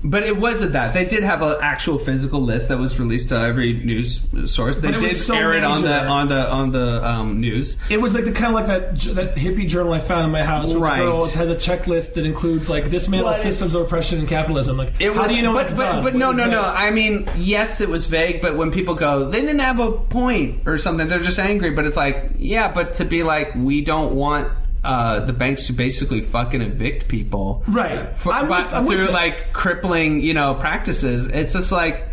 Speaker 4: But it wasn't that. They did have an actual physical list that was released to every news source. They
Speaker 2: But it
Speaker 4: did
Speaker 2: was so
Speaker 4: air it on the
Speaker 2: major.
Speaker 4: on the on the um, news.
Speaker 2: It was like the kind of like that j- that hippie journal I found in my house. Where
Speaker 4: Right.
Speaker 2: the girl has a checklist that includes like dismantle
Speaker 4: Well, it's-
Speaker 2: systems of oppression and capitalism. Like,
Speaker 4: It
Speaker 2: how
Speaker 4: was-
Speaker 2: do you know
Speaker 4: but,
Speaker 2: that's
Speaker 4: but,
Speaker 2: done?
Speaker 4: But
Speaker 2: What
Speaker 4: no,
Speaker 2: is
Speaker 4: no, no.
Speaker 2: that?
Speaker 4: I mean, yes, it was vague. But when people go, they didn't have a point or something. They're just angry. But it's like, yeah. But to be like, we don't want uh, the banks to basically fucking evict people,
Speaker 2: Right.
Speaker 4: For,
Speaker 2: I'm
Speaker 4: but
Speaker 2: with- I'm with
Speaker 4: through
Speaker 2: it.
Speaker 4: like crippling, you know, practices. It's just like.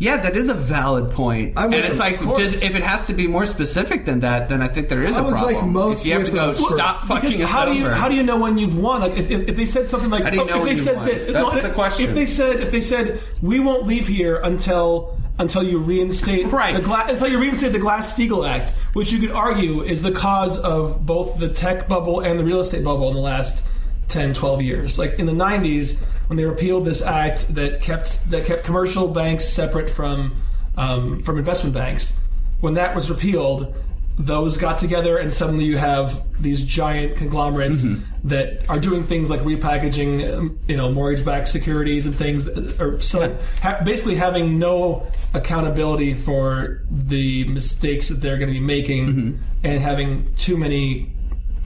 Speaker 4: Yeah, that is a valid point,
Speaker 3: I'm
Speaker 4: and
Speaker 3: with
Speaker 4: it's
Speaker 3: it,
Speaker 4: like
Speaker 2: of course.
Speaker 4: does, if it has to be more specific than that, then I think there is
Speaker 3: I
Speaker 4: a
Speaker 3: was,
Speaker 4: problem.
Speaker 3: like, most
Speaker 4: if you have to
Speaker 3: with
Speaker 4: go
Speaker 3: it for-
Speaker 4: stop fucking us
Speaker 2: how do you
Speaker 4: over."
Speaker 2: how do you know when you've won? Like if, if, if they said something like
Speaker 4: How do you
Speaker 2: oh,
Speaker 4: know
Speaker 2: if
Speaker 4: when
Speaker 2: they
Speaker 4: you've
Speaker 2: said
Speaker 4: won?
Speaker 2: this,
Speaker 4: That's
Speaker 2: if-
Speaker 4: the question.
Speaker 2: If they said if they said we won't leave here until until you reinstate
Speaker 4: Right.
Speaker 2: the gla- until you reinstate the Glass Steagall Act, which you could argue is the cause of both the tech bubble and the real estate bubble in the last 10, 12 years. Like in the '90s when they repealed this act that kept that kept commercial banks separate from um, from investment banks. When that was repealed, those got together and suddenly you have these giant conglomerates that are doing things like repackaging um, you know mortgage-backed securities and things that are so ha- basically having no accountability for the mistakes that they're going to be making and having too many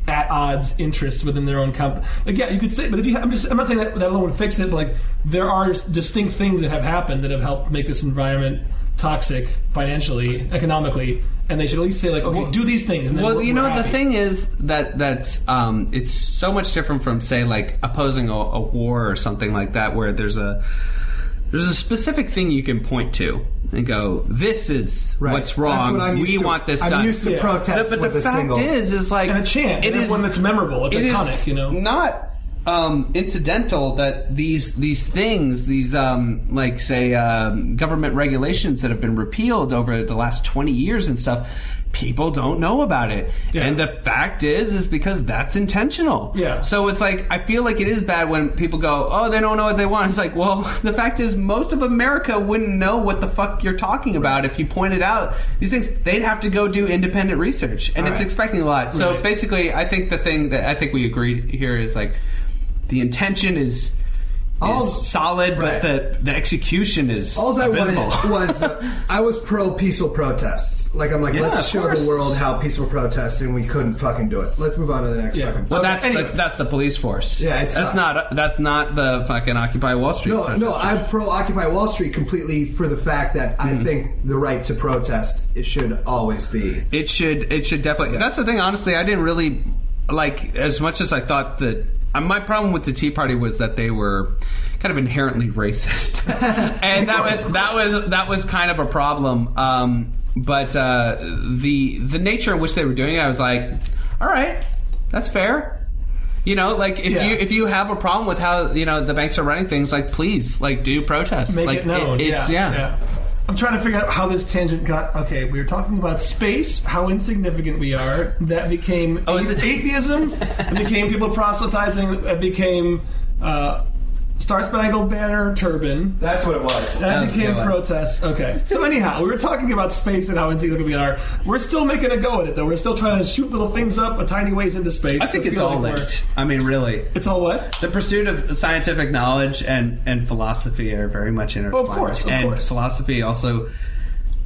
Speaker 2: at odds interests within their own company. Like, yeah, you could say, but if you, I'm just, I'm not saying that that alone would fix it. But like, there are distinct things that have happened that have helped make this environment toxic financially, economically, and they should at least say like, okay, do these things. And then
Speaker 4: Well,
Speaker 2: we're-
Speaker 4: you
Speaker 2: we're
Speaker 4: know the
Speaker 2: happy.
Speaker 4: thing is that that's um, it's so much different from say like opposing a, a war or something like that, where there's a there's a specific thing you can point to and go, "This is
Speaker 3: Right.
Speaker 4: what's wrong.
Speaker 3: That's what I'm used
Speaker 4: we
Speaker 3: to.
Speaker 4: want this
Speaker 3: I'm
Speaker 4: done."
Speaker 3: used to
Speaker 5: Yeah.
Speaker 3: protests
Speaker 4: but but
Speaker 3: with
Speaker 4: the
Speaker 3: a
Speaker 4: fact
Speaker 3: single.
Speaker 4: is, is like
Speaker 5: and a chant.
Speaker 4: It
Speaker 5: and
Speaker 4: is
Speaker 5: one that's memorable. It's
Speaker 4: it is
Speaker 5: iconic, you know.
Speaker 4: not um, incidental that these these things, these um, like say um, government regulations that have been repealed over the last twenty years and stuff. People don't know about it,
Speaker 5: Yeah.
Speaker 4: and the fact is, is because that's intentional.
Speaker 5: Yeah.
Speaker 4: So it's like I feel like it is bad when people go, "Oh, they don't know what they want." It's like, well, the fact is, most of America wouldn't know what the fuck you're talking about if you pointed out these things. They'd have to go do independent research, and it's
Speaker 3: Alright.
Speaker 4: expecting a lot. So
Speaker 5: Right.
Speaker 4: basically, I think the thing that I think we agreed here is like the intention is.
Speaker 3: All-
Speaker 4: is solid,
Speaker 3: right.
Speaker 4: but the the execution is
Speaker 3: All I
Speaker 4: abysmal.
Speaker 3: wanted was uh, I was pro peaceful protests. Like I'm like,
Speaker 4: Yeah, of
Speaker 3: let's show
Speaker 4: course.
Speaker 3: the world how peaceful protests, and we couldn't fucking do it. Let's move on to the next
Speaker 5: Yeah.
Speaker 3: fucking.
Speaker 4: well, that's
Speaker 5: anyway.
Speaker 4: the, that's the police force.
Speaker 3: Yeah, it's
Speaker 4: that's
Speaker 3: not-
Speaker 4: not that's not the fucking Occupy Wall Street.
Speaker 3: No, no,
Speaker 4: protesters.
Speaker 3: I'm pro Occupy Wall Street completely for the fact that I think the right to protest it should always be.
Speaker 4: It should. It should definitely.
Speaker 3: Yeah.
Speaker 4: That's the thing. Honestly, I didn't really like as much as I thought that. uh, My problem with the Tea Party was that they were kind of inherently racist, and that was that was that was kind of a problem. Um, but uh, the the nature in which they were doing it, I was like, all right, that's fair. You know, like if
Speaker 5: Yeah.
Speaker 4: you if you have a problem with how you know the banks are running things, like please, like do protests,
Speaker 5: Make
Speaker 4: like
Speaker 5: it known.
Speaker 4: it's
Speaker 5: yeah,
Speaker 4: yeah.
Speaker 2: I'm trying to figure out how this tangent got. Okay, we were talking about space, how insignificant we are. That became
Speaker 4: Oh, is it-
Speaker 2: atheism. it became people proselytizing. It became uh, Star Spangled Banner turban.
Speaker 3: That's what it was.
Speaker 2: That
Speaker 4: That was a
Speaker 2: became
Speaker 4: good one.
Speaker 2: protests. Okay. So anyhow, we were talking about space and how insignificant we are. We're still making a go at it, though. We're still trying to shoot little things up a tiny ways into space.
Speaker 4: I think
Speaker 2: to
Speaker 4: it's
Speaker 2: feel
Speaker 4: all
Speaker 2: like we're-
Speaker 4: linked. I mean, really,
Speaker 2: It's all what?
Speaker 4: the pursuit of scientific knowledge and, and philosophy are very much intertwined.
Speaker 2: Of course, of
Speaker 4: and
Speaker 2: course.
Speaker 4: philosophy also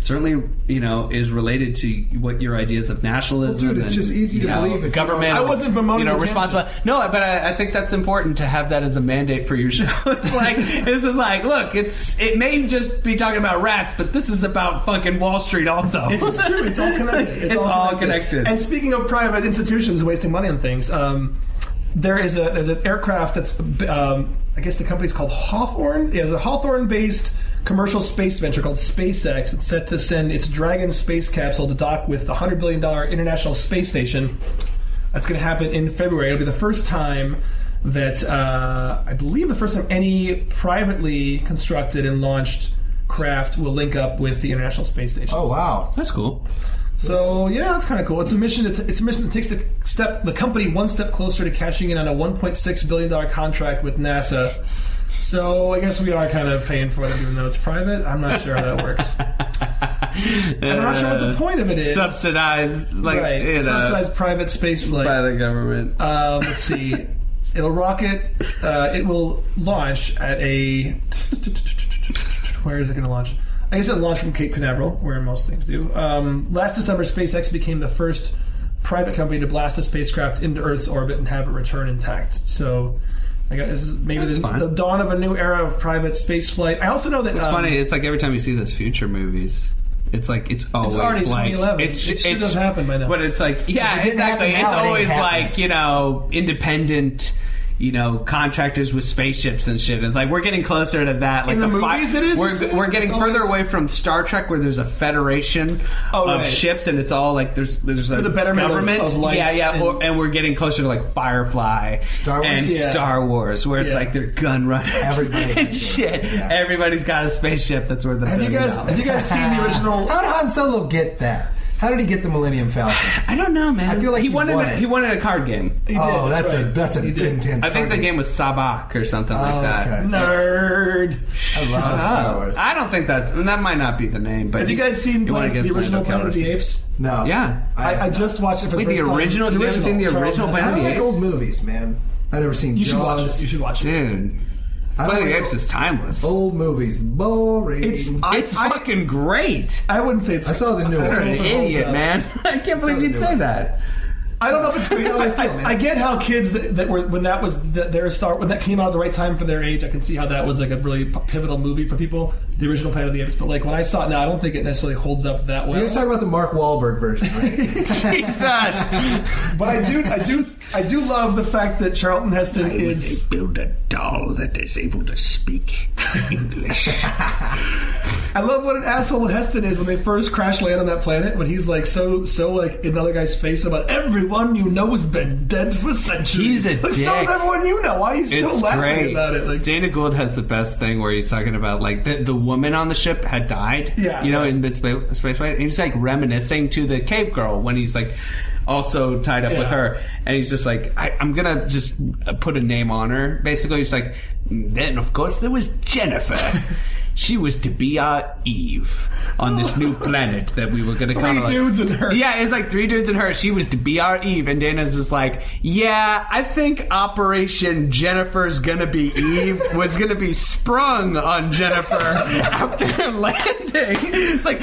Speaker 4: certainly you know is related to what your ideas of nationalism.
Speaker 3: Well, dude, it's
Speaker 4: and,
Speaker 3: just easy
Speaker 4: you
Speaker 3: to
Speaker 4: know,
Speaker 3: believe if you
Speaker 4: government.
Speaker 2: don't- I wasn't bemoaning
Speaker 4: you know
Speaker 2: the
Speaker 4: responsible. No, but I, I think that's important to have that as a mandate for your show. it's like this is like look, it's it may just be talking about rats, but this is about fucking Wall Street also.
Speaker 2: It's true. It's all connected.
Speaker 4: It's all connected.
Speaker 2: And speaking of private institutions wasting money on things, um, there is a there's an aircraft that's um, I guess the company's called Hawthorne. It has a Hawthorne-based commercial space venture called SpaceX. It's set to send its Dragon space capsule to dock with the hundred billion dollar International Space Station. That's going to happen in February. It'll be the first time that uh, I believe the first time any privately constructed and launched craft will link up with the International Space Station.
Speaker 3: Oh wow.
Speaker 4: that's cool.
Speaker 2: So yeah, that's kind of cool. It's a mission. That it's a mission that takes the step the company one step closer to cashing in on a 1.6 billion dollar contract with NASA. So I guess we are kind of paying for it, even though it's private. I'm not sure how that works. And I'm not sure what the point of it is.
Speaker 4: Subsidized, like
Speaker 2: right?
Speaker 4: you know,
Speaker 2: Subsidized private space flight.
Speaker 4: by the government.
Speaker 2: Um, let's see. It'll rocket. Uh, it will launch at a. Where is it going to launch? I guess it launched from Cape Canaveral, where most things do. Um, last December, SpaceX became the first private company to blast a spacecraft into Earth's orbit and have it return intact. So, I guess this is maybe
Speaker 4: That's
Speaker 2: the,
Speaker 4: fine.
Speaker 2: the dawn of a new era of private space flight. I also know that
Speaker 4: It's
Speaker 2: um,
Speaker 4: funny. It's like every time you see those future movies, it's like it's always
Speaker 2: already
Speaker 4: like
Speaker 2: 2011.
Speaker 4: it's
Speaker 2: It should have happened by now.
Speaker 4: But it's like
Speaker 3: If
Speaker 4: yeah,
Speaker 3: it didn't
Speaker 4: exactly.
Speaker 3: happen
Speaker 4: It's
Speaker 3: now, it
Speaker 4: always
Speaker 3: ain't happening.
Speaker 4: like you know independent. You know, contractors with spaceships and shit. It's like we're getting closer to that. Like
Speaker 2: In the
Speaker 4: fi-
Speaker 2: movies it is, you're
Speaker 4: We're,
Speaker 2: saying?
Speaker 4: we're getting
Speaker 2: It's
Speaker 4: further
Speaker 2: always-
Speaker 4: away from Star Trek, where there's a federation
Speaker 2: Oh,
Speaker 4: of
Speaker 2: right.
Speaker 4: ships, and it's all like there's there's a
Speaker 2: the betterment of-
Speaker 4: government.
Speaker 2: of life
Speaker 4: yeah, yeah.
Speaker 2: and-
Speaker 4: or, and we're getting closer to like Firefly
Speaker 3: Star Wars?
Speaker 4: and
Speaker 2: Yeah.
Speaker 4: Star Wars, where it's
Speaker 2: Yeah.
Speaker 4: like they're gun runners
Speaker 3: Everybody-
Speaker 4: and shit. Everybody's got a spaceship that's worth a
Speaker 2: Have you
Speaker 4: billion
Speaker 2: guys have
Speaker 4: dollars.
Speaker 2: you guys seen the original?
Speaker 3: How did Han Solo get that? How did he get the Millennium Falcon?
Speaker 4: I don't know, man.
Speaker 3: I feel like
Speaker 4: he
Speaker 3: he
Speaker 4: wanted
Speaker 3: won
Speaker 4: a,
Speaker 3: it.
Speaker 4: he wanted a card game.
Speaker 2: He did,
Speaker 3: oh, that's, a
Speaker 2: right.
Speaker 3: that's a
Speaker 2: He did.
Speaker 3: intense.
Speaker 4: I think the
Speaker 3: argument.
Speaker 4: game was Sabak or something like
Speaker 3: Oh,
Speaker 4: that.
Speaker 3: okay.
Speaker 2: nerd.
Speaker 3: I love Star Wars.
Speaker 4: I don't think that's and that might not be the name. But
Speaker 2: Have you guys seen
Speaker 4: wanna
Speaker 2: Planet-
Speaker 4: guess
Speaker 2: the original
Speaker 4: Lando
Speaker 2: Planet of the
Speaker 4: Calrissian.
Speaker 2: Apes?
Speaker 3: no.
Speaker 4: Yeah.
Speaker 2: I, I just watched it for
Speaker 4: Wait,
Speaker 2: the
Speaker 4: the
Speaker 2: first time.
Speaker 4: original? You haven't seen the
Speaker 2: Charles
Speaker 4: original
Speaker 2: Manson.
Speaker 4: Planet
Speaker 3: I
Speaker 4: of the
Speaker 3: like
Speaker 4: Apes?
Speaker 3: old movies, man. I never seen
Speaker 2: You should watch
Speaker 3: Jaws.
Speaker 2: it. You should watch it.
Speaker 4: dude.
Speaker 3: I don't
Speaker 4: Planet of the
Speaker 3: like
Speaker 4: Apes is timeless.
Speaker 3: old movies. Boring.
Speaker 2: It's Oh, I,
Speaker 4: it's
Speaker 2: I,
Speaker 4: fucking great.
Speaker 2: I wouldn't say it's.
Speaker 3: I saw the new
Speaker 2: I
Speaker 3: one.
Speaker 2: don't know
Speaker 4: You're an
Speaker 2: if it holds
Speaker 4: idiot,
Speaker 2: up.
Speaker 4: man. I can't believe you'd say that.
Speaker 2: I don't know if it's great.
Speaker 3: how I
Speaker 2: I,
Speaker 3: feel, man.
Speaker 2: I get how kids that, that were when that was the, their start when that came out at the right time for their age. I can see how that was like a really p- pivotal movie for people. The original Planet of the Apes, but like when I saw it now, I don't think it necessarily holds up that well.
Speaker 3: You guys talk about the Mark Wahlberg version, right?
Speaker 4: Jesus.
Speaker 2: but I do, I do, I do love the fact that Charlton Heston is
Speaker 7: build a doll that is able to speak English.
Speaker 2: I love what an asshole Heston is when they first crash land on that planet. When he's like so so like in another guy's face about everyone you know has been dead for centuries.
Speaker 4: He's a
Speaker 2: like, So
Speaker 4: dick.
Speaker 2: is everyone you know. Why are you
Speaker 4: It's
Speaker 2: so laughing
Speaker 4: great.
Speaker 2: about it? Like
Speaker 4: Dana Gould has the best thing where he's talking about like the, the woman on the ship had died.
Speaker 2: Yeah.
Speaker 4: You know, in mid space space flight. And he's like reminiscing to the cave girl when he's like also tied up with
Speaker 2: Yeah.
Speaker 4: her. And he's just like, I, I'm gonna just uh, put a name on her. Basically, he's like, then of course there was Jennifer. She was to be our Eve on this new planet that we were going to
Speaker 2: three dudes and her.
Speaker 4: yeah, it's like three dudes and her. She was to be our Eve, and Dana's just like, yeah, I think Operation Jennifer's gonna be Eve was gonna be sprung on Jennifer after landing. It's like I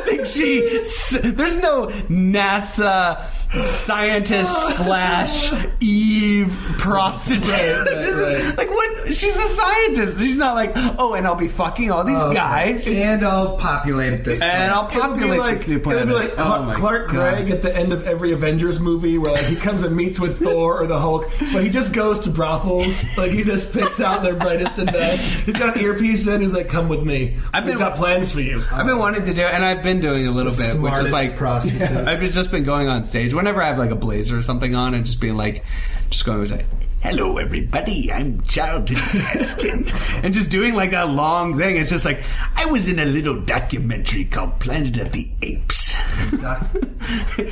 Speaker 4: don't think she. s- There's no NASA scientist slash Eve prostitute. this is like what? She's a scientist. She's not like, oh, and I'll be fucking all these guys.
Speaker 3: Oh, and I'll populate it this.
Speaker 4: And
Speaker 3: way.
Speaker 4: I'll
Speaker 2: It'll be
Speaker 4: populate
Speaker 2: like
Speaker 4: this new
Speaker 2: it'll be like
Speaker 4: planet.
Speaker 2: Clark,
Speaker 4: Oh my
Speaker 2: Clark
Speaker 4: God.
Speaker 2: Gregg at the end of every Avengers movie, where like he comes and meets with Thor or the Hulk, but he just goes to brothels. Like he just picks out their brightest and best. He's got an earpiece in. He's like, "Come with me. I've
Speaker 4: I've
Speaker 2: been
Speaker 4: been-
Speaker 2: got plans for you."
Speaker 4: I've been wanting to do it, and I've been doing a little bit, which is
Speaker 3: Smartest
Speaker 4: like
Speaker 3: prostitute.
Speaker 4: I've just been going on stage whenever I have like a blazer or something on, and just being like, just going like, "Hello, everybody, I'm Charlton Heston," and just doing like a long thing. It's just like I was in a little documentary called Planet of the Apes.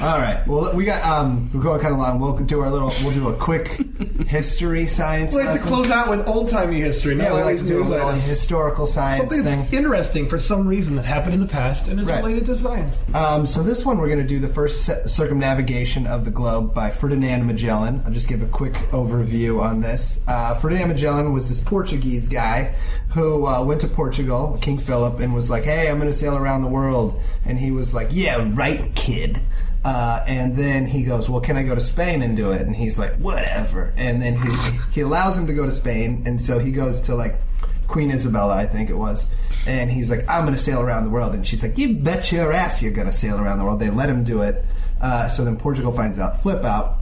Speaker 3: All right. Well, we got um, we're going kind of long. We'll do our little. We'll do a quick history science.
Speaker 2: We like to
Speaker 3: lesson.
Speaker 2: close out with old timey history, not
Speaker 3: Yeah, we like
Speaker 2: always
Speaker 3: to do a
Speaker 2: news
Speaker 3: little
Speaker 2: items.
Speaker 3: historical science
Speaker 2: Something
Speaker 3: thing.
Speaker 2: that's interesting for some reason that happened in the past and is
Speaker 3: Right.
Speaker 2: related to science.
Speaker 3: Um, so this one, we're going to do the first se- circumnavigation of the globe by Ferdinand Magellan. I'll just give a quick overview on this. Uh, Ferdinand Magellan was this Portuguese guy who uh, went to Portugal, King Philip, and was like, "Hey, I'm going to sail around the world." And he was like, "Yeah, right, kid." Uh, and then he goes, "Well, can I go to Spain and do it?" And he's like, "Whatever." And then he he allows him to go to Spain, and so he goes to like Queen Isabella, I think it was. And he's like, I'm going to sail around the world. And she's like, You bet your ass you're going to sail around the world. They let him do it. Uh, so then Portugal finds out, flip out,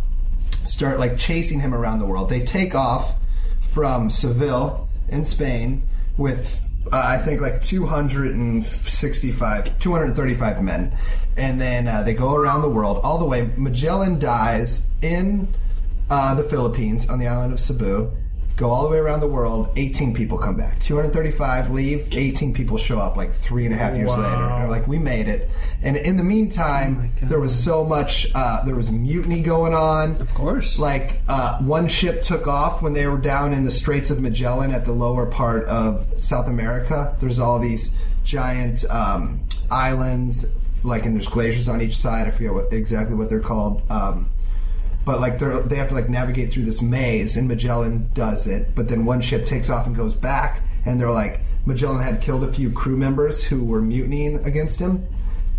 Speaker 3: start like chasing him around the world. They take off from Seville in Spain with, uh, I think, like 265, 235 men. And then uh, they go around the world all the way. Magellan dies in uh, the Philippines on the island of Cebu. Go all the way around the world. 18 people come back. 235 leave. 18 people show up like three and a half years later. And they're like, we made it. And in the meantime, there was so much. Uh, there was mutiny going on. Of
Speaker 4: course.
Speaker 3: Like uh, one ship took off when they were down in the Straits of Magellan at the lower part of South America. There's all these giant um, islands, like and there's glaciers on each side. I forget what, exactly what they're called. Um, but like they're they have to like navigate through this maze and Magellan does it but then one ship takes off and goes back and they're like Magellan had killed a few crew members who were mutinying against him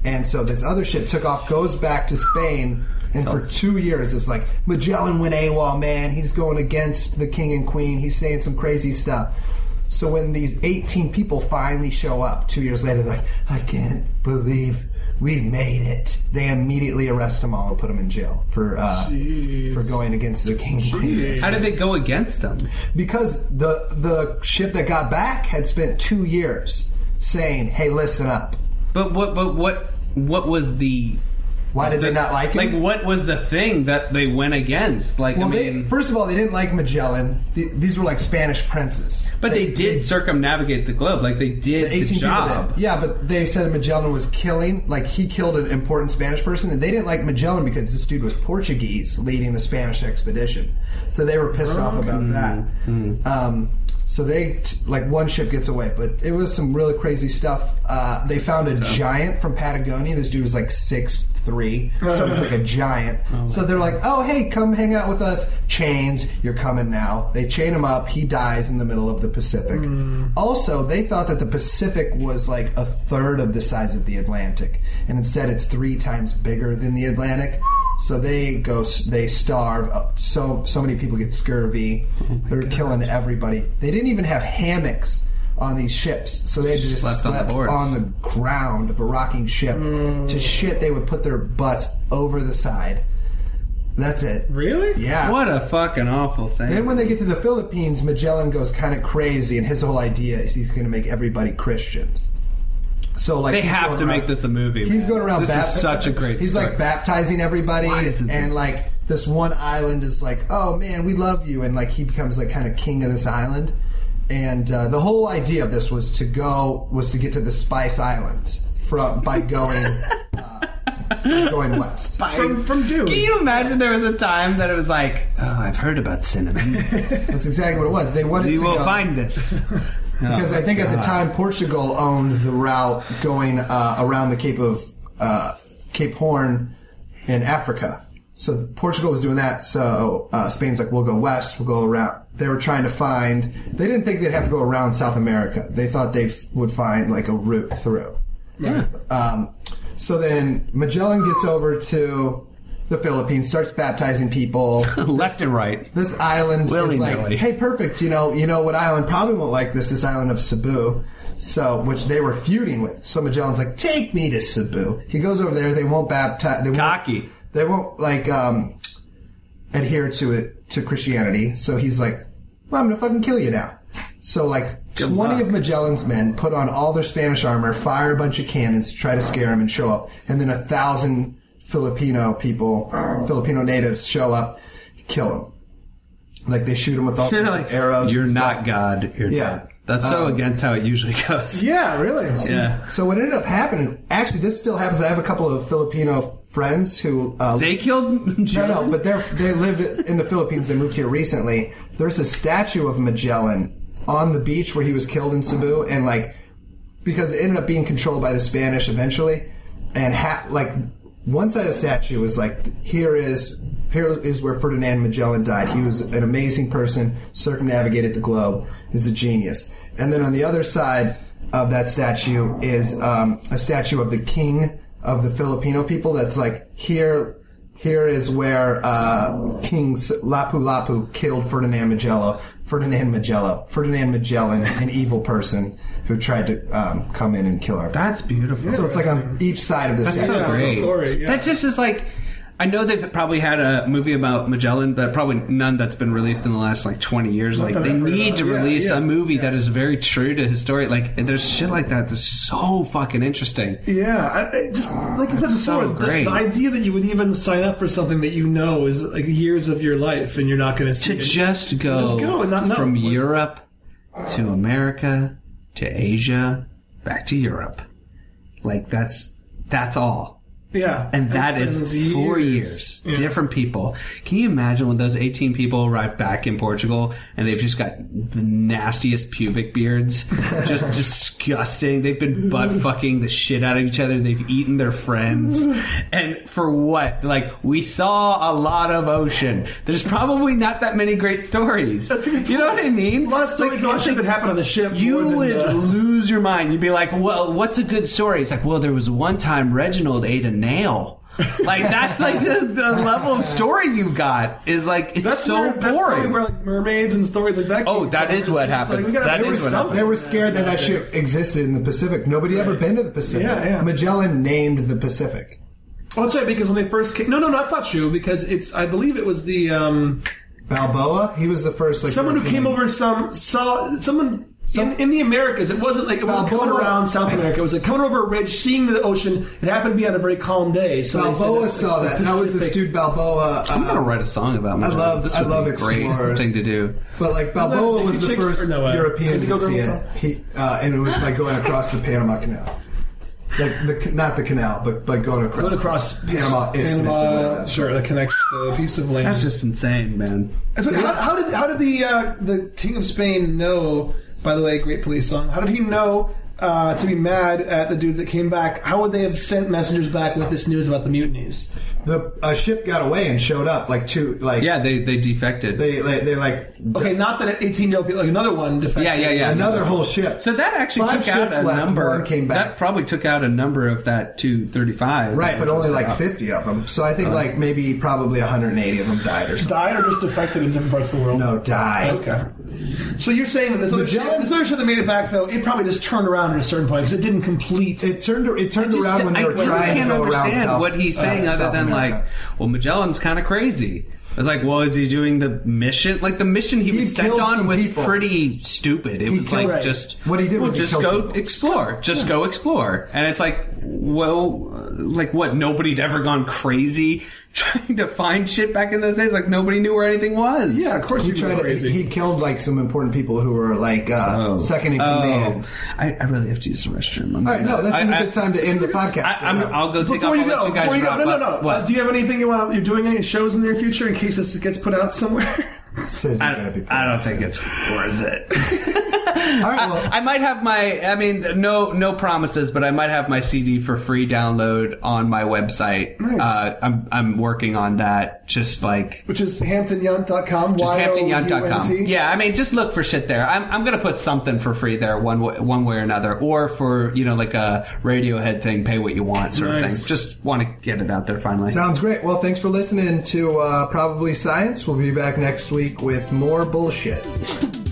Speaker 3: and so this other ship took off goes back to Spain and for two years it's like Magellan went AWOL man he's going against the king and queen he's saying some crazy stuff so when these 18 people finally show up two years later they're like I can't believe we made it. They immediately arrest them all and put them in jail for uh, for going against the king. and queen.
Speaker 4: How did they go against them?
Speaker 3: Because the the ship that got back had spent two years saying, "Hey, listen up.
Speaker 4: But what? But what? What was the
Speaker 3: Why did they not like it?"
Speaker 4: like? What was the thing that they went against? Like,
Speaker 3: well,
Speaker 4: I mean,
Speaker 3: they, first of all, they didn't like Magellan. Th- these were like Spanish princes.
Speaker 4: But they, did circumnavigate the globe. Like they did the,
Speaker 3: people
Speaker 4: job.
Speaker 3: did. Yeah, but they said Magellan was killing, like he killed an important Spanish person, and they didn't like Magellan because this dude was Portuguese leading a Spanish expedition. So they were pissed off
Speaker 4: Hmm.
Speaker 3: about that. Um, so they, t- like, one ship gets away, but it was some really crazy stuff. Uh, they found a giant from Patagonia. This dude was like six three, so it's like a giant. so they're like, "Oh, hey, come hang out with us." Chains, you're coming now. They chain him up. He dies in the middle of the Pacific.
Speaker 4: Mm.
Speaker 3: Also, they thought that the Pacific was like a third of the size of the Atlantic, and instead, it's three times bigger than the Atlantic. So they go, they starve. Uh, So so many people get scurvy.
Speaker 4: Oh
Speaker 3: They're killing everybody. They didn't even have hammocks on these ships, so they just
Speaker 4: Slept
Speaker 3: slept
Speaker 4: on the boards. Mm.
Speaker 3: on the ground of a rocking ship. To shit, they would put their butts over the side. That's it.
Speaker 2: Really?
Speaker 3: Yeah.
Speaker 4: What a fucking awful
Speaker 3: Then
Speaker 4: thing.
Speaker 3: when they get to the Philippines, Magellan goes kind of crazy, and his whole idea is he's going to make everybody Christians. So like
Speaker 4: They
Speaker 3: he's
Speaker 4: have
Speaker 3: going
Speaker 4: to
Speaker 3: around-
Speaker 4: make this a movie.
Speaker 3: He's
Speaker 4: man.
Speaker 3: going around.
Speaker 4: This
Speaker 3: bap-
Speaker 4: is such a great.
Speaker 3: He's
Speaker 4: story.
Speaker 3: like baptizing everybody,
Speaker 4: Why isn't
Speaker 3: and
Speaker 4: this-
Speaker 3: like this one island is like, oh man, we love you, and like he becomes like kind of king of this island. And uh, the whole idea of this was to go was to get to the Spice Islands from by going uh, going west.
Speaker 2: From- from Dune.
Speaker 4: Can you imagine there was a time that it was like, oh, I've heard about cinnamon.
Speaker 3: That's exactly what it was. They wanted
Speaker 4: we
Speaker 3: to
Speaker 4: will
Speaker 3: go,
Speaker 4: find this.
Speaker 3: because I think at the time Portugal owned the route going uh, around the Cape of uh, Cape Horn in Africa. So Portugal was doing that. So uh, Spain's like, we'll go west, we'll go around. They were trying to find. They didn't think they'd have to go around South America. They thought they f- would find like a route through. Um, so then Magellan gets over to the Philippines, starts baptizing people
Speaker 4: Left and right.
Speaker 3: this island is like,
Speaker 4: Willy-nilly.
Speaker 3: hey, perfect. You know, you know what island probably won't like this? This island of Cebu. So, which they were feuding with. So Magellan's like, take me to Cebu. He goes over there. They won't baptize. They won't,
Speaker 4: Cocky.
Speaker 3: They won't like um, adhere to it to Christianity. So he's like, well, I'm gonna fucking kill you now. So like
Speaker 4: Good
Speaker 3: twenty
Speaker 4: luck.
Speaker 3: of Magellan's men put on all their Spanish armor, fire a bunch of cannons to try to scare him and show up, and then a thousand Filipino people,
Speaker 4: Oh.
Speaker 3: Filipino natives show up, kill him. Like they shoot him with all sorts of arrows.
Speaker 4: You're
Speaker 3: and stuff.
Speaker 4: not God. You're
Speaker 3: Yeah.
Speaker 4: not. That's so against how it usually goes.
Speaker 2: Yeah, really.
Speaker 4: Um, Yeah.
Speaker 3: So what ended up happening? Actually, this still happens. I have a couple of Filipino friends who uh,
Speaker 4: They killed
Speaker 3: No,
Speaker 4: John.
Speaker 3: no, but they're, they live in the Philippines. They moved here recently. There's a statue of Magellan on the beach where he was killed in Cebu, and like because it ended up being controlled by the Spanish eventually, and ha- like one side of the statue was like here is here is where Ferdinand Magellan died. He was an amazing person, circumnavigated the globe, is a genius. And then on the other side of that statue is um, a statue of the king of the Filipino people. That's like here here is where uh, King S- Lapu Lapu killed Ferdinand Magellan. Ferdinand Magellan. Ferdinand Magellan, an evil person who tried to um, come in and kill our.
Speaker 4: That's beautiful.
Speaker 3: so it's like on each side of this.
Speaker 4: That's so
Speaker 3: statue.
Speaker 2: a
Speaker 4: great.
Speaker 2: story, yeah.
Speaker 4: That just is like. I know they've probably had a movie about Magellan, but probably none that's been released in the last like twenty years. like
Speaker 2: that
Speaker 4: they
Speaker 2: I've heard
Speaker 4: need
Speaker 2: about.
Speaker 4: to
Speaker 2: Yeah,
Speaker 4: release
Speaker 2: yeah,
Speaker 4: a movie that is very true to his story. Like there's shit like that that's so fucking interesting.
Speaker 2: Yeah, I, I just like I said
Speaker 4: so
Speaker 2: before, the,
Speaker 4: great.
Speaker 2: the idea that you would even sign up for something that you know is like years of your life, and you're not going to see
Speaker 4: To
Speaker 2: it.
Speaker 4: just go,
Speaker 2: Just go and not know.
Speaker 4: from Europe to America to Asia back to Europe. Like that's that's all.
Speaker 2: yeah,
Speaker 4: And that
Speaker 2: it's-
Speaker 4: is
Speaker 2: it's
Speaker 4: four years.
Speaker 2: Yeah.
Speaker 4: Different people. Can you imagine when those 18 people arrive back in Portugal and they've just got the nastiest pubic beards? Just disgusting. They've been butt fucking the shit out of each other. They've eaten their friends. And for what? Like, we saw a lot of ocean. There's probably not that many great stories.
Speaker 2: That's a good
Speaker 4: you know what I mean?
Speaker 2: A lot of stories
Speaker 4: Like,
Speaker 2: about shit that happened on the ship. more
Speaker 4: you
Speaker 2: than,
Speaker 4: would
Speaker 2: uh,
Speaker 4: lose your mind. You'd be like, "Well, what's a good story?" It's like, "Well, there was one time Reginald ate a nail." like that's like the, the level of story you've got is like it's
Speaker 2: that's
Speaker 4: so
Speaker 2: where,
Speaker 4: boring.
Speaker 2: That's probably where like mermaids and stories like that.
Speaker 4: Oh,
Speaker 2: came
Speaker 4: that
Speaker 2: from.
Speaker 4: is
Speaker 2: It's
Speaker 4: what
Speaker 2: just like,
Speaker 4: happens.
Speaker 2: we gotta
Speaker 4: That
Speaker 2: do
Speaker 4: is what
Speaker 2: something.
Speaker 3: They were scared that that ship existed in the Pacific. Nobody ever been to the Pacific.
Speaker 2: Yeah, yeah.
Speaker 3: Magellan named the Pacific.
Speaker 2: Well, that's right because when they first came, no, no, not thought you because it's I believe it was the um,
Speaker 3: Balboa, he was the first. Like,
Speaker 2: someone who
Speaker 3: European-
Speaker 2: came over some saw someone in, in the Americas. It wasn't like it wasn't
Speaker 3: Balboa-
Speaker 2: coming around South America. It was like coming over a ridge, seeing the ocean. It happened to be on a very calm day. So they said
Speaker 3: Balboa
Speaker 2: it's
Speaker 3: saw
Speaker 2: the
Speaker 3: that. That was this
Speaker 2: Pacific.
Speaker 3: dude Balboa.
Speaker 4: I'm
Speaker 3: uh,
Speaker 4: gonna write a song about. Magellan.
Speaker 3: love-
Speaker 4: This
Speaker 3: I
Speaker 4: would be
Speaker 3: love
Speaker 4: a great
Speaker 3: explorers.
Speaker 4: thing to do.
Speaker 3: But like Balboa
Speaker 2: Dixie
Speaker 3: was the
Speaker 2: Chicks or
Speaker 3: first
Speaker 2: no, uh,
Speaker 3: European
Speaker 2: Indigo
Speaker 3: to see
Speaker 2: Girls?
Speaker 3: it, he, uh, and it was like going across the Panama Canal, like the, not the canal, but but going across,
Speaker 2: Going across
Speaker 3: Panama Isthmus.
Speaker 2: Panama-
Speaker 3: or whatever.
Speaker 2: sure, that connects the piece of land.
Speaker 4: That's just insane, man.
Speaker 2: And so how, how did how did the uh, the king of Spain know? By the way, great police song. How did he know uh, to be mad at the dudes that came back? How would they have sent messengers back with this news about the mutinies?
Speaker 3: The a ship got away and showed up like two like
Speaker 4: Yeah, they they defected.
Speaker 3: they like, they like
Speaker 2: Okay, not that eighteen year old people, like another one defected.
Speaker 4: yeah, yeah, yeah.
Speaker 3: another whole ship.
Speaker 4: So that actually
Speaker 3: Five
Speaker 4: took out
Speaker 3: ships
Speaker 4: a
Speaker 3: left,
Speaker 4: number.
Speaker 3: one came back.
Speaker 4: That probably took out a number of that 235.
Speaker 3: right, but only like
Speaker 4: fifty.
Speaker 3: fifty of them. So I
Speaker 4: Oh.
Speaker 3: think like maybe probably 180 of them died or something.
Speaker 2: Died or just defected in different parts of the world.
Speaker 3: No, died.
Speaker 2: Okay. So you're saying that this other ship,
Speaker 3: Magellan-
Speaker 2: this other ship that made it back though, it probably just turned around at a certain point because it didn't complete.
Speaker 3: It turned it turned
Speaker 4: Just-
Speaker 3: around when they
Speaker 4: I
Speaker 3: were
Speaker 4: really
Speaker 3: trying to
Speaker 4: can't
Speaker 3: go around
Speaker 4: understand
Speaker 3: South,
Speaker 4: what he's saying
Speaker 3: uh,
Speaker 4: other
Speaker 3: South
Speaker 4: than
Speaker 3: America.
Speaker 4: like well magellan's kind of crazy I was like, well, is he doing the mission? Like the mission he,
Speaker 3: He
Speaker 4: was sent
Speaker 3: killed
Speaker 4: on
Speaker 3: some
Speaker 4: was
Speaker 3: people.
Speaker 4: pretty stupid. It was
Speaker 3: killed-
Speaker 4: like
Speaker 3: Right.
Speaker 4: just
Speaker 3: What he did was he
Speaker 4: just
Speaker 3: killed
Speaker 4: go
Speaker 3: people.
Speaker 4: explore, just go explore, and it's like, well, uh, like what? Nobody'd ever gone crazy trying to find shit back in those days. Like nobody knew where anything was.
Speaker 2: Yeah, of course
Speaker 3: He
Speaker 2: you
Speaker 3: tried.
Speaker 2: go
Speaker 3: To,
Speaker 2: crazy.
Speaker 3: he killed like some important people who were like uh,
Speaker 4: Oh.
Speaker 3: second in command.
Speaker 4: I, I really have to use the restroom. I'm
Speaker 3: All right, no, this is a good time to end the podcast.
Speaker 4: I, I'm,
Speaker 3: right now.
Speaker 4: I'll go take
Speaker 2: Before
Speaker 4: off.
Speaker 2: you
Speaker 4: I'll let
Speaker 2: go,
Speaker 4: you guys
Speaker 2: before you go,
Speaker 4: wrap
Speaker 2: no, no,
Speaker 4: up.
Speaker 2: no.
Speaker 4: What?
Speaker 2: Uh, do you have anything you want? You're doing any shows in the near future in case this gets put out somewhere?
Speaker 3: Says you
Speaker 4: I
Speaker 3: gotta be
Speaker 4: don't, I don't think it's worth it.
Speaker 3: All right, well,
Speaker 4: I might have my, I mean, no, no promises, but I might have my CD for free download on my website.
Speaker 2: Nice.
Speaker 4: Uh, I'm, I'm working on that. Just like
Speaker 2: Which is hamptonyunt.com.
Speaker 4: just hamptonyunt.com.
Speaker 2: Y-O-U-N-T.
Speaker 4: Yeah, I mean, just look for shit there. I'm, I'm gonna put something for free there, one way, one way or another, or for you know like a Radiohead thing, pay what you want sort of
Speaker 2: Nice.
Speaker 4: thing. Just want to get it out there finally.
Speaker 3: sounds great. Well, thanks for listening to uh, Probably Science. We'll be back next week with more bullshit.